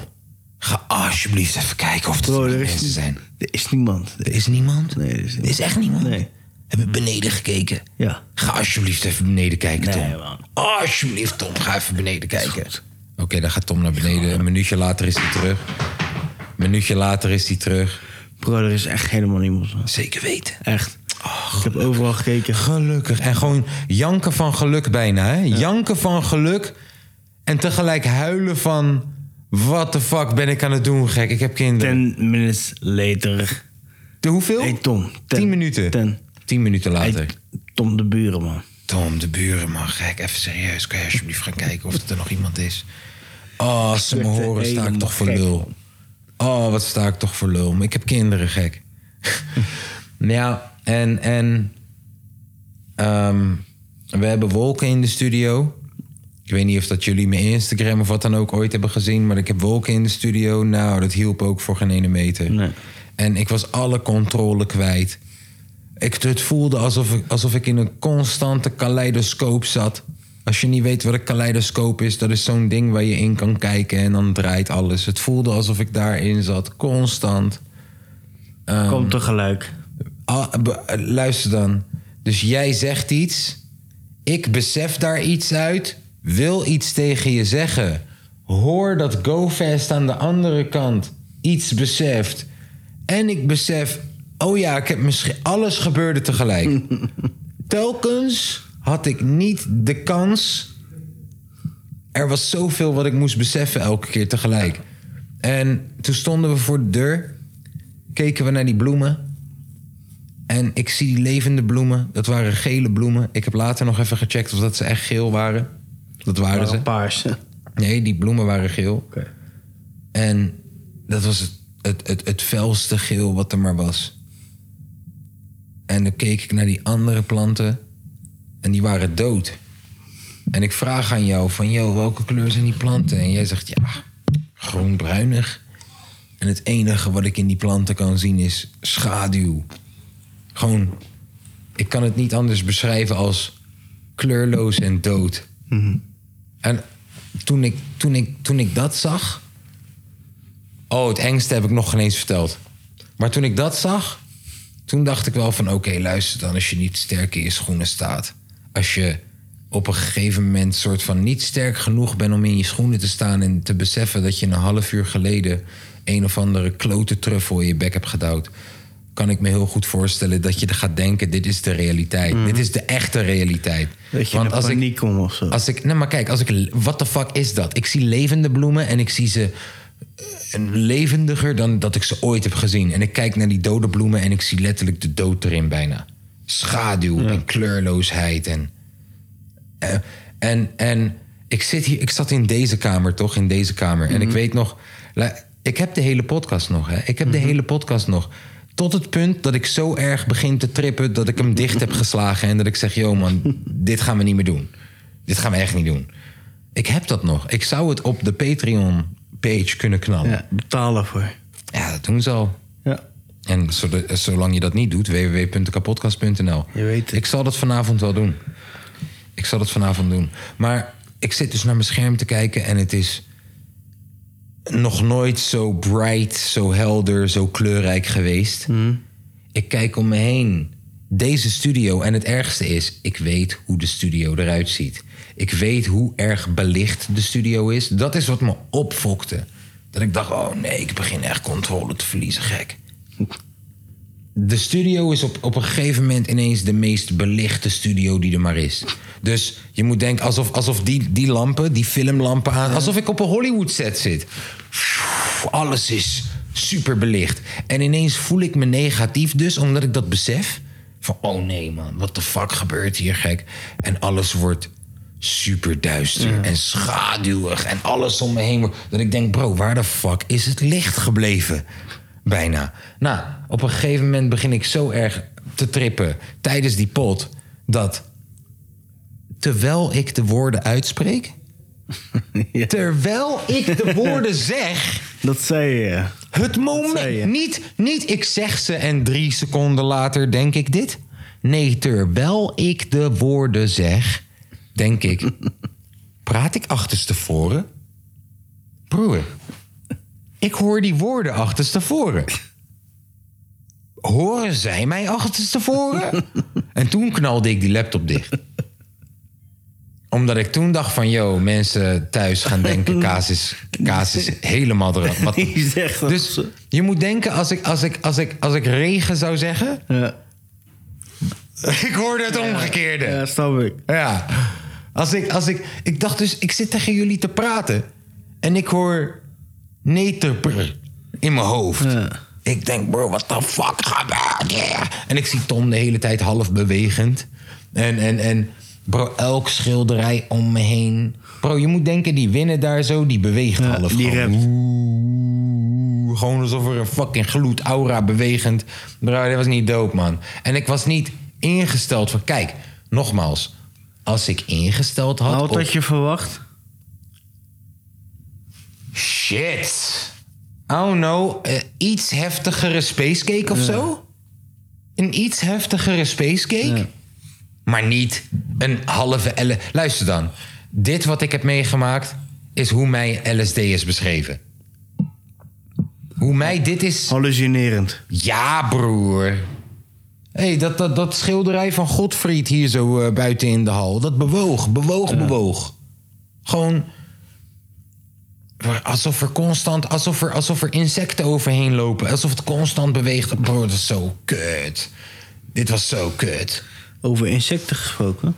ga alsjeblieft even kijken of er
Bro,
nog
er
mensen
is,
zijn.
er is niemand.
Er is niemand?
Nee, er is
Er is echt niemand?
Nee.
Hebben we beneden gekeken?
Ja.
Ga alsjeblieft even beneden kijken,
Nee,
Tom.
man.
Alsjeblieft, Tom. Ga even beneden kijken. Oké, dan gaat Tom naar beneden. Een minuutje later is hij terug. Een minuutje later is hij terug.
Bro, er is echt helemaal niemand. man.
Zeker weten.
Echt. ik heb overal gekeken.
Oh, Gelukkig. En gewoon janken van geluk bijna, hè? Janken van geluk. En tegelijk huilen van... What the fuck ben ik aan het doen, gek? Ik heb kinderen.
Ten minutes later.
De hoeveel?
Hey, Tom. Ten,
Oh, Tien minuten.
Ten.
Tien minuten later.
Hey, Tom de buren, man.
Tom, de buren, man, gek. Even serieus, kan je alsjeblieft gaan kijken of er nog iemand is? Oh, als ze me
werd
horen, sta ik
helemaal
toch voor
gek.
lul. Oh, wat sta ik toch voor lul. Maar ik heb kinderen, gek. ja, en... en ehm, we hebben wolken in de studio. Ik weet niet of dat jullie mijn Instagram of wat dan ook ooit hebben gezien... maar ik heb wolken in de studio. Nou, dat hielp ook voor geen ene meter.
Nee.
En ik was alle controle kwijt. Ik, het voelde alsof ik, alsof ik in een constante kaleidoscoop zat. Als je niet weet wat een kaleidoscoop is, dat is zo'n ding waar je in kan kijken en dan draait alles. Het voelde alsof ik daarin zat, constant. Ehm,
Kom tegelijk.
Ah, be- eh, luister dan. Dus jij zegt iets. Ik besef daar iets uit. Wil iets tegen je zeggen. Hoor dat GoFest aan de andere kant iets beseft. En ik besef. Oh ja, ik heb misschien. Alles gebeurde tegelijk. Telkens had ik niet de kans. Er was zoveel wat ik moest beseffen elke keer tegelijk. En toen stonden we voor de deur. Keken we naar die bloemen. En ik zie die levende bloemen. Dat waren gele bloemen. Ik heb later nog even gecheckt of dat ze echt geel waren. Dat waren ze.
Een paars.
Nee, die bloemen waren geel.
Oké.
En dat was het, het, het, het felste geel wat er maar was. En dan keek ik naar die andere planten. En die waren dood. En ik vraag aan jou van, joh, welke kleur zijn die planten? En jij zegt, ja, groenbruinig. En het enige wat ik in die planten kan zien is schaduw. Gewoon, ik kan het niet anders beschrijven als kleurloos en dood. En toen ik, toen, ik, toen ik dat zag, Oh, het engste heb ik nog geen eens verteld. Maar toen ik dat zag, toen dacht ik wel van... oké, luister dan, als je niet sterk in je schoenen staat... als je op een gegeven moment soort van niet sterk genoeg bent... om in je schoenen te staan en te beseffen dat je een half uur geleden... een of andere klote truffel in je bek hebt gedouwd... kan ik me heel goed voorstellen dat je gaat denken... dit is de realiteit, dit is de echte realiteit.
Mhm. Dat je in de paniek komt of zo.
Als ik, nee, maar kijk, als ik, wat de fuck is dat? Ik zie levende bloemen en ik zie ze eh, levendiger dan dat ik ze ooit heb gezien. En ik kijk naar die dode bloemen en ik zie letterlijk de dood erin bijna. Schaduw en kleurloosheid en... eh, en, en ik, zit hier, ik zat in deze kamer, toch? In deze kamer. En ik weet nog... la- Ik heb de hele podcast nog, hè? Ik heb de hele podcast nog. Tot het punt dat ik zo erg begin te trippen... dat ik hem dicht heb geslagen en dat ik zeg... yo man, dit gaan we niet meer doen. Dit gaan we echt niet doen. Ik heb dat nog. Ik zou het op de Patreon page kunnen knallen. Ja,
Ja, betaal daarvoor.
dat doen ze al.
Ja.
En zod- zolang je dat niet doet, www.kapotkast.nl.
Je weet het.
Ik zal dat vanavond wel doen. Ik zal dat vanavond doen. Maar ik zit dus naar mijn scherm te kijken en het is nog nooit zo bright, zo helder, zo kleurrijk geweest.
Hmm.
Ik kijk om me heen. Deze studio, en het ergste is, ik weet hoe de studio eruit ziet. Ik weet hoe erg belicht de studio is. Dat is wat me opfokte. Dat ik dacht, oh nee, ik begin echt controle te verliezen, gek. De studio is op, op een gegeven moment ineens de meest belichte studio die er maar is. Dus je moet denken alsof, alsof die, die lampen, die filmlampen aan. alsof ik op een Hollywood set zit. Alles is super belicht. En ineens voel ik me negatief, dus omdat ik dat besef. Van oh nee man, wat de fuck gebeurt hier gek? En alles wordt super duister en schaduwig en alles om me heen. wordt- Dat ik denk, bro, waar de fuck is het licht gebleven? Bijna. Nou, op een gegeven moment begin ik zo erg te trippen tijdens die pot dat terwijl ik de woorden uitspreek, terwijl ik de woorden zeg,
Dat zei je.
het
zei je.
moment. Niet, niet ik zeg ze en drie seconden later denk ik dit. Nee, terwijl ik de woorden zeg, denk ik. Praat ik achterstevoren? Broer, ik hoor die woorden achterstevoren. Horen zij mij achterstevoren? En toen knalde ik die laptop dicht. Omdat ik toen dacht van, yo, mensen thuis gaan denken... Kaas is, kaas is helemaal eraf. Wat
Je zegt dat
dus
ze-
je moet denken, als ik, als, ik, als, ik, als ik regen zou zeggen...
Ja,
Ik hoorde het omgekeerde.
ja snap ik.
Ja. Als ik, als ik, ik dacht dus, ik zit tegen jullie te praten. En ik hoor neterpr in mijn hoofd.
Ja.
Ik denk, bro, wat de fuck gebeurt hier? En ik zie Tom de hele tijd half bewegend. En, en, en bro, elk schilderij om me heen. Bro, je moet denken, die winnen daar zo, die beweegt half.
die
gewoon.
rept.
Oeh, Gewoon alsof er een fucking gloed aura bewegend. Bro, dat was niet dope, man. En ik was niet ingesteld van, kijk, nogmaals. Als ik ingesteld had
Nou,
op-
dat je verwacht.
Shit. Oh no, eh, iets heftigere spacecake of zo? Een iets heftigere spacecake? Maar niet een halve L. Luister dan. Dit wat ik heb meegemaakt is hoe mij LSD is beschreven. Hoe mij dit is.
Hallucinerend.
Ja, broer. Hé, hey, dat, dat, dat schilderij van Godfried hier zo eh, buiten in de hal. Dat bewoog, bewoog, bewoog. Gewoon... Alsof er constant... Alsof er, alsof er insecten overheen lopen. Alsof het constant beweegt. Bro, dat is zo kut. Dit was zo kut.
Over insecten gesproken.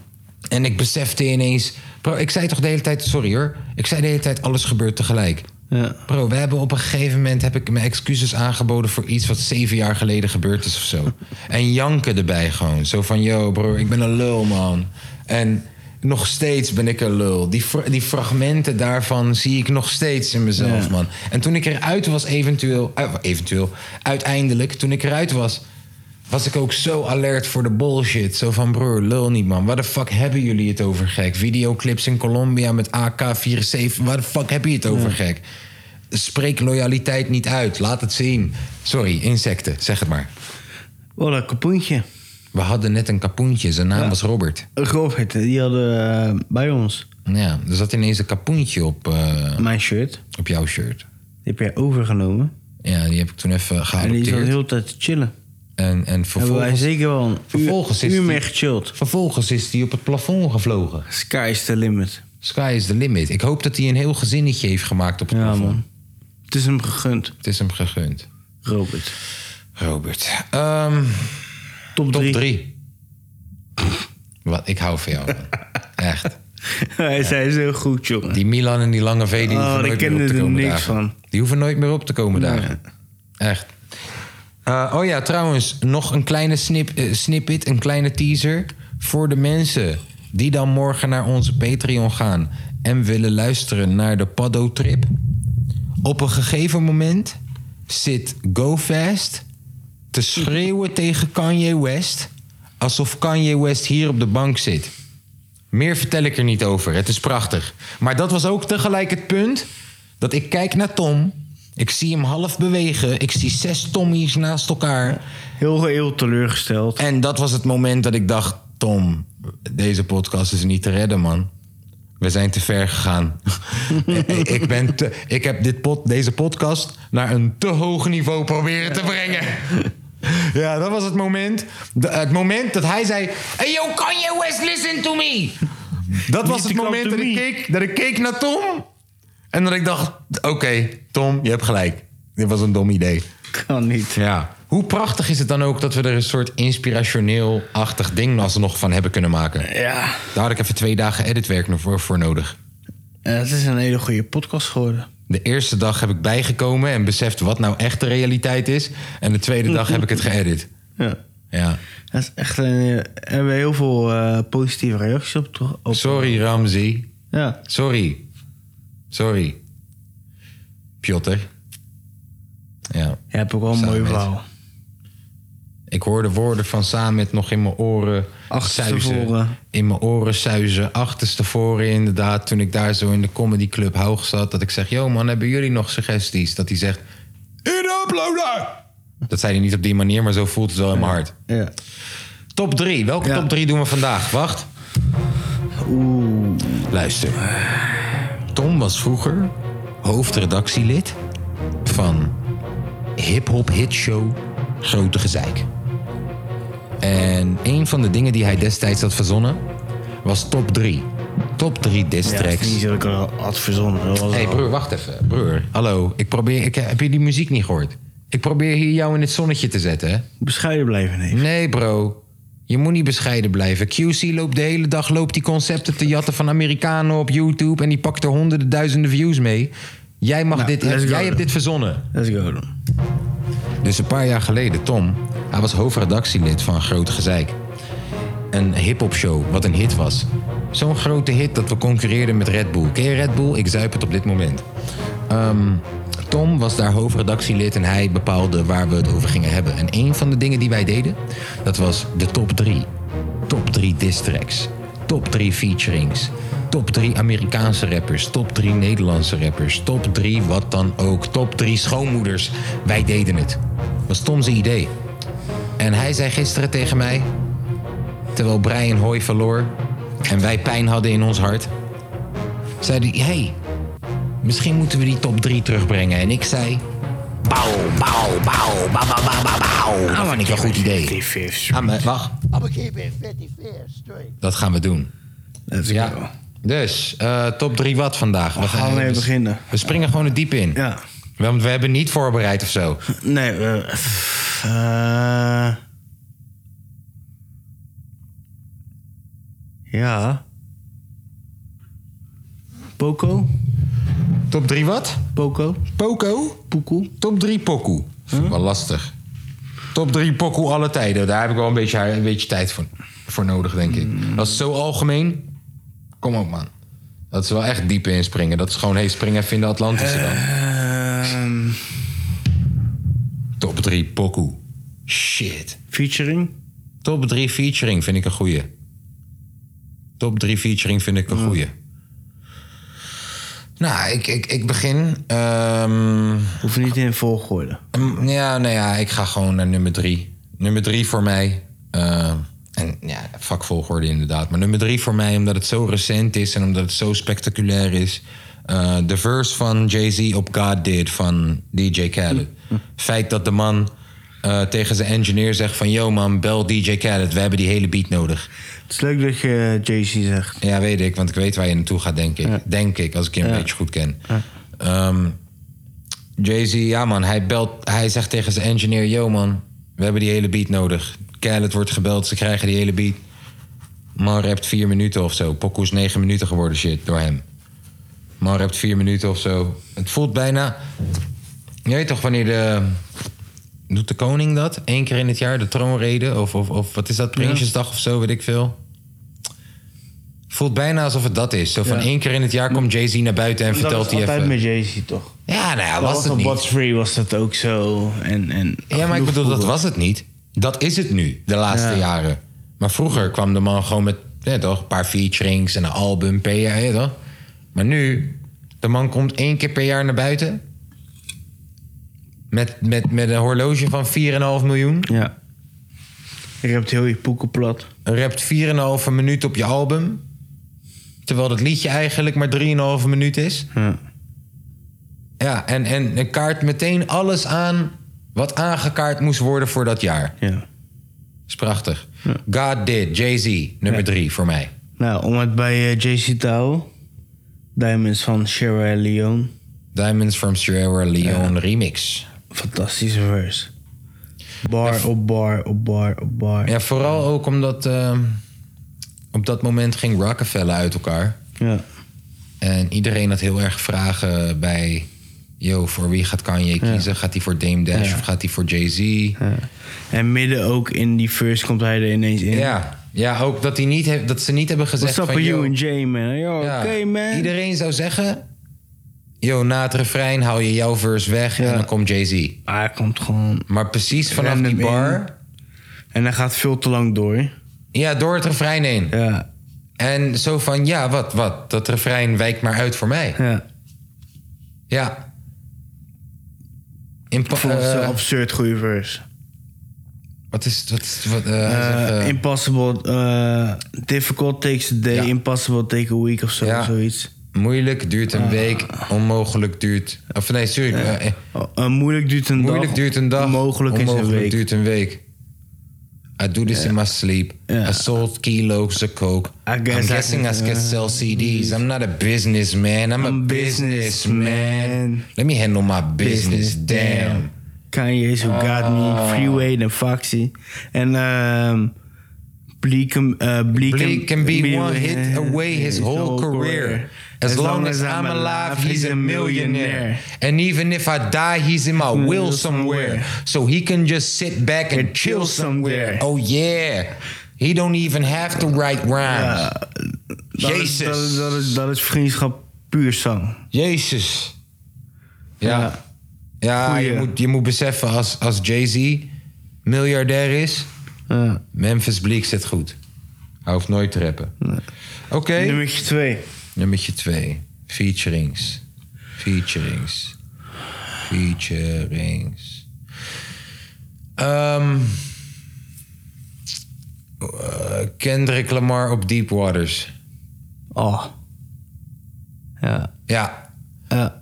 En ik besefte ineens... Bro, ik zei toch de hele tijd... Sorry hoor. Ik zei de hele tijd alles gebeurt tegelijk.
Ja.
Bro, we hebben op een gegeven moment... heb ik mijn excuses aangeboden voor iets wat zeven jaar geleden gebeurd is of zo. en janken erbij gewoon. Zo van, yo bro, ik ben een lul man. En nog steeds ben ik een lul. Die, fra- die fragmenten daarvan zie ik nog steeds in mezelf,
Ja.
man. En toen ik eruit was eventueel... eh, eventueel, uiteindelijk, toen ik eruit was... Was ik ook zo alert voor de bullshit. Zo van, broer, lul niet, man. Waar de fuck hebben jullie het over, gek? Videoclips in Colombia met AK-47. Waar de fuck heb je het over, gek? Spreek loyaliteit niet uit. Laat het zien. Sorry, insecten. Zeg het maar.
Oh, dat kapoentje.
We hadden net een kapoentje. Zijn naam was Robert.
Robert, die hadden eh, bij ons
Ja, er zat ineens een kapoentje op, eh,
mijn shirt.
op jouw shirt.
Die heb jij overgenomen.
Ja, die heb ik toen even
En die zat de
geadopteerd.
hele tijd te chillen.
En, en
Hebben wij
vervolgens,
zeker wel een
vervolgens
uur,
is
uur
die-
mee gechilled.
vervolgens is die op het plafond gevlogen.
Sky is the limit.
Sky is the limit. Ik hoop dat hij een heel gezinnetje heeft gemaakt op het
Ja,
plafond.
man. Het is hem gegund,
Het is hem gegund.
Robert.
Robert. Ehm,
Top
top
3.
3. Wat, ik hou van jou. man. Echt.
Hij zei zo goed, jongen.
Die Milan en die lange V, die hoeven
Oh,
nooit
daar
meer
kende
op te
er
komen
niks
dagen.
van.
Die hoeven nooit meer op te komen dagen. Echt. Eh, oh ja, trouwens, nog een kleine snip, eh, snippet, een kleine teaser... voor de mensen die dan morgen naar onze Patreon gaan... en willen luisteren naar de Paddo-trip. Op een gegeven moment zit GoFast te schreeuwen tegen Kanye West... alsof Kanye West hier op de bank zit. Meer vertel ik er niet over. Het is prachtig. Maar dat was ook tegelijk het punt Dat ik kijk naar Tom. Ik zie hem half bewegen. Ik zie zes Tommies naast elkaar.
Heel, heel teleurgesteld.
En dat was het moment dat ik dacht: Tom, deze podcast is niet te redden, man. We zijn te ver gegaan. Eh, ik, ben te- ik heb dit pod, deze podcast naar een te hoog niveau proberen te brengen. Ja, dat was het moment. De- het moment dat hij zei: Hey yo, Kanye West, listen to me. Dat was
Niet
het
te
moment dat
klappen,
ik,
me.
keek, dat ik keek naar Tom. En dat ik dacht: Oké, Tom, je hebt gelijk. Dit was een dom idee.
Kan niet.
Ja. Hoe prachtig is het dan ook dat we er een soort inspirationeel-achtig ding alsnog van hebben kunnen maken?
Ja,
Daar had ik even twee dagen editwerk nog voor, voor nodig.
eh, het is een hele goede podcast geworden.
De eerste dag heb ik bijgekomen en beseft wat nou echt de realiteit is. En de tweede dag heb ik het geëdit.
Ja.
Ja.
Dat is echt een, eh, hebben we heel veel eh, positieve reacties op. toch? op
Sorry, Ramzi.
Ja.
Sorry. Sorry. Piotr. Ja.
Je hebt ook wel een
Samen
mooi
met-
verhaal.
Ik hoor de woorden van Samit nog in mijn oren
Achterstevoren.
suizen. In mijn oren suizen. Achterstevoren inderdaad. Toen ik daar zo in de Comedy Club hoog zat. Dat ik zeg, yo man, hebben jullie nog suggesties? Dat hij zegt, in uploader! Dat zei hij niet op die manier, maar zo voelt het wel in mijn hart.
Ja.
Top 3. Welke
Ja.
top 3 doen we vandaag? Wacht. Oeh. Luister. Tom was vroeger hoofdredactielid van Hip Hop Hit Show Grote Gezeik. En een van de dingen die hij destijds had verzonnen was top 3. Top 3 diss
Ja, het is
tracks.
niet dat ik al had verzonnen. Dat was
Hé hey,
al-
broer, wacht even. Broer, hallo. Ik probeer, ik, heb je die muziek niet gehoord? Ik probeer hier jou in het zonnetje te zetten, hè?
Bescheiden blijven, nee.
Nee, bro. Je moet niet bescheiden blijven. QC loopt de hele dag loopt die concepten te jatten van Amerikanen op YouTube. En die pakt er honderden duizenden views mee. Jij, mag
Nou,
dit,
let's go
jij
dan.
hebt dit verzonnen.
Let's go dan.
Dus een paar jaar geleden, Tom, hij was hoofdredactielid van Groot Gezeik. Een hip-hop show, wat een hit was. Zo'n grote hit dat we concurreerden met Red Bull. Ken je Red Bull? Ik zuip het op dit moment. Ehm, Tom was daar hoofdredactielid en hij bepaalde waar we het over gingen hebben. En een van de dingen die wij deden, dat was de top 3. Top 3 diss tracks. Top 3 featurings. Top 3 Amerikaanse rappers. Top 3 Nederlandse rappers. Top 3 wat dan ook. Top 3 schoonmoeders. Wij deden het. was Tom's idee. En hij zei gisteren tegen mij, terwijl Brian Hoy verloor en wij pijn hadden in ons hart, zei hij: Hey, misschien moeten we die top 3 terugbrengen. En ik zei: Bouw, bouw, bouw, bouw, bouw, bouw, bouw, bouw.
Nou,
Dat vind ik een goed idee. Ah, maar wacht. Dat gaan we doen.
Let's go.
Ja. Dus, eh, top 3 wat vandaag? We
gaan mee
we-
beginnen.
We springen gewoon het diep in.
Ja.
Want we hebben niet voorbereid of zo.
Nee, eh, pff, eh, ja. Poco?
Top 3 wat?
Poco?
Poco?
Poekoe?
Top 3 pokoe. Vind ik wel lastig. Top 3 pokoe alle tijden. Daar heb ik wel een beetje, een beetje tijd voor, voor nodig, denk ik. Dat is zo algemeen. Kom op, man. Dat is wel echt diep inspringen. Dat is gewoon, hey, spring even in de Atlantische dan.
Ehm,
Top 3 pokoe. Shit.
featuring?
Top 3 featuring vind ik een goeie. Top 3 featuring vind ik een goeie. Nou, ik, ik, ik begin. Ehm,
Hoeft niet in volgorde.
Mm, Ja, nou ja, ik ga gewoon naar nummer drie. Nummer drie voor mij. eh, en ja, vakvolgorde inderdaad. Maar nummer drie voor mij, omdat het zo recent is en omdat het zo spectaculair is. eh, de verse van Jay-Z op God Did van DJ Khaled. Feit dat de man eh, tegen zijn engineer zegt van... Yo man, bel DJ Khaled, we hebben die hele beat nodig.
Het is leuk dat je JC zegt.
Ja, weet ik, want ik weet waar je naartoe gaat, denk ik. Denk ik, als ik je een beetje goed ken. Ehm, Jay-Z, ja man, hij belt, hij zegt tegen zijn engineer... Yo man, we hebben die hele beat nodig. Khaled wordt gebeld, ze krijgen die hele beat. Man rapt vier minuten of zo. Pokoe is negen minuten geworden, shit, door hem. Man rapt vier minuten of zo. Het voelt bijna... Je weet toch wanneer de... Doet de koning dat? Eén keer in het jaar, de troonrede? Of, of, of wat is dat, Prinsjesdag of zo, weet ik veel. Voelt bijna alsof het dat is. Zo van
Ja.
één keer in het jaar komt Jay-Z naar buiten en
dat
vertelt
is
hij
altijd
even...
met JC toch?
Ja, nou ja,
Dat
was
was
het
op
niet.
What's Free was dat ook zo. En, en
Ja, maar ik bedoel, dat was het niet. Dat is het nu, de laatste
Ja.
jaren. Maar vroeger kwam de man gewoon met ja, toch, een paar featurings en een album, PR, ja, toch? Maar nu, De man komt één keer per jaar naar buiten. Met, met, met een horloge van 4,5 miljoen.
Ja. Ik heb het heel je poeken plat.
Rapt 4,5 minuut op je album. Terwijl dat liedje eigenlijk maar 3,5 minuut is.
Ja.
Ja, en, en, en kaart meteen alles aan wat aangekaart moest worden voor dat jaar.
ja.
is prachtig. God Did, Jay-Z, nummer 3 voor mij.
Nou, om het bij eh, JC te houden. Diamonds van Sierra Leone.
Diamonds from Sierra Leone remix.
Fantastische verse. Bar op bar op bar op bar.
Ja, vooral ook omdat eh, op dat moment ging Rockefeller uit elkaar.
Ja.
En iedereen had heel erg vragen bij... Yo, voor wie gaat Kanye kiezen? Gaat hij voor Dame Dash
Ja.
of gaat hij voor Jay-Z? Ja.
En midden ook in die verse komt hij er ineens in.
ja. ook dat, hij niet heeft, dat ze niet hebben gezegd
What's up
van...
with
yo,
you and Jay, man? Yo,
Ja.
oké, man.
Iedereen zou zeggen... Yo, na het refrein haal je jouw verse weg en
Ja.
dan komt Jay-Z.
Ah, hij komt gewoon...
Maar precies vanaf
Random
die bar...
in. En hij gaat veel te lang door.
Ja, door het refrein heen.
Ja.
En zo van, ja, wat, wat? Dat refrein wijkt maar uit voor mij.
Ja.
Ja. In
Ik vond het zo'n
eh,
absurd goede verse.
wat is... Wat is wat, eh, hij
Eh,
zegt, eh,
impossible, eh, difficult takes a day,
Ja.
impossible take a week of zo,
Ja.
zoiets.
moeilijk duurt een week, onmogelijk duurt... Of nee, sorry. eh, eh,
Oh, Ah. eh, moeilijk duurt een
moeilijk
dag,
duurt een dag,
onmogelijk is een week.
duurt een week. I do this in my sleep.
Ja.
I sold kilos of coke.
I guess
I'm
I
guessing I
can-
can sell CDs. I'm not a businessman. I'm, a
I'm
businessman.
businessman.
Let me handle my business. Damn. Oh.
Kanye's Who Got Me, Freeway en Foxy. En ehm Bleak, can- eh, Bleak,
Bleak can be
Bleak-
one hit away his whole career. As long as I'm alive, he's a millionaire. And even if I die, he's in my will somewhere. So he can just sit back and
And
chill
chill
somewhere.
somewhere.
Oh yeah. He don't even have to write rhymes.
Dat is, dat, is, dat,
Jezus.
is, dat is vriendschap puur zang.
Jezus. Ja. Ja, je
Goeie.
moet, je moet beseffen als, als Jay-Z miljardair is,
Ja.
Memphis Bleak zit goed. Hij hoeft nooit te rappen. Oké.
Nummer 2.
Nummertje 2. Featurings. Featurings. Featurings. Ehm eh, Kendrick Lamar op Deep Waters.
Oh. Ja.
Ja,
Ja.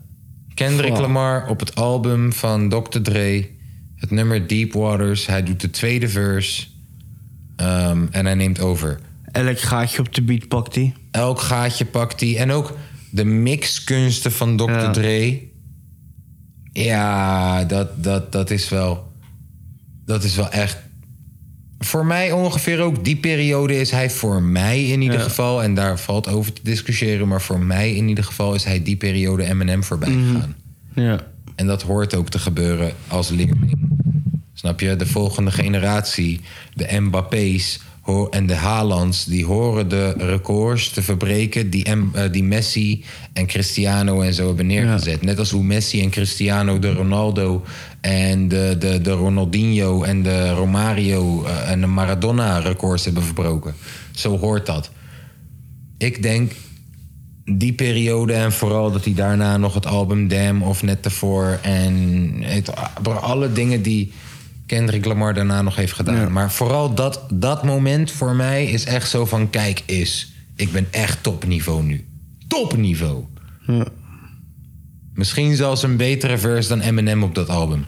Kendrick
Fuck.
Lamar op het album van Dr. Dre. Het nummer Deep Waters. Hij doet de tweede verse. Ehm, en hij neemt over.
Elk gaatje op de beat pakt hij.
elk gaatje pakt hij. En ook de mixkunsten van Dr.
Ja.
Dre. Ja, dat, dat, dat is wel... Dat is wel echt... Voor mij ongeveer ook die periode is hij voor mij in ieder geval... en daar valt over te discussiëren... maar voor mij in ieder geval is hij die periode Eminem voorbij gegaan.
Ja.
En dat hoort ook te gebeuren als leerling. Snap je? De volgende generatie, de Mbappé's ho- en de Haalands... die horen de records te verbreken die, M- eh, die Messi en Cristiano en zo hebben neergezet. Net als hoe Messi en Cristiano de Ronaldo en de, de, de Ronaldinho... en de Romario eh, en de Maradona records hebben verbroken. Zo hoort dat. Ik denk die periode en vooral dat hij daarna nog het album Damn of net daarvoor en het, alle dingen die Kendrick Lamar daarna nog heeft gedaan. Maar vooral dat, dat moment voor mij is echt zo van kijk is, ik ben echt topniveau nu. Topniveau. Misschien zelfs een betere verse dan Eminem op dat album.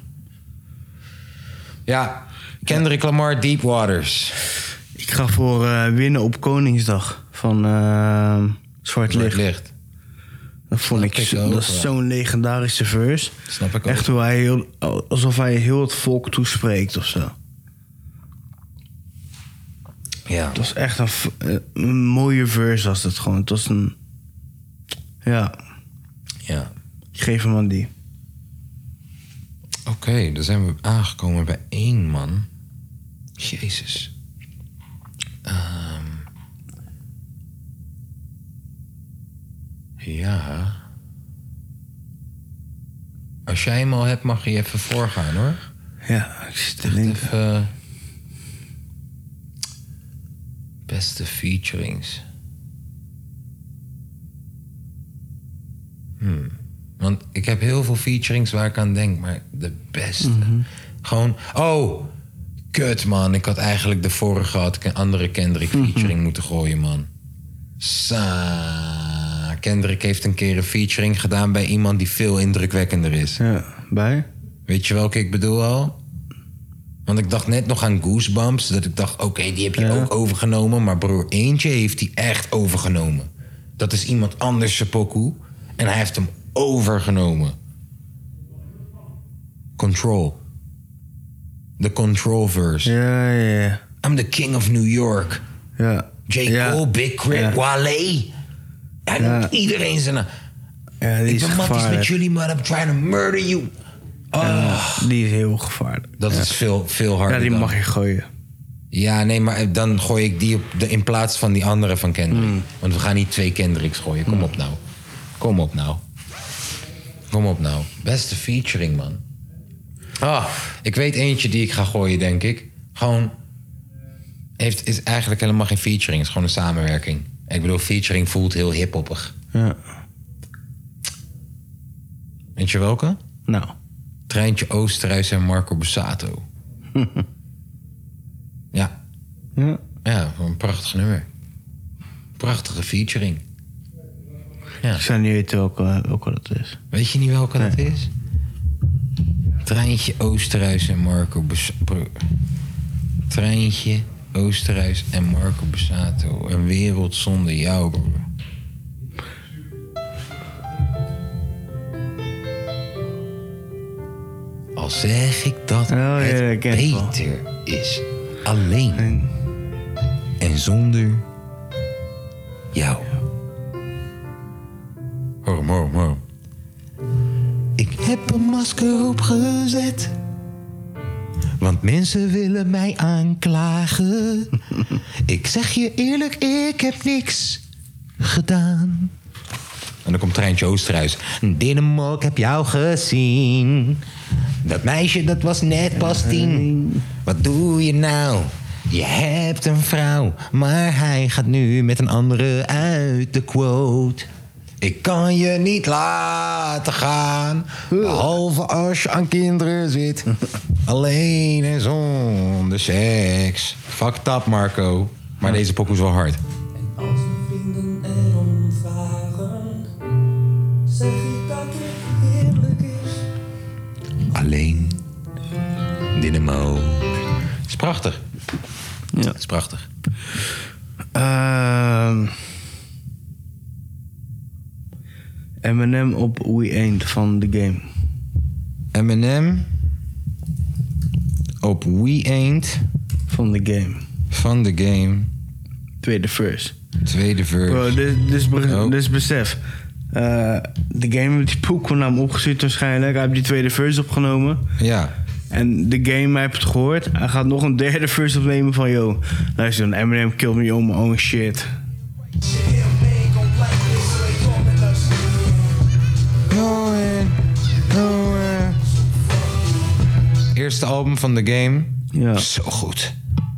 Ja, Kendrick Lamar Deep Waters.
Ik ga voor eh, winnen op Koningsdag van ehm, Zwart
Licht.
Licht.
licht.
Dat vond ik,
ik
zo-
ook
dat
wel.
is zo'n legendarische verse.
Snap ik ook.
Echt hoe hij heel, alsof hij heel het volk toespreekt of zo.
Ja.
Het was echt een, v- eh, een mooie verse was het gewoon. Het was een... Ja,
ja.
ik geef hem aan die.
Oké, dan zijn we aangekomen bij één man. Jezus. Ehm. ja. Als jij hem al hebt, mag je even voorgaan hoor.
Ja, ik zit te denken.
Even. Beste featurings. Hmm. Want ik heb heel veel featurings waar ik aan denk, maar de beste. Gewoon, oh, kut man. Ik had eigenlijk de vorige had ik een andere Kendrick featuring moeten gooien, man. Sa. Kendrick heeft een keer een featuring gedaan bij iemand die veel indrukwekkender is.
Ja, bij?
Weet je welke ik bedoel al? Want ik dacht net nog aan Goosebumps. Dat ik dacht, oké, die heb je ook overgenomen. Maar broer, eentje heeft die echt overgenomen. Dat is iemand anders zijn pokoe. En hij heeft hem overgenomen. Control. De Controlverse.
Ja, ja, ja.
I'm the king of New York.
ja.
J.
ja.
Cole, Big Crit,
Ja.
Wale. Hij
Ja.
noemt iedereen zijn naam.
Ja, die
Ik
is
ben matties met
gevaarlijk.
jullie, maar I'm trying to murder you. Oh.
Ja, die is heel gevaarlijk.
Dat is veel, veel harder
Ja, die
dan.
mag je gooien.
Ja, nee, maar eh, dan gooi ik die op de, in plaats van die andere van Kendrick. Want we gaan niet twee Kendricks gooien. Kom op nou. Kom op nou. Kom op nou. Beste featuring, man. Ah, ik weet eentje die ik ga gooien, denk ik. Gewoon... Heeft, is eigenlijk helemaal geen featuring. Het is gewoon een samenwerking. Ik bedoel, featuring voelt heel hiphoppig.
Ja.
Weet je welke?
Nou.
Treintje Oosterhuis en Marco Bussato. ja,
Ja.
Ja, een prachtig nummer. Prachtige featuring.
Ik zou niet weten eh, welke, welke dat is.
Weet je niet welke dat is? Treintje Oosterhuis en Marco Bus- Bro- Treintje Oosterhuis en Marco Bussato. Een wereld zonder jou, broer. Al zeg ik dat
Oh, ja,
het
dat ken ik wel.
beter is alleen en zonder jou. Hoor hem, hoor hem, hoor hem. Ik heb een masker opgezet. Want mensen willen mij aanklagen. ik zeg je eerlijk, ik heb niks gedaan. En dan komt Treintje Oosterhuis. Dinnemok, heb jou gezien. Dat meisje, dat was net pas tien. Wat doe je nou? Je hebt een vrouw, maar hij gaat nu met een andere uit de quote. Ik kan je niet laten gaan, behalve als je aan kinderen zit. Alleen en zonder seks. Fucked up, Marco. Maar deze pokoe is wel hard.
Als we vrienden erom vragen, zeg ik dat het heerlijk is.
Alleen. Dynamo. Het is prachtig.
Ja.
Het is prachtig.
Ehm Eminem op We Ain't van The Game.
Eminem op We Ain't
Van The Game.
van The Game.
Tweede verse.
Tweede
Bro,
verse.
dus, dus, be-
Oh.
dus besef. Eh, The Game heeft die poekonaam opgestuurd waarschijnlijk. Hij heeft die tweede verse opgenomen.
Ja.
En The Game, hij heeft het gehoord. Hij gaat nog een derde verse opnemen van... Yo, luister, dan, Eminem killed me on my own shit.
Eerste album van The Game.
Ja.
Zo goed.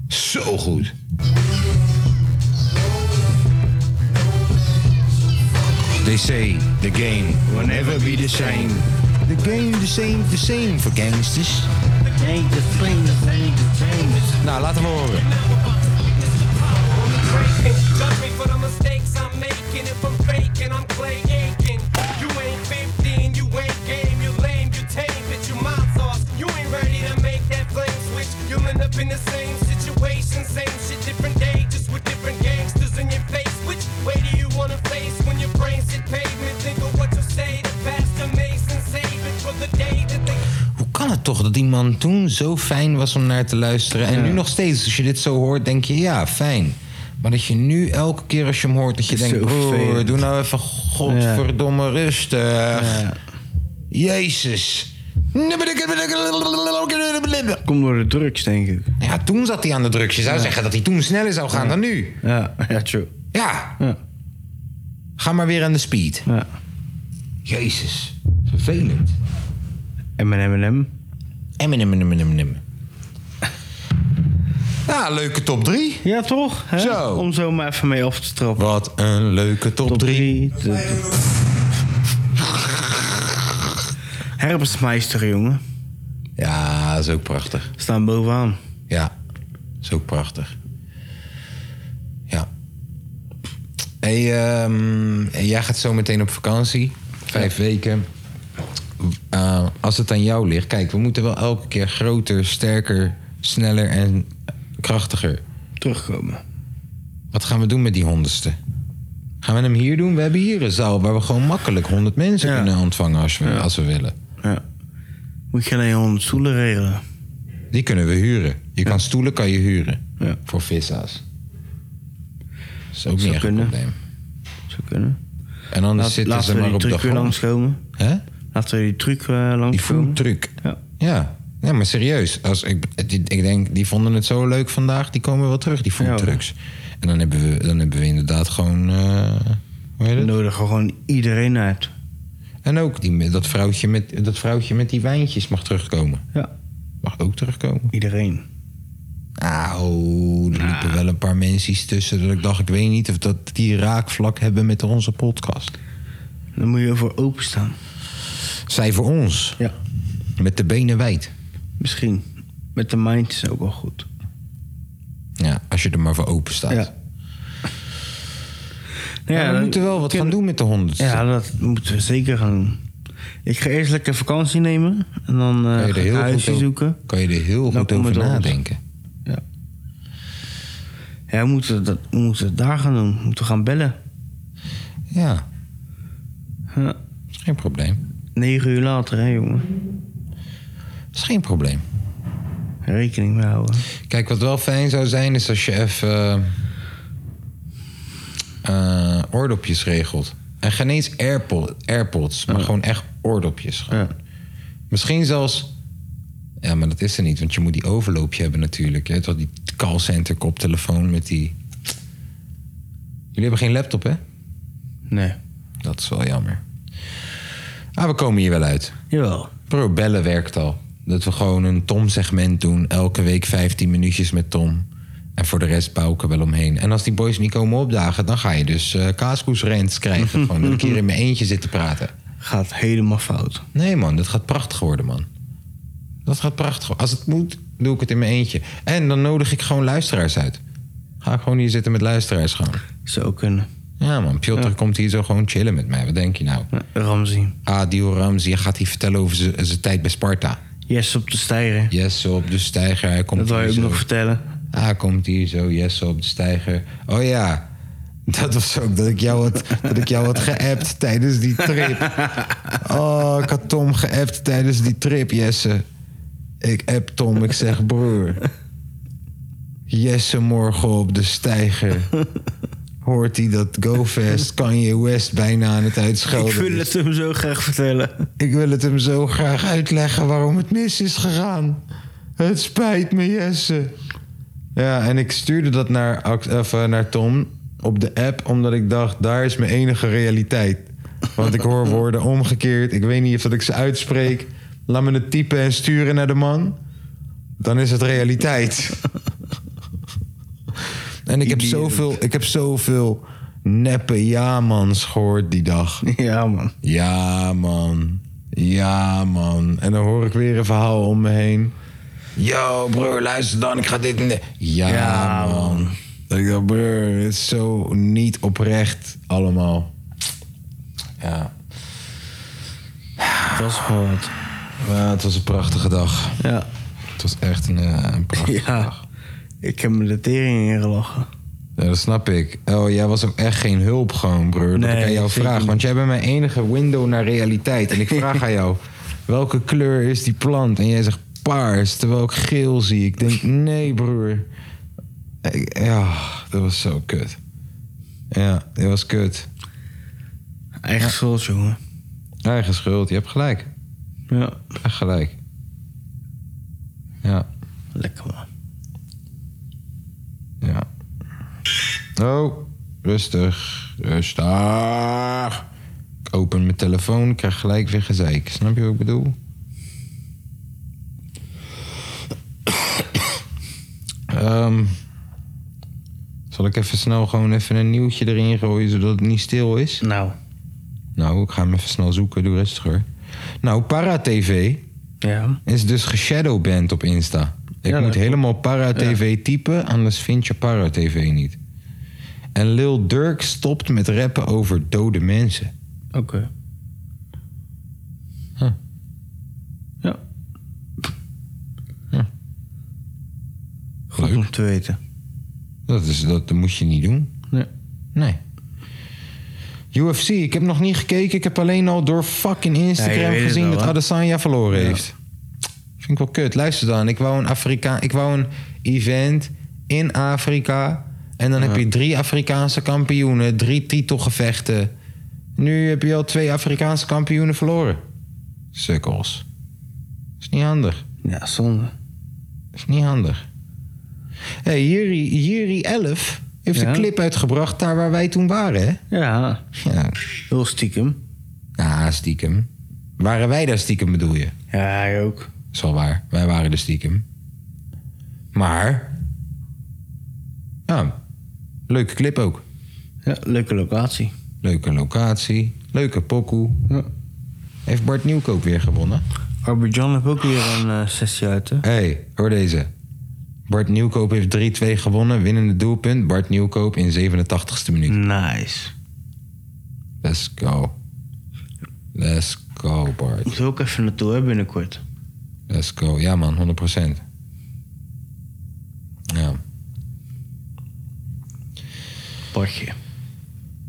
Zo goed. They say the game will never be the same. The game the same, the same for gangsters. Nou, laten we horen.
Judge me for the mistakes I'm making. If I'm faking, I'm clay aching. You ain't 15, you ain't game, you lame, you tame, bitch, you mouth off. You ain't ready to make that flame switch. You'll end up in the same situation, same shit, different day, just with different gangsters in your face. Which way do you wanna face when your brains hit pavement? Think of what you say to Pastor Mason, save it for the day that they.
Hoe kan het toch dat die man toen zo fijn was om naar te luisteren? En nu nog steeds, als je dit zo hoort, denk je, ja, fijn. Maar dat je nu elke keer als je hem hoort, dat je
Is
denkt...
zo
broer,
vervelend."
doe nou even godverdomme rustig. Jezus.
Komt door de drugs, denk ik.
Ja, toen zat hij aan de drugs. Je zou zeggen dat hij toen sneller zou gaan dan nu.
Ja, ja true.
Ja,
Ja,
ga maar weer aan de speed.
ja.
Jezus, vervelend.
En mijn Eminem.
Eminem, Eminem, Eminem. Ja, leuke top 3.
Ja, toch? Hè?
Zo.
Om zo maar even mee af te trappen.
Wat een leuke top 3.
drie. Herpesmeister, jongen.
Ja, dat is ook prachtig.
Staan bovenaan.
Ja, is ook prachtig. Ja. hey, ehm, jij gaat zo meteen op vakantie. Vijf weken. Eh, als het aan jou ligt. Kijk, we moeten wel elke keer groter, sterker, sneller en krachtiger.
Terugkomen.
Wat gaan we doen met die honderdste? Gaan we hem hier doen? We hebben hier een zaal waar we gewoon makkelijk 100 mensen
Ja.
kunnen ontvangen als we, als we willen.
Ja. Moet je alleen 100 stoelen regelen.
Die kunnen we huren. Je kan stoelen kan je huren.
Ja.
Voor vissa's. Dat is ook
Zou
niet echt een
kunnen.
probleem.
Zou kunnen.
En anders
Laat,
zitten
laten
ze
we
maar
die
op de
truc weer
grond.
langskomen.
Hè?
Laten we die truc eh
Die
langskomen.
foodtruc.
Ja.
Ja. ja, maar serieus. Als ik, die- ik denk, die vonden het zo leuk vandaag. Die komen wel terug, die foodtrucs. En dan hebben, we, dan hebben we inderdaad gewoon... eh, hoe heet
We
het?
nodigen gewoon iedereen uit.
En ook die, dat, vrouwtje met, dat vrouwtje met die wijntjes mag terugkomen.
Ja.
Mag ook terugkomen.
Iedereen.
Nou, er liepen wel een paar mensen tussen. Dat ik dacht, ik weet niet of dat die raakvlak hebben met onze podcast.
Dan moet je voor openstaan.
Zij voor ons.
Ja.
Met de benen wijd.
Misschien. Met de mind is ook wel goed.
Ja, als je er maar voor open staat.
Ja.
Ja, we moeten wel wat gaan doen met de honderd.
Ja, dat moeten we zeker gaan doen. Ik ga eerst lekker vakantie nemen. En dan eh,
kan je er
ga ik
heel goed
huisje
over,
zoeken.
Kan je er heel
Dan
goed
komen
over
we door.
nadenken.
Ja. Ja, we moeten, dat, we moeten het daar gaan doen. We moeten gaan bellen.
Ja,
Ja.
is geen probleem.
Negen uur later, hè, jongen.
Is geen probleem.
Rekening mee houden.
Kijk, wat wel fijn zou zijn, is als je even eh, eh, oordopjes regelt. En geen eens Airpo- AirPods, maar gewoon echt oordopjes.
Ja.
Misschien zelfs. Ja, maar dat is er niet, want je moet die overloopje hebben natuurlijk. Je hebt toch die callcenter koptelefoon met die. Jullie hebben geen laptop, hè?
Nee.
Dat is wel jammer. Ah, we komen hier wel uit.
Jawel.
Bro, bellen werkt al. Dat we gewoon een Tom-segment doen. Elke week 15 minuutjes met Tom. En voor de rest bouwen wel omheen. En als die boys niet komen opdagen, dan ga je dus eh kaaskoesrents krijgen. gewoon dat ik hier in mijn eentje zit te praten.
Gaat helemaal fout.
Nee man, dat gaat prachtig worden man. Dat gaat prachtig worden. Als het moet, doe ik het in mijn eentje. En dan nodig ik gewoon luisteraars uit. Ga ik gewoon hier zitten met luisteraars gewoon.
Zou kunnen.
Ja man, Piotr komt hier zo gewoon chillen met mij. Wat denk je nou?
Ja, Eh, Ramzi.
Adil Ramzi gaat hier vertellen over z- zijn tijd bij Sparta.
Yes op de stijger.
Jesse op de stijger, hij komt
Dat wil je
hier
ook
zo.
nog vertellen.
Ah, hij komt hier zo, Jesse op de stijger. Oh ja, dat was ook dat ik jou had, dat ik jou had geappt tijdens die trip. Oh, ik had Tom geappt tijdens die trip, Jesse. Ik app Tom, ik zeg broer. Jesse morgen op de stijger. Hoort hij dat GoFest Kanye West bijna aan het
Ik
uitschelden
wil
is?
het hem zo graag vertellen.
Ik wil het hem zo graag uitleggen waarom het mis is gegaan. Het spijt me, Jesse. Ja, en ik stuurde dat naar, Ax- of, eh, naar Tom op de app, omdat ik dacht, daar is mijn enige realiteit. Want ik hoor woorden omgekeerd. Ik weet niet of dat ik ze uitspreek. Laat me het typen en sturen naar de man. Dan is het realiteit. En ik heb
Idioot.
zoveel, ik heb zoveel neppe ja-mans gehoord die dag.
Ja, man.
Ja, man. Ja, man. En dan hoor ik weer een verhaal om me heen. Yo, broer, luister dan. Ik ga dit... en dit. Ja,
Ja,
man. Dat ik dacht, broer, dit is zo niet oprecht allemaal. Ja.
Dat is wel wat.
Maar het was een prachtige dag.
Ja.
Het was echt een, eh, een prachtige dag.
Ja. Ik heb me de tering ingelachen.
Ja, dat snap ik. Oh, jij was ook echt geen hulp gewoon, broer. Dat
Nee,
ik aan jou
zeker
vraag.
niet.
Want jij bent mijn enige window naar realiteit. En ik vraag aan jou, welke kleur is die plant? En jij zegt paars, terwijl ik geel zie. Ik denk, nee, broer. Ik- Ja, dat was zo kut. Ja, dat was kut.
Eigen schuld, jongen.
Eigen schuld, je hebt gelijk.
Ja.
Echt gelijk. Ja,
Lekker, man.
ja. Oh, rustig. Rustig. Ik open mijn telefoon, ik krijg gelijk weer gezeik. Snap je wat ik bedoel? Ehm, zal ik even snel gewoon even een nieuwtje erin gooien, zodat het niet stil is?
Nou.
Nou, ik ga hem even snel zoeken. Doe rustig hoor. Nou, Para TV
Ja.
is dus geshadowband op Insta. Ik
dat
moet
klopt.
helemaal Para TV typen, anders vind je Para TV niet. En Lil Durk stopt met rappen over dode mensen.
Oké.
Huh.
Ja.
Huh.
Goed
Leuk.
om te weten.
Dat, is, dat moet je niet doen.
Nee.
Nee. UFC, ik heb nog niet gekeken. Ik heb alleen al door fucking
Ja, je
Instagram
weet het
gezien
wel,
dat
hè?
Adesanya verloren
Ja.
heeft. Vind ik wel kut. Luister dan, ik wou een Afrika, ik wou een event in Afrika en dan heb je drie Afrikaanse kampioenen, drie titelgevechten. Nu heb je al twee Afrikaanse kampioenen verloren. Sukkels. Is niet handig.
Ja, zonde.
Is niet handig. Hé, hey, Jiri, Jiri 11 heeft
Ja?
een clip uitgebracht daar waar wij toen waren, hè?
Ja,
Ja,
heel stiekem.
nou, stiekem. Waren wij daar stiekem, bedoel je?
Ja, hij ook.
Is wel waar. Wij waren er stiekem. Maar... Ja, leuke clip ook.
Ja, leuke locatie.
Leuke locatie. Leuke pokoe.
Ja.
Heeft Bart Nieuwkoop weer gewonnen?
Arbidjan heeft ook weer een eh, sessie uit, hè?
Hé, hey, hoor deze. Bart Nieuwkoop heeft 3-2 gewonnen. Winnende doelpunt. Bart Nieuwkoop in 87ste minuut.
Nice.
Let's go. Let's go, Bart.
Moet ook even naartoe, hè, binnenkort.
Let's go. Ja, man, 100%. Ja.
Partje.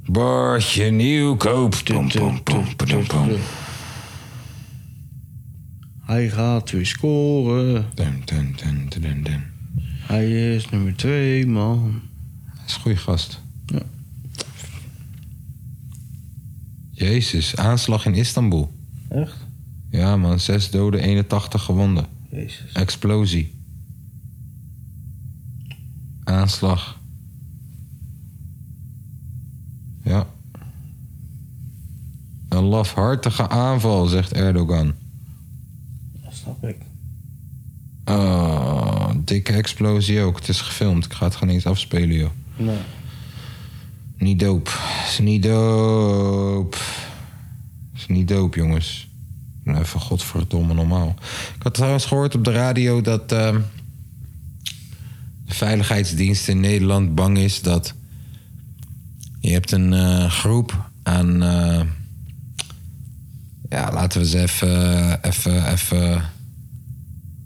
Bartje Nieuwkoop. Pom, pom, pom, pom, pom.
Hij gaat weer scoren.
Dun, dun, dun, dun, dun, dun.
Hij is nummer twee, man.
Dat is een goeie gast.
Ja.
Jezus, aanslag in Istanbul.
Echt?
Ja, man, 6 doden, 81 gewonden.
Jezus.
Explosie. Aanslag. Ja. Een lafhartige aanval, zegt Erdogan.
Dat snap ik.
Oh, dikke explosie ook. Het is gefilmd. Ik ga het gewoon eens afspelen, joh.
Nee.
Niet doop. Is niet doop. Is niet doop, jongens. Nou, Even godverdomme normaal. Ik had trouwens gehoord op de radio dat ehm, de veiligheidsdienst in Nederland bang is dat je hebt een eh, groep aan, eh, ja, laten we ze even, even, even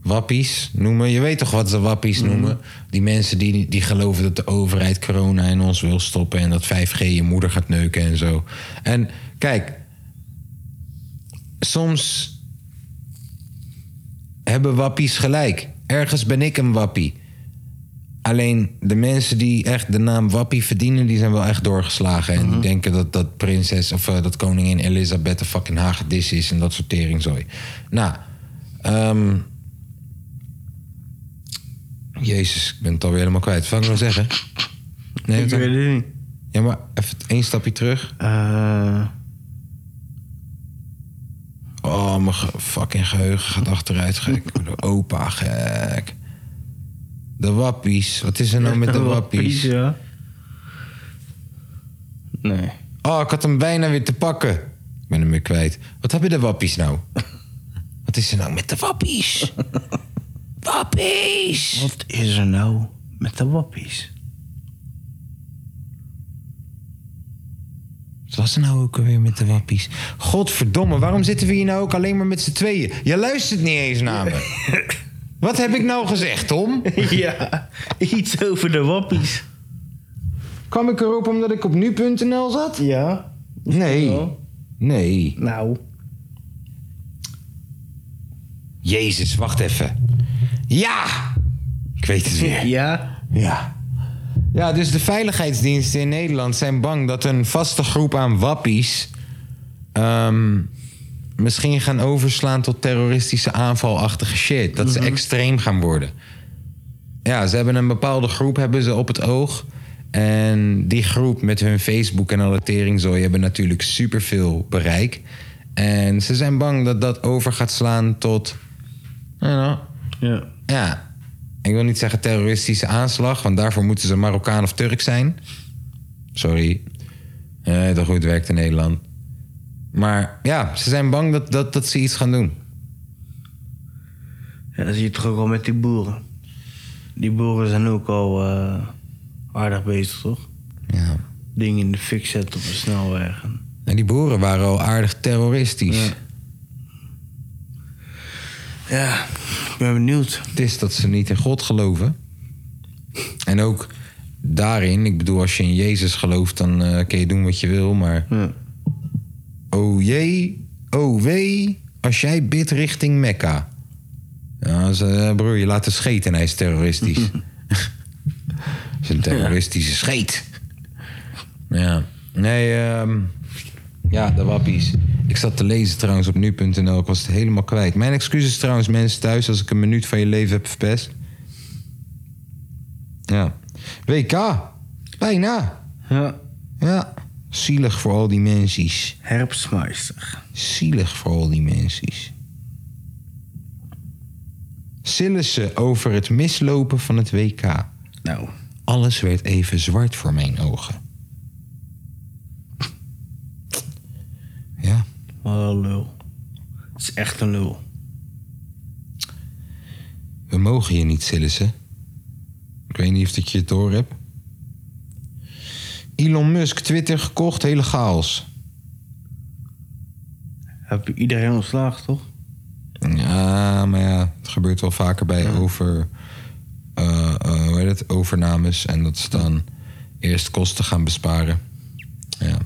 wappies noemen. Je weet toch wat ze wappies noemen? Die mensen die, die geloven dat de overheid corona in ons wil stoppen... en dat 5G je moeder gaat neuken en zo. En kijk, soms hebben wappies gelijk. Ergens ben ik een wappie. Alleen de mensen die echt de naam wappie verdienen... die zijn wel echt doorgeslagen.
Mhm.
En die denken dat dat prinses of eh, dat koningin Elisabeth... een fucking hagedis is en dat soort teringzooi. Nou, ehm, Jezus, ik ben het alweer helemaal kwijt. Wat wil ik nou zeggen? Nee,
Ik
wat-
weet het niet.
ja, maar even één stapje terug.
Eh,
Oh, mijn ge- fucking geheugen gaat achteruit, gek. Ik word Opa, gek. De wappies. Wat is er nou met de wappies?
ja. Nee.
Oh, ik had hem bijna weer te pakken. Ik ben hem weer kwijt. Wat hebben de wappies nou? Wat is er nou met de wappies? Wappies!
Wat is er nou met de wappies?
Wat was er nou ook alweer met de wappies? Godverdomme, waarom zitten we hier nou ook alleen maar met z'n tweeën? Je luistert niet eens naar me. Wat heb ik nou gezegd, Tom?
ja, iets over de wappies.
Kwam ik erop omdat ik op nu.nl zat? Oh.
Ja.
Nee. Nee.
Nou.
Jezus, wacht even. Ja! Ik weet het weer.
Ja.
Ja. Ja, dus de veiligheidsdiensten in Nederland zijn bang dat een vaste groep aan wappies. ehm, misschien gaan overslaan tot terroristische aanvalachtige shit. Dat ze extreem gaan worden. Ja, ze hebben een bepaalde groep hebben ze op het oog. En die groep met hun Facebook en alle teringzooi hebben natuurlijk superveel bereik. En ze zijn bang dat dat over gaat slaan tot. nou ja,
Ja.
ja, ik wil niet zeggen terroristische aanslag, want daarvoor moeten ze Marokkaan of Turk zijn. Sorry. Eh, dat goed werkt in Nederland. Maar ja, ze zijn bang dat, dat, dat ze iets gaan doen.
Ja, dat zie je toch ook al met die boeren. Die boeren zijn ook al eh, aardig bezig, toch?
Ja.
Dingen in de fik zetten op de snelweg. en-
En die boeren waren al aardig terroristisch.
Ja. Ja, ik ben benieuwd.
Het is dat ze niet in God geloven. En ook daarin, ik bedoel, als je in Jezus gelooft, dan eh, kun je doen wat je wil. Maar
Ja.
O jee, o wee, als jij bidt richting Mekka. Ja, dat is, eh, broer, je laat de scheet en hij is terroristisch. dat is een terroristische scheet. Ja. Nee, ehm, ja, de wappies. Ik zat te lezen trouwens op nu.nl. Ik was het helemaal kwijt. Mijn excuses trouwens, mensen thuis, als ik een minuut van je leven heb verpest. Ja. WK. Bijna.
Ja,
Ja. Zielig voor al die mensen
herfstmeister.
zielig voor al die mensen. Sillissen over het mislopen van het WK.
Nou,
Alles werd even zwart voor mijn ogen. Ja,
wat een lul. Het is echt een lul.
we mogen je niet Sillissen. Ik weet niet of dat je het door hebt. Elon Musk Twitter gekocht, hele chaos.
Heb je iedereen ontslagen, toch?
Ja, maar ja, het gebeurt wel vaker bij over, eh, eh, hoe heet het, overnames. En dat ze dan eerst kosten gaan besparen. Ja.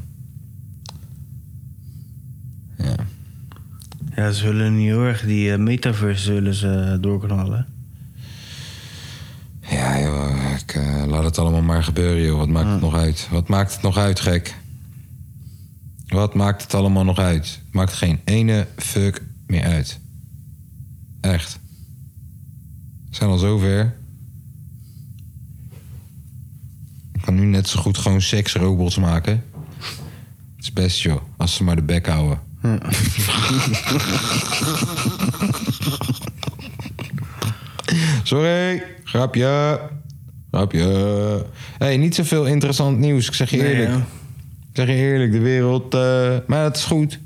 Ja.
Ja, ze willen niet heel erg die eh, metaverse zullen ze eh, doorknallen.
Ja, joh, ik, eh, laat het allemaal maar gebeuren, joh. Wat maakt het nog uit? Wat maakt het nog uit, gek? Wat maakt het allemaal nog uit? Maakt geen ene fuck meer uit. Echt. We zijn al zover. Ik kan nu net zo goed gewoon seksrobots maken. Het is best, joh. Als ze maar de bek houden. Sorry, grapje. Grapje. hey, niet zoveel interessant nieuws, ik zeg je
Nee,
eerlijk.
hè?
ik zeg je eerlijk, de wereld... eh, maar dat is goed.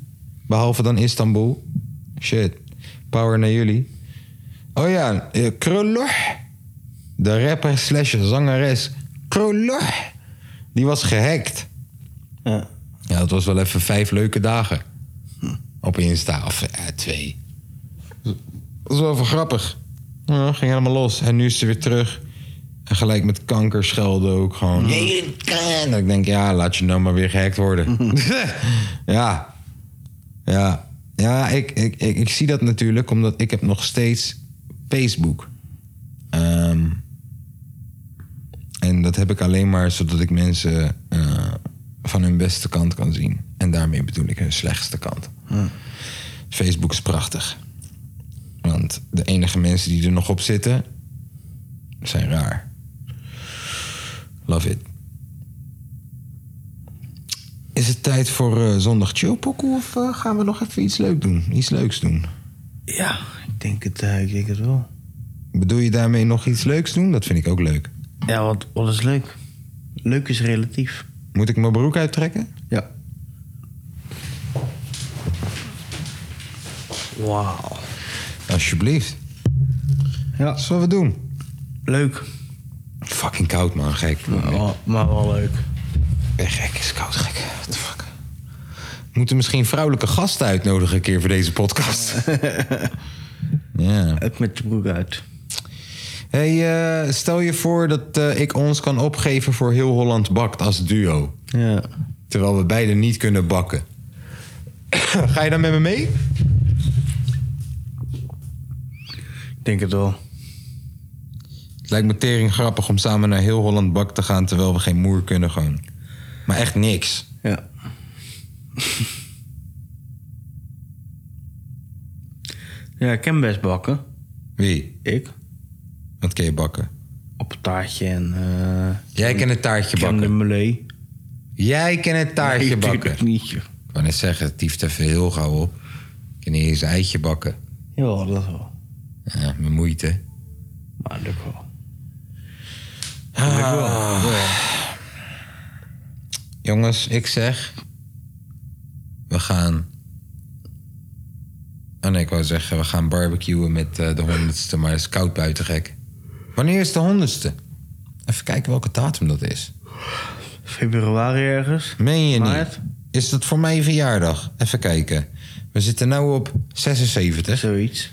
Behalve dan Istanbul. Shit. Power naar jullie. Oh ja, eh, Krulloch. De rapper slash zangeres Krulloch. Die was gehackt.
Ja.
Ja, dat was wel even vijf leuke dagen. Op Insta, of eh, twee. Dat is wel even grappig. Ja, ging helemaal los. En nu is ze weer terug. En gelijk met kanker schelde ook gewoon. "Jee, kan." Dat ik denk, ja, laat je nou maar weer gehackt worden. ja. Ja. Ja, ik, ik, ik, ik zie dat natuurlijk, omdat ik heb nog steeds Facebook. Ehm en dat heb ik alleen maar zodat ik mensen eh, van hun beste kant kan zien. En daarmee bedoel ik hun slechtste kant. Facebook is prachtig. Want de enige mensen die er nog op zitten, zijn raar. Love it. Is het tijd voor eh, zondag chillpokoe of eh, gaan we nog even iets leuk doen? Iets leuks doen?
ja, ik denk het, eh, ik denk het wel.
Bedoel je daarmee nog iets leuks doen? Dat vind ik ook leuk.
Ja, wat, wat is leuk? Leuk is relatief.
Moet ik mijn broek uittrekken?
Ja. Wauw.
Alsjeblieft.
Ja.
Zullen we doen?
Leuk.
Fucking koud, man. Gek.
Maar wel, maar wel leuk.
Ik ben gek. Is koud, gek. What the fuck. We moeten misschien vrouwelijke gasten uitnodigen een keer voor deze podcast. ja.
Uit met je broek uit.
Hey, eh, stel je voor dat eh, ik ons kan opgeven voor Heel Holland Bakt als duo.
Ja.
Terwijl we beiden niet kunnen bakken. Ga je dan met me mee?
Ik denk het wel.
Het lijkt me tering grappig om samen naar Heel Holland Bakt te gaan... terwijl we geen moer kunnen gewoon. Maar echt niks.
Ja. ja, ik kan best bakken.
Wie?
Ik.
Wat kan je bakken?
Op een taartje en... eh
Jij kan het taartje
crème de
bakken.
melee.
Jij kan het taartje
Nee,
bakken.
tuurlijk niet, joh.
Ik wou net zeggen, het tieft even heel gauw op. Ik kan niet eens een eitje bakken.
Jawel, dat wel.
Ja, mijn moeite.
Maar dat wel.
Ah. Jongens, ik zeg... We gaan... Oh nee, ik wou zeggen, we gaan barbecuen met eh, de honderdste, maar het is koud buiten gek. Wanneer is de honderdste? Even kijken welke datum dat is.
Februari ergens.
Meen je niet?
Maart?
Is dat voor mij verjaardag? Even kijken. We zitten nu op 76.
Zoiets.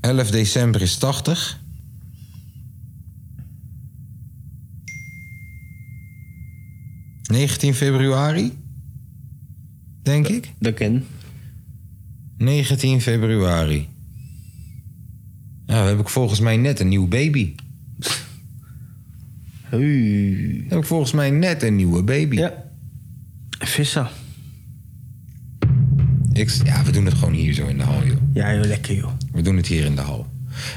11 december is 80. ...19 februari, denk ik.
Dat ken.
19 februari. Nou, heb ik volgens mij net een nieuw baby.
Hey.
Heb ik volgens mij net een nieuwe baby.
Ja. Vissa.
Ik, ja, we doen het gewoon hier zo in de hal, joh.
Ja, joh, lekker joh.
We doen het hier in de hal.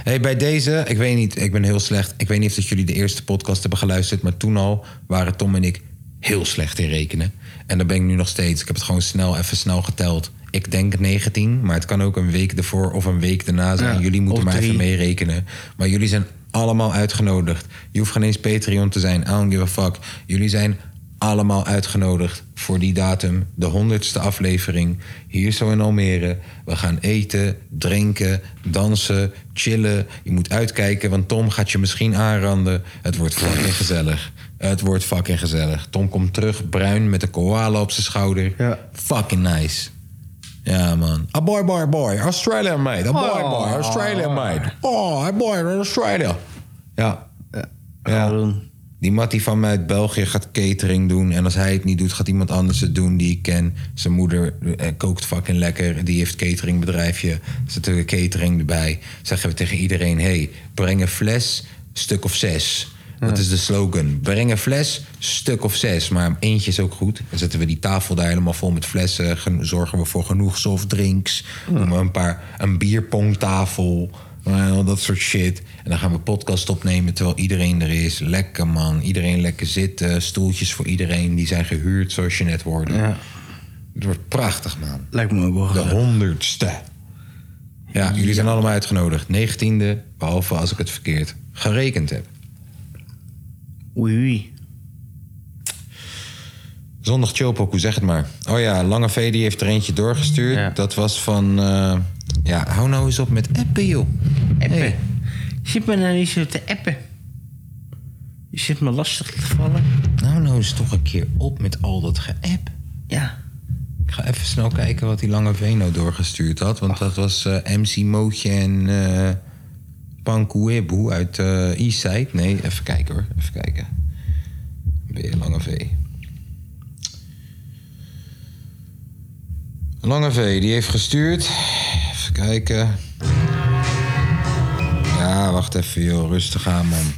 Hey, bij deze, ik weet niet, ik ben heel slecht. Ik weet niet of dat jullie de eerste podcast hebben geluisterd, maar toen al waren Tom en ik heel slecht in rekenen. En daar ben ik nu nog steeds. Ik heb het gewoon snel, even snel geteld. Ik denk 19, maar het kan ook een week ervoor of een week daarna zijn.
Ja,
jullie moeten
of
maar even
drie.
meerekenen. Maar jullie zijn allemaal uitgenodigd. Je hoeft geen eens Patreon te zijn. I don't give a fuck. Jullie zijn allemaal uitgenodigd voor die datum. De honderdste aflevering. Hier zo in Almere. We gaan eten, drinken, dansen, chillen. Je moet uitkijken, want Tom gaat je misschien aanranden. Het wordt fucking gezellig. Het wordt fucking gezellig. Tom komt terug, bruin, met een koala op zijn schouder.
Ja.
Fucking nice. Ja, man. A boy, boy, boy. Australia, mate. A boy, boy. Australia, mate. Oh, a boy, Australia. Ja.
Ja.
ja. Die Mattie van mij uit België gaat catering doen. En als hij het niet doet, gaat iemand anders het doen die ik ken. Zijn moeder eh, kookt fucking lekker. Die heeft een cateringbedrijfje. Er zit natuurlijk een catering erbij. Zeggen we tegen iedereen: hey, breng een fles, stuk of zes. Dat is de slogan. Breng een fles, stuk of zes. Maar eentje is ook goed. Dan zetten we die tafel daar helemaal vol met flessen. Gen- Zorgen we voor genoeg softdrinks. Doen we een paar, een bierpongtafel. En al dat soort shit. En dan gaan we podcast opnemen terwijl iedereen er is. Lekker man. Iedereen lekker zitten. Stoeltjes voor iedereen. Die zijn gehuurd, zoals je net hoorde.
Ja.
Het wordt prachtig, man.
Lijkt me ook wel
De
gezellig.
honderdste. Ja, jullie zijn allemaal uitgenodigd. 19e, behalve als ik het verkeerd gerekend heb.
Oei, oei.
Zondag Chilpoku, zeg het maar. Oh ja, Lange V die heeft er eentje doorgestuurd.
Ja.
Dat was van... eh, ja, hou nou eens op met appen, joh.
Appen.
Hey.
Zit me nou niet zo te appen. Je zit me lastig te vallen.
Nou, nou eens toch een keer op met al dat geapp.
Ja.
Ik ga even snel kijken wat die lange Veno doorgestuurd had. Want dat was eh, MC Mootje en eh Pankuebu uit eh Eastside. Nee, even kijken hoor. Even kijken. Weer Lange V. Lange V, die heeft gestuurd. Even kijken. Ja, wacht even joh. Rustig aan man.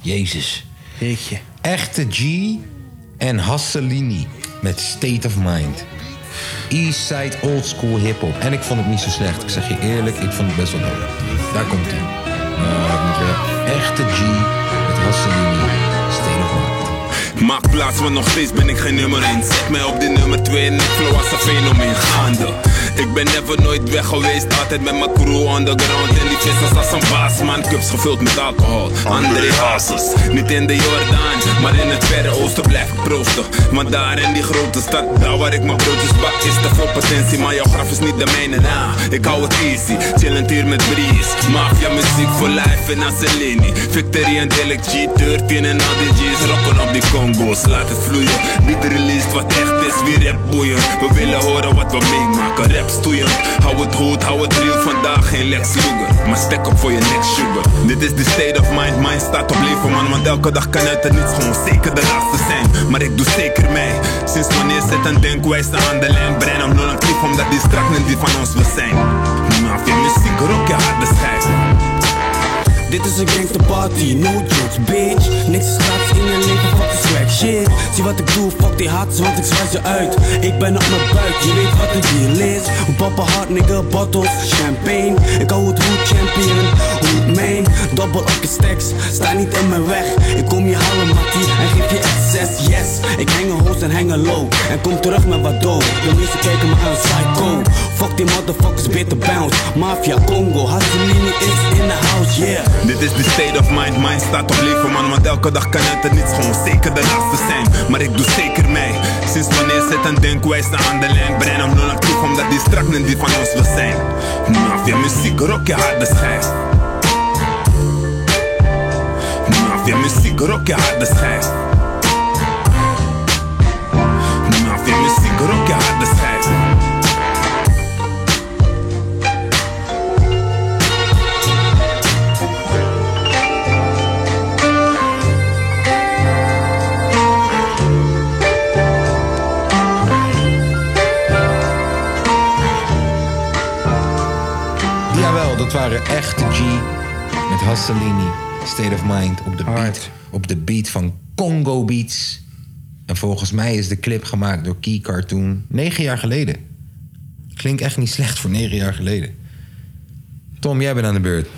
Jezus.
Jeetje.
Echte G en Hasselini met State of Mind. Eastside Old School Hip Hop. En ik vond het niet zo slecht. Ik zeg je eerlijk, ik vond het best wel leuk. Daar komt hij. Echte G met Hasselini, State of Mind.
Maak plaats, want nog steeds ben ik geen nummer 1. Zet mij op de nummer 2 en ik flow als een fenomeen gaande. Ik ben never nooit weg geweest, altijd met mijn crew on the ground. En die chesters als een baasman, cups gevuld met alcohol. André Hazes, niet in de Jordaan, maar in het verre oosten blijf ik proosten. Want daar in die grote stad, daar waar ik mijn broodjes bak, is te veel potentie. Maar jouw graf is niet de mijne, na. Ik hou het easy, chillend hier met Breeze. Mafia muziek voor life en Ancelini. Victory en Delic G, 13 en al die G's. Rocken op die Congo's, laat het vloeien. Niet released wat echt is, wie rap boeien. We willen horen wat we meemaken, rap stoeien. Hou het goed, hou het real, vandaag geen Lex Luger. Maar stek op voor je nek, sugar. Dit is de state of mind, mind staat op leven man. Want elke dag kan uit het niets gewoon zeker de laatste zijn. Maar ik doe zeker mij. Sinds wanneer zet een denkwijze aan de lijn? Brein om nul actief, omdat die strak niet die van ons wil zijn. Mafia muziek, rock je harde schijf.
Dit is een gangster party, no jokes, bitch. Niks is gratis in je leven, fuck de swag shit. Zie wat ik doe, fuck die haters, want ik zwaai ze uit. Ik ben op mijn buik, je weet wat het deal is. We poppen hard, nigga, bottles, champagne. Ik hou het goed, champion, hoe het main. Dobbel op je stacks, sta niet in mijn weg. Ik kom je halen, mattie, en geef je access, yes. Ik hang een hoos en hang een low. En kom terug met wat dood. De mensen kijken me aan, psycho. Fuck die motherfuckers, beter bounce. Mafia, Congo, Hasselini is in the house, yeah.
Dit is de state of mind, mind staat op leven man Want elke dag kan het er niets gewoon zeker de laatste zijn Maar ik doe zeker mij Sinds wanneer zit een denkwijze aan de lijn Brein om nul actief omdat die strak niet die van ons wil zijn Mafia muziek, rock je harde schijf Mafia muziek, rock je harde schijf Mafia muziek, rock je harde schijf
Jawel, dat waren echte G. Met Hasselini, State of Mind, op de beat, op de beat van Congo Beats. En volgens mij is de clip gemaakt door Key Cartoon negen jaar geleden. Klinkt echt niet slecht voor negen jaar geleden. Tom, jij bent aan de beurt.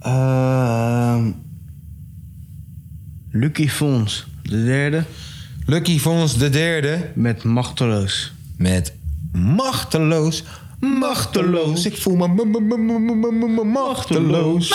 Ehm Lucky Fons, de derde.
Lucky Fons, de derde.
Met Machteloos.
Met Machteloos. Machteloos. Ik voel me m- m- m- m- m- m- machteloos.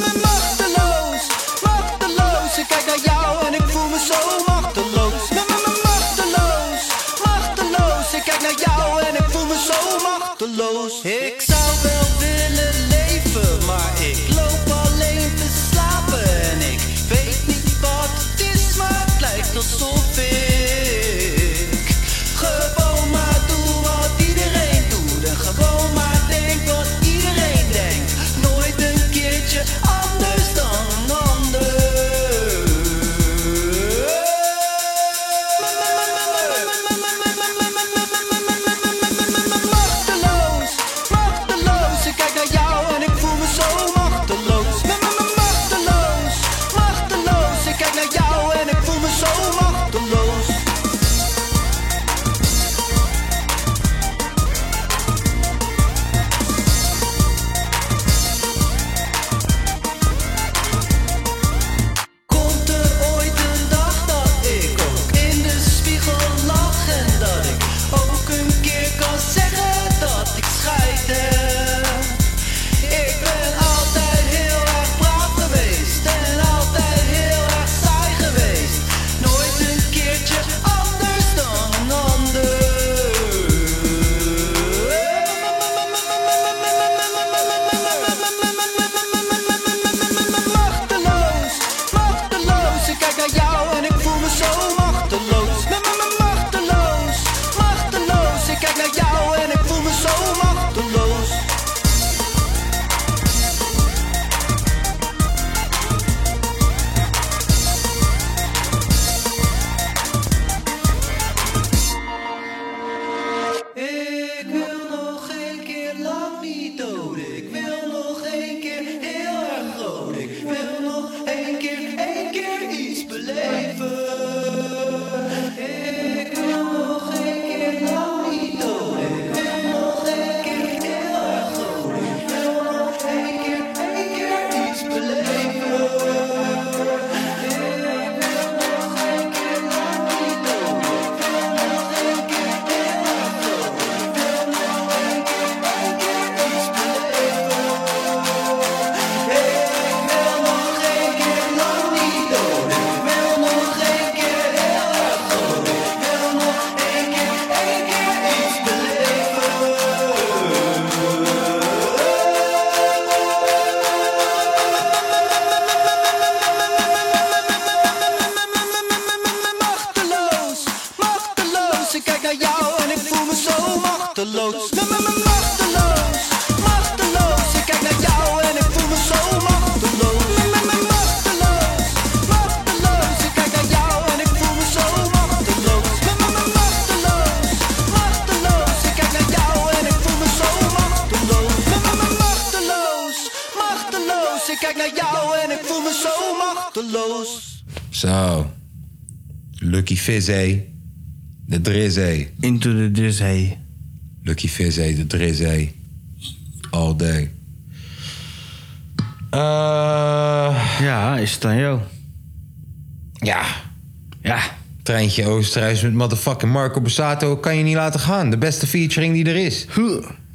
Machteloos, machteloos. Ik kijk naar jou en ik voel me zo machteloos. Ma- ma- ma- Machteloos, machteloos. Ik kijk naar jou en ik voel me zo machteloos. Ik zou wel willen leven, maar ik loop alleen te slapen. En ik weet niet wat het is, maar het lijkt alsof ik gewoon maar doe wat iedereen doet. En gewoon maar denk wat iedereen denkt. Nooit een keertje anders dan een ander. Machteloos, machteloos. Ik kijk naar jou en ik voel me zo machteloos. Ma- ma- ma- Machteloos, machteloos. Ik kijk naar jou en ik voel me zo machteloos. Komt er ooit een dag dat ik ook in de spiegel lach en dat ik ook een keer kan zeggen dat ik scheid heb? Ik ben altijd heel erg braaf geweest en altijd heel erg saai geweest. Nooit een keertje anders dan een ander. Machteloos, machteloos. Ik kijk naar jou en ik voel me zo machteloos. Ma- ma- ma- Machteloos, machteloos. Ik kijk naar jou en ik voel me zo machteloos. Ik wil nog een keer lang niet dood. Ik wil nog een keer heel erg groot. Ik wil nog een keer, een keer iets beleven. Ik wil nog een keer lang niet dood. Ik wil nog een keer heel erg groot. Ik wil nog een keer, een keer iets beleven. Ik wil nog een keer lang niet dood. Ik wil nog een keer heel erg groot. machteloos, machteloos. Ik kijk naar jou en ik voel me zo machteloos. Ma- ma- ma- Machteloos, machteloos. Ik kijk naar jou en ik voel me zo machteloos. Ma- ma- ma- Machteloos, machteloos. Ik kijk naar jou en ik voel me zo machteloos. Ma- ma- ma- Machteloos, machteloos. Ik kijk naar jou en ik voel me zo machteloos. Ma- ma- ma- Machteloos, machteloos. Ik kijk naar jou en ik voel me zo machteloos.
Zo. Lucky Fizzy. De Drizzy.
Into the Drizzy.
Lucky Fizzy, de Drizzy. All day.
ja, is het aan jou?
Eh, Ja. Ja. Treintje Oosterhuis met motherfucking Marco Borsato kan je niet laten gaan. De beste featuring die er is.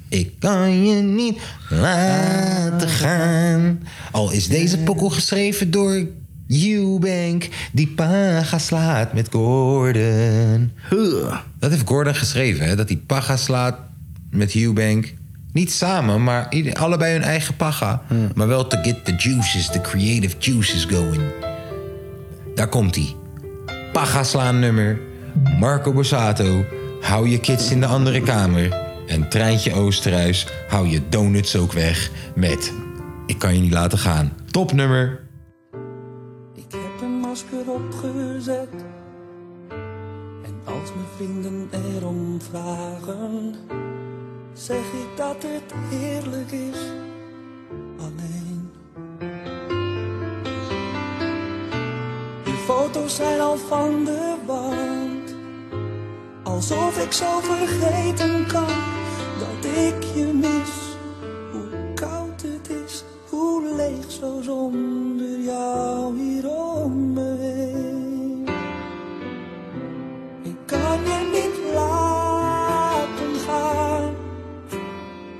Ik kan je niet laten gaan. Al is deze pokkel geschreven door Eubank. Die paga slaat met Gordon. Dat heeft Gordon geschreven, hè? Dat die paga slaat met Eubank. Niet samen, maar ieder- allebei hun eigen paga. Maar wel to get the juices, the creative juices going. Daar komt hij. Paga slaan nummer. Marco Borsato. Hou je kids in de andere kamer. En Treintje Oosterhuis. Hou je donuts ook weg. Met Ik kan je niet laten gaan. Topnummer.
heb een masker opgezet. En als mijn vrienden erom vragen, zeg ik dat het heerlijk is. Alleen. De foto's zijn al van de wand. Alsof ik zo vergeten kan dat ik je mis. Hoe koud het is, hoe leeg zo zonder jou hier om me heen. Ik kan je niet laten gaan,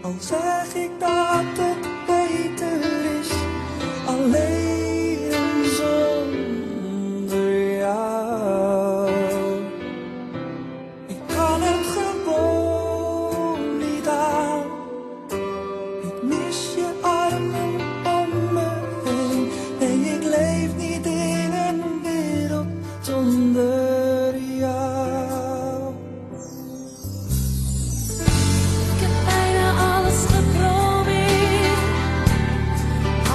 al zeg ik dat het beter is. Alleen zonder jou. Ik kan het gewoon niet aan. Ik mis je armen om me heen. Nee, ik leef niet in een wereld zonder jou.
Ik heb bijna alles geprobeerd,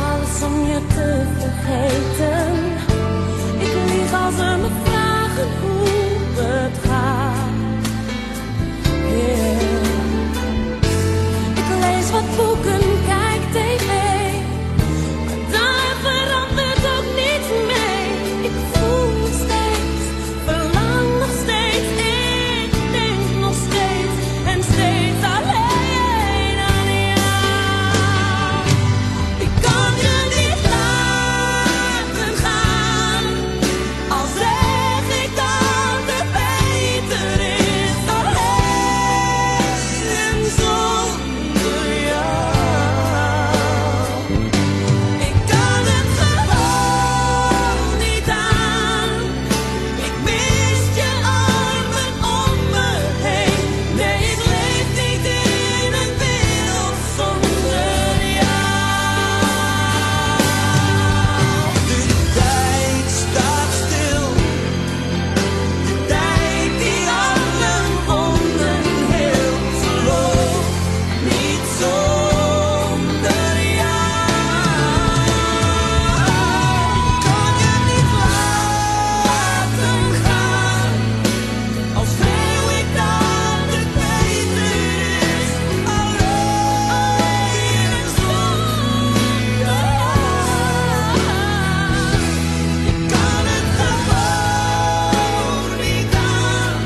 alles om je te vergeten. Ik lieg als ze me vragen hoe het gaat. Yeah. Ik lees wat boeken, kijk tv, maar daar verandert ook niets mee. Ik voel nog steeds, verlang nog steeds, ik denk nog steeds en steeds alleen aan jou. Ik kan je niet laten gaan, al zeg ik dat het beter is alleen zonder jou. Ik kan het gewoon niet aan, ik mis je armen om me heen. Nee, ik leef niet in een wereld zonder jou.
De tijd staat stil. De tijd die allen wonden hield. Geloof niet zonder jou. Ik kan je niet laten gaan. Al schreeuw ik dat het beter is. Alleen zonder jou. Kan het gewoon niet aan.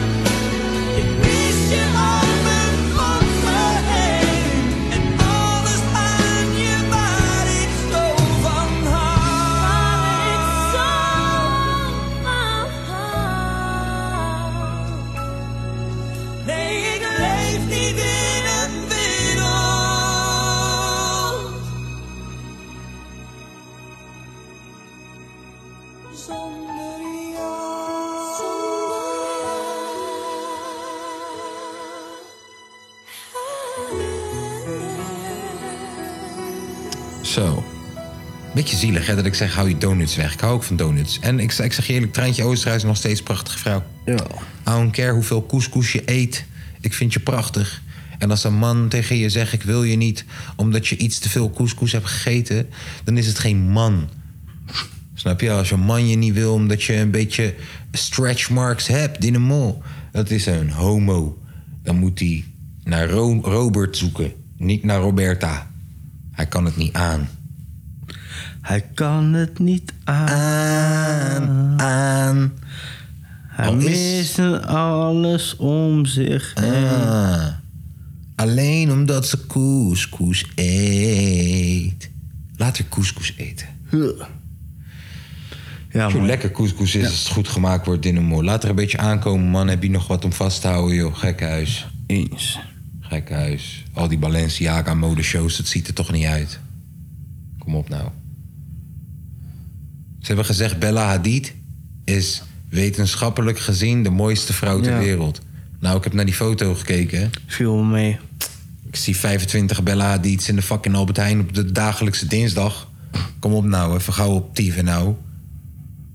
Ik mis je armen om me heen. En alles aan je waar ik zo van hou. Nee, ik leef niet in een wereld. Zonder
Zo. Beetje zielig hè, dat ik zeg, hou je donuts weg. Ik hou ook van donuts. En ik, ik zeg je eerlijk, Treintje Oosterhuis is nog steeds een prachtige vrouw. Ja. I don't care hoeveel couscous je eet. Ik vind je prachtig. En als een man tegen je zegt, ik wil je niet... omdat je iets te veel couscous hebt gegeten... dan is het geen man. Snap je? Als je man je niet wil omdat je een beetje stretch marks hebt in een mol... dat is een homo. Dan moet hij naar Ro- Robert zoeken, niet naar Roberta. Hij kan het niet aan.
Hij kan het niet aan. Aan, Hij
Al is-
mist alles om zich heen.
Ah. Alleen omdat ze couscous eet. Laat er couscous eten. Ja, Hoe lekker couscous is als het goed gemaakt wordt in een moer. Laat er een beetje aankomen, man. Heb je nog wat om vast te houden, joh. Gekkenhuis. Eens. Gekkenhuis. Al die Balenciaga modeshows, dat ziet er toch niet uit. Kom op nou. Ze hebben gezegd Bella Hadid is wetenschappelijk gezien de mooiste vrouw ter
Ja.
wereld. Nou, ik heb naar die foto gekeken.
Viel me mee.
Ik zie 25 Bella Hadid's in de fucking Albert Heijn op de dagelijkse dinsdag. Kom op nou, even gauw op TV nou.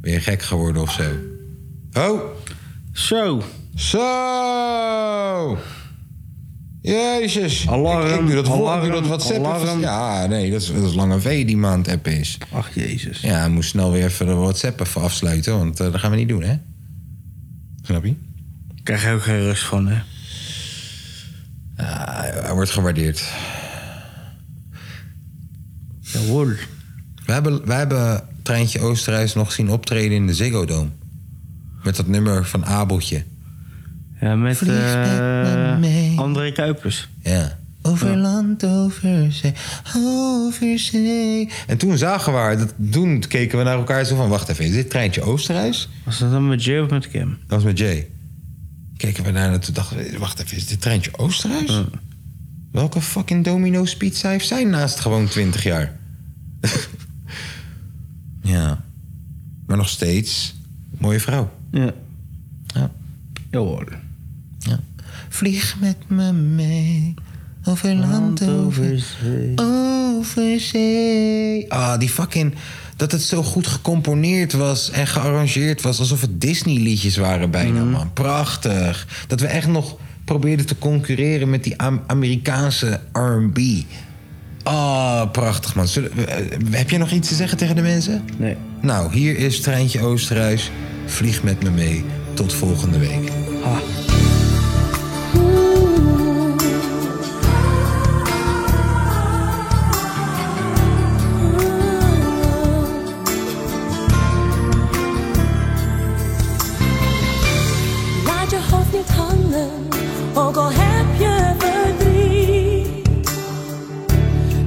Weer gek geworden of zo. Oh.
Zo.
Zo. Jezus.
Alarm,
Ik, ik doe dat, voor- ik
alarm,
doe dat WhatsApp.
alarm.
even- Ja, nee, dat is, dat is Lange V die maand app is.
Ach, jezus.
Ja, hij moest snel weer even de WhatsApp even afsluiten, want eh, dat gaan we niet doen, hè? Snap je?
Krijg je ook geen rust van, hè?
Eh, hij wordt gewaardeerd.
Jawohl.
We hebben, we hebben Treintje Oosterhuis nog zien optreden in de Ziggo Dome. Met dat nummer van Abeltje.
Ja, met
Vlieg met
eh
me mee.
André Kuipers.
Ja. Over land, over zee, over zee. En toen zagen we haar, dat, toen keken we naar elkaar zo van... wacht even, is dit Treintje Oosterhuis?
Was dat dan met Jay of met Kim?
Dat was met Jay. Keken we naar en toen dachten we, wacht even, is dit Treintje Oosterhuis? Welke fucking domino's pizza heeft zij naast gewoon 20 jaar? ja. Maar nog steeds, mooie vrouw.
Ja.
Ja.
Jawohl.
Vlieg met me mee, over land, over zee. Over zee. Ah, die fucking... Dat het zo goed gecomponeerd was en gearrangeerd was. Alsof het Disney-liedjes waren bijna, man. Prachtig. Dat we echt nog probeerden te concurreren met die Am- Amerikaanse R&B. Ah, prachtig, man. Zullen we- eh, heb jij nog iets te zeggen tegen de mensen?
Nee.
Nou, hier is Treintje Oosterhuis. Vlieg met me mee. Tot volgende week.
Laat je hoofd niet hangen, ook al heb je verdriet.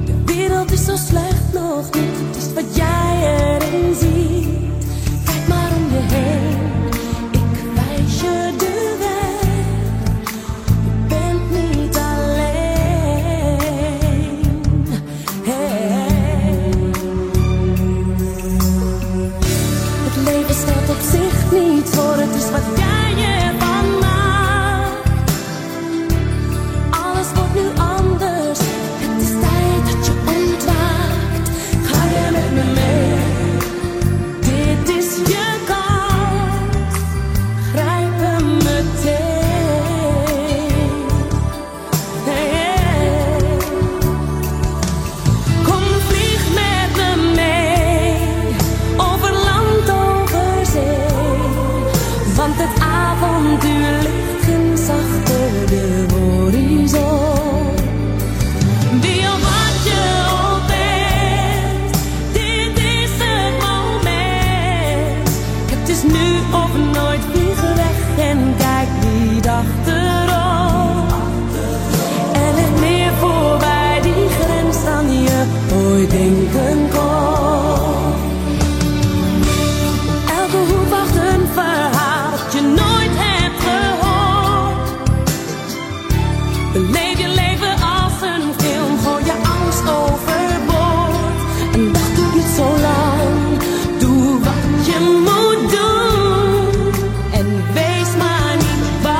De wereld is zo slecht nog niet, het is wat jij erin ziet. Kijk maar om je heen, ik wijs je de weg. Je bent niet alleen. Hey. Het leven staat op zich niet voor, het is wat jij ervan maakt. Alles wordt nu anders, het is tijd dat je ontwaakt. Ga je met me mee, dit is je kans. Grijp hem meteen. Hey, hey. Kom, vlieg met me mee. Over land, over zee. Want het avontuur ligt ginds achter de horizon. Wie of wat je ook bent, dit is het moment. Het is nu of nooit, vlieg weg en kijk niet achterom. En het meer voorbij die grens dan je ooit denken kon. Elke hoek wacht een verhaal dat je nooit hebt gehoord. Beleef je leven als een film, gooi je angst overboord. Een dag doet niet zo lang, doe wat je moet doen. En wees maar niet bang.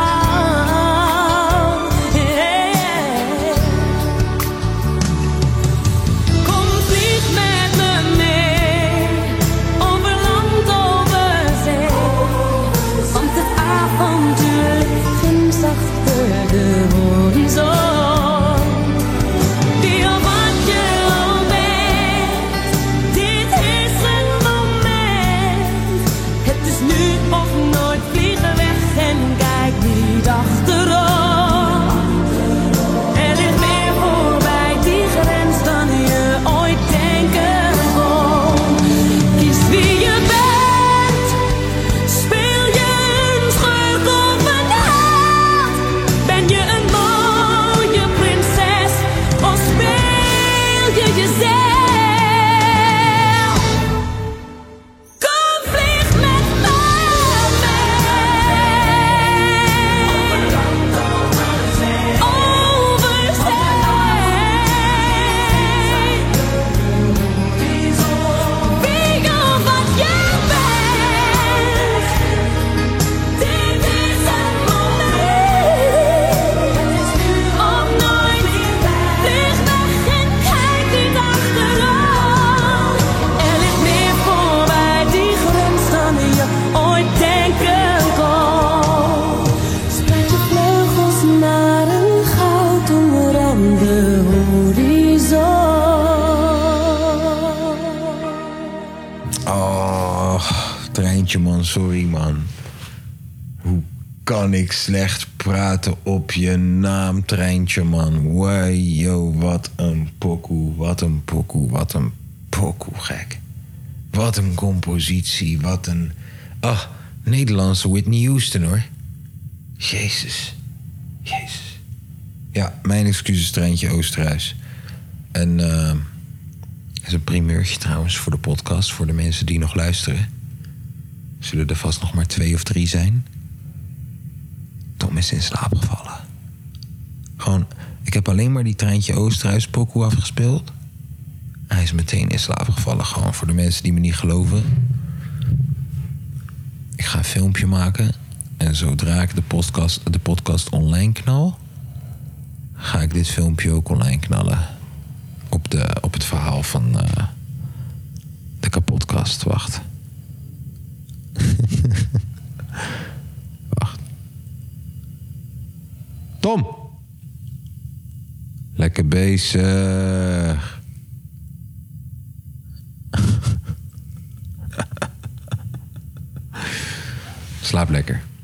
Oh, man. Hoe kan ik slecht praten op je naam, treintje, man. Wajo, wat een pokoe, wat een pokoe, wat een pokoe, gek. Wat een compositie, wat een... Ah, Nederlandse Whitney Houston, hoor. Jezus. Jezus. Ja, mijn excuses, treintje Oosterhuis. En eh, dat is een primeurtje trouwens voor de podcast, voor de mensen die nog luisteren. Zullen er vast nog maar twee of drie zijn. Tom is in slaap gevallen. Gewoon, ik heb alleen maar die treintje Oosterhuis pokoe afgespeeld. Hij is meteen in slaap gevallen, gewoon voor de mensen die me niet geloven. Ik ga een filmpje maken en zodra ik de podcast, de podcast online knal, ga ik dit filmpje ook online knallen. Op, de, op het verhaal van eh, de kapotkast. Wacht. Tom. Lekker bezig. Slaap lekker.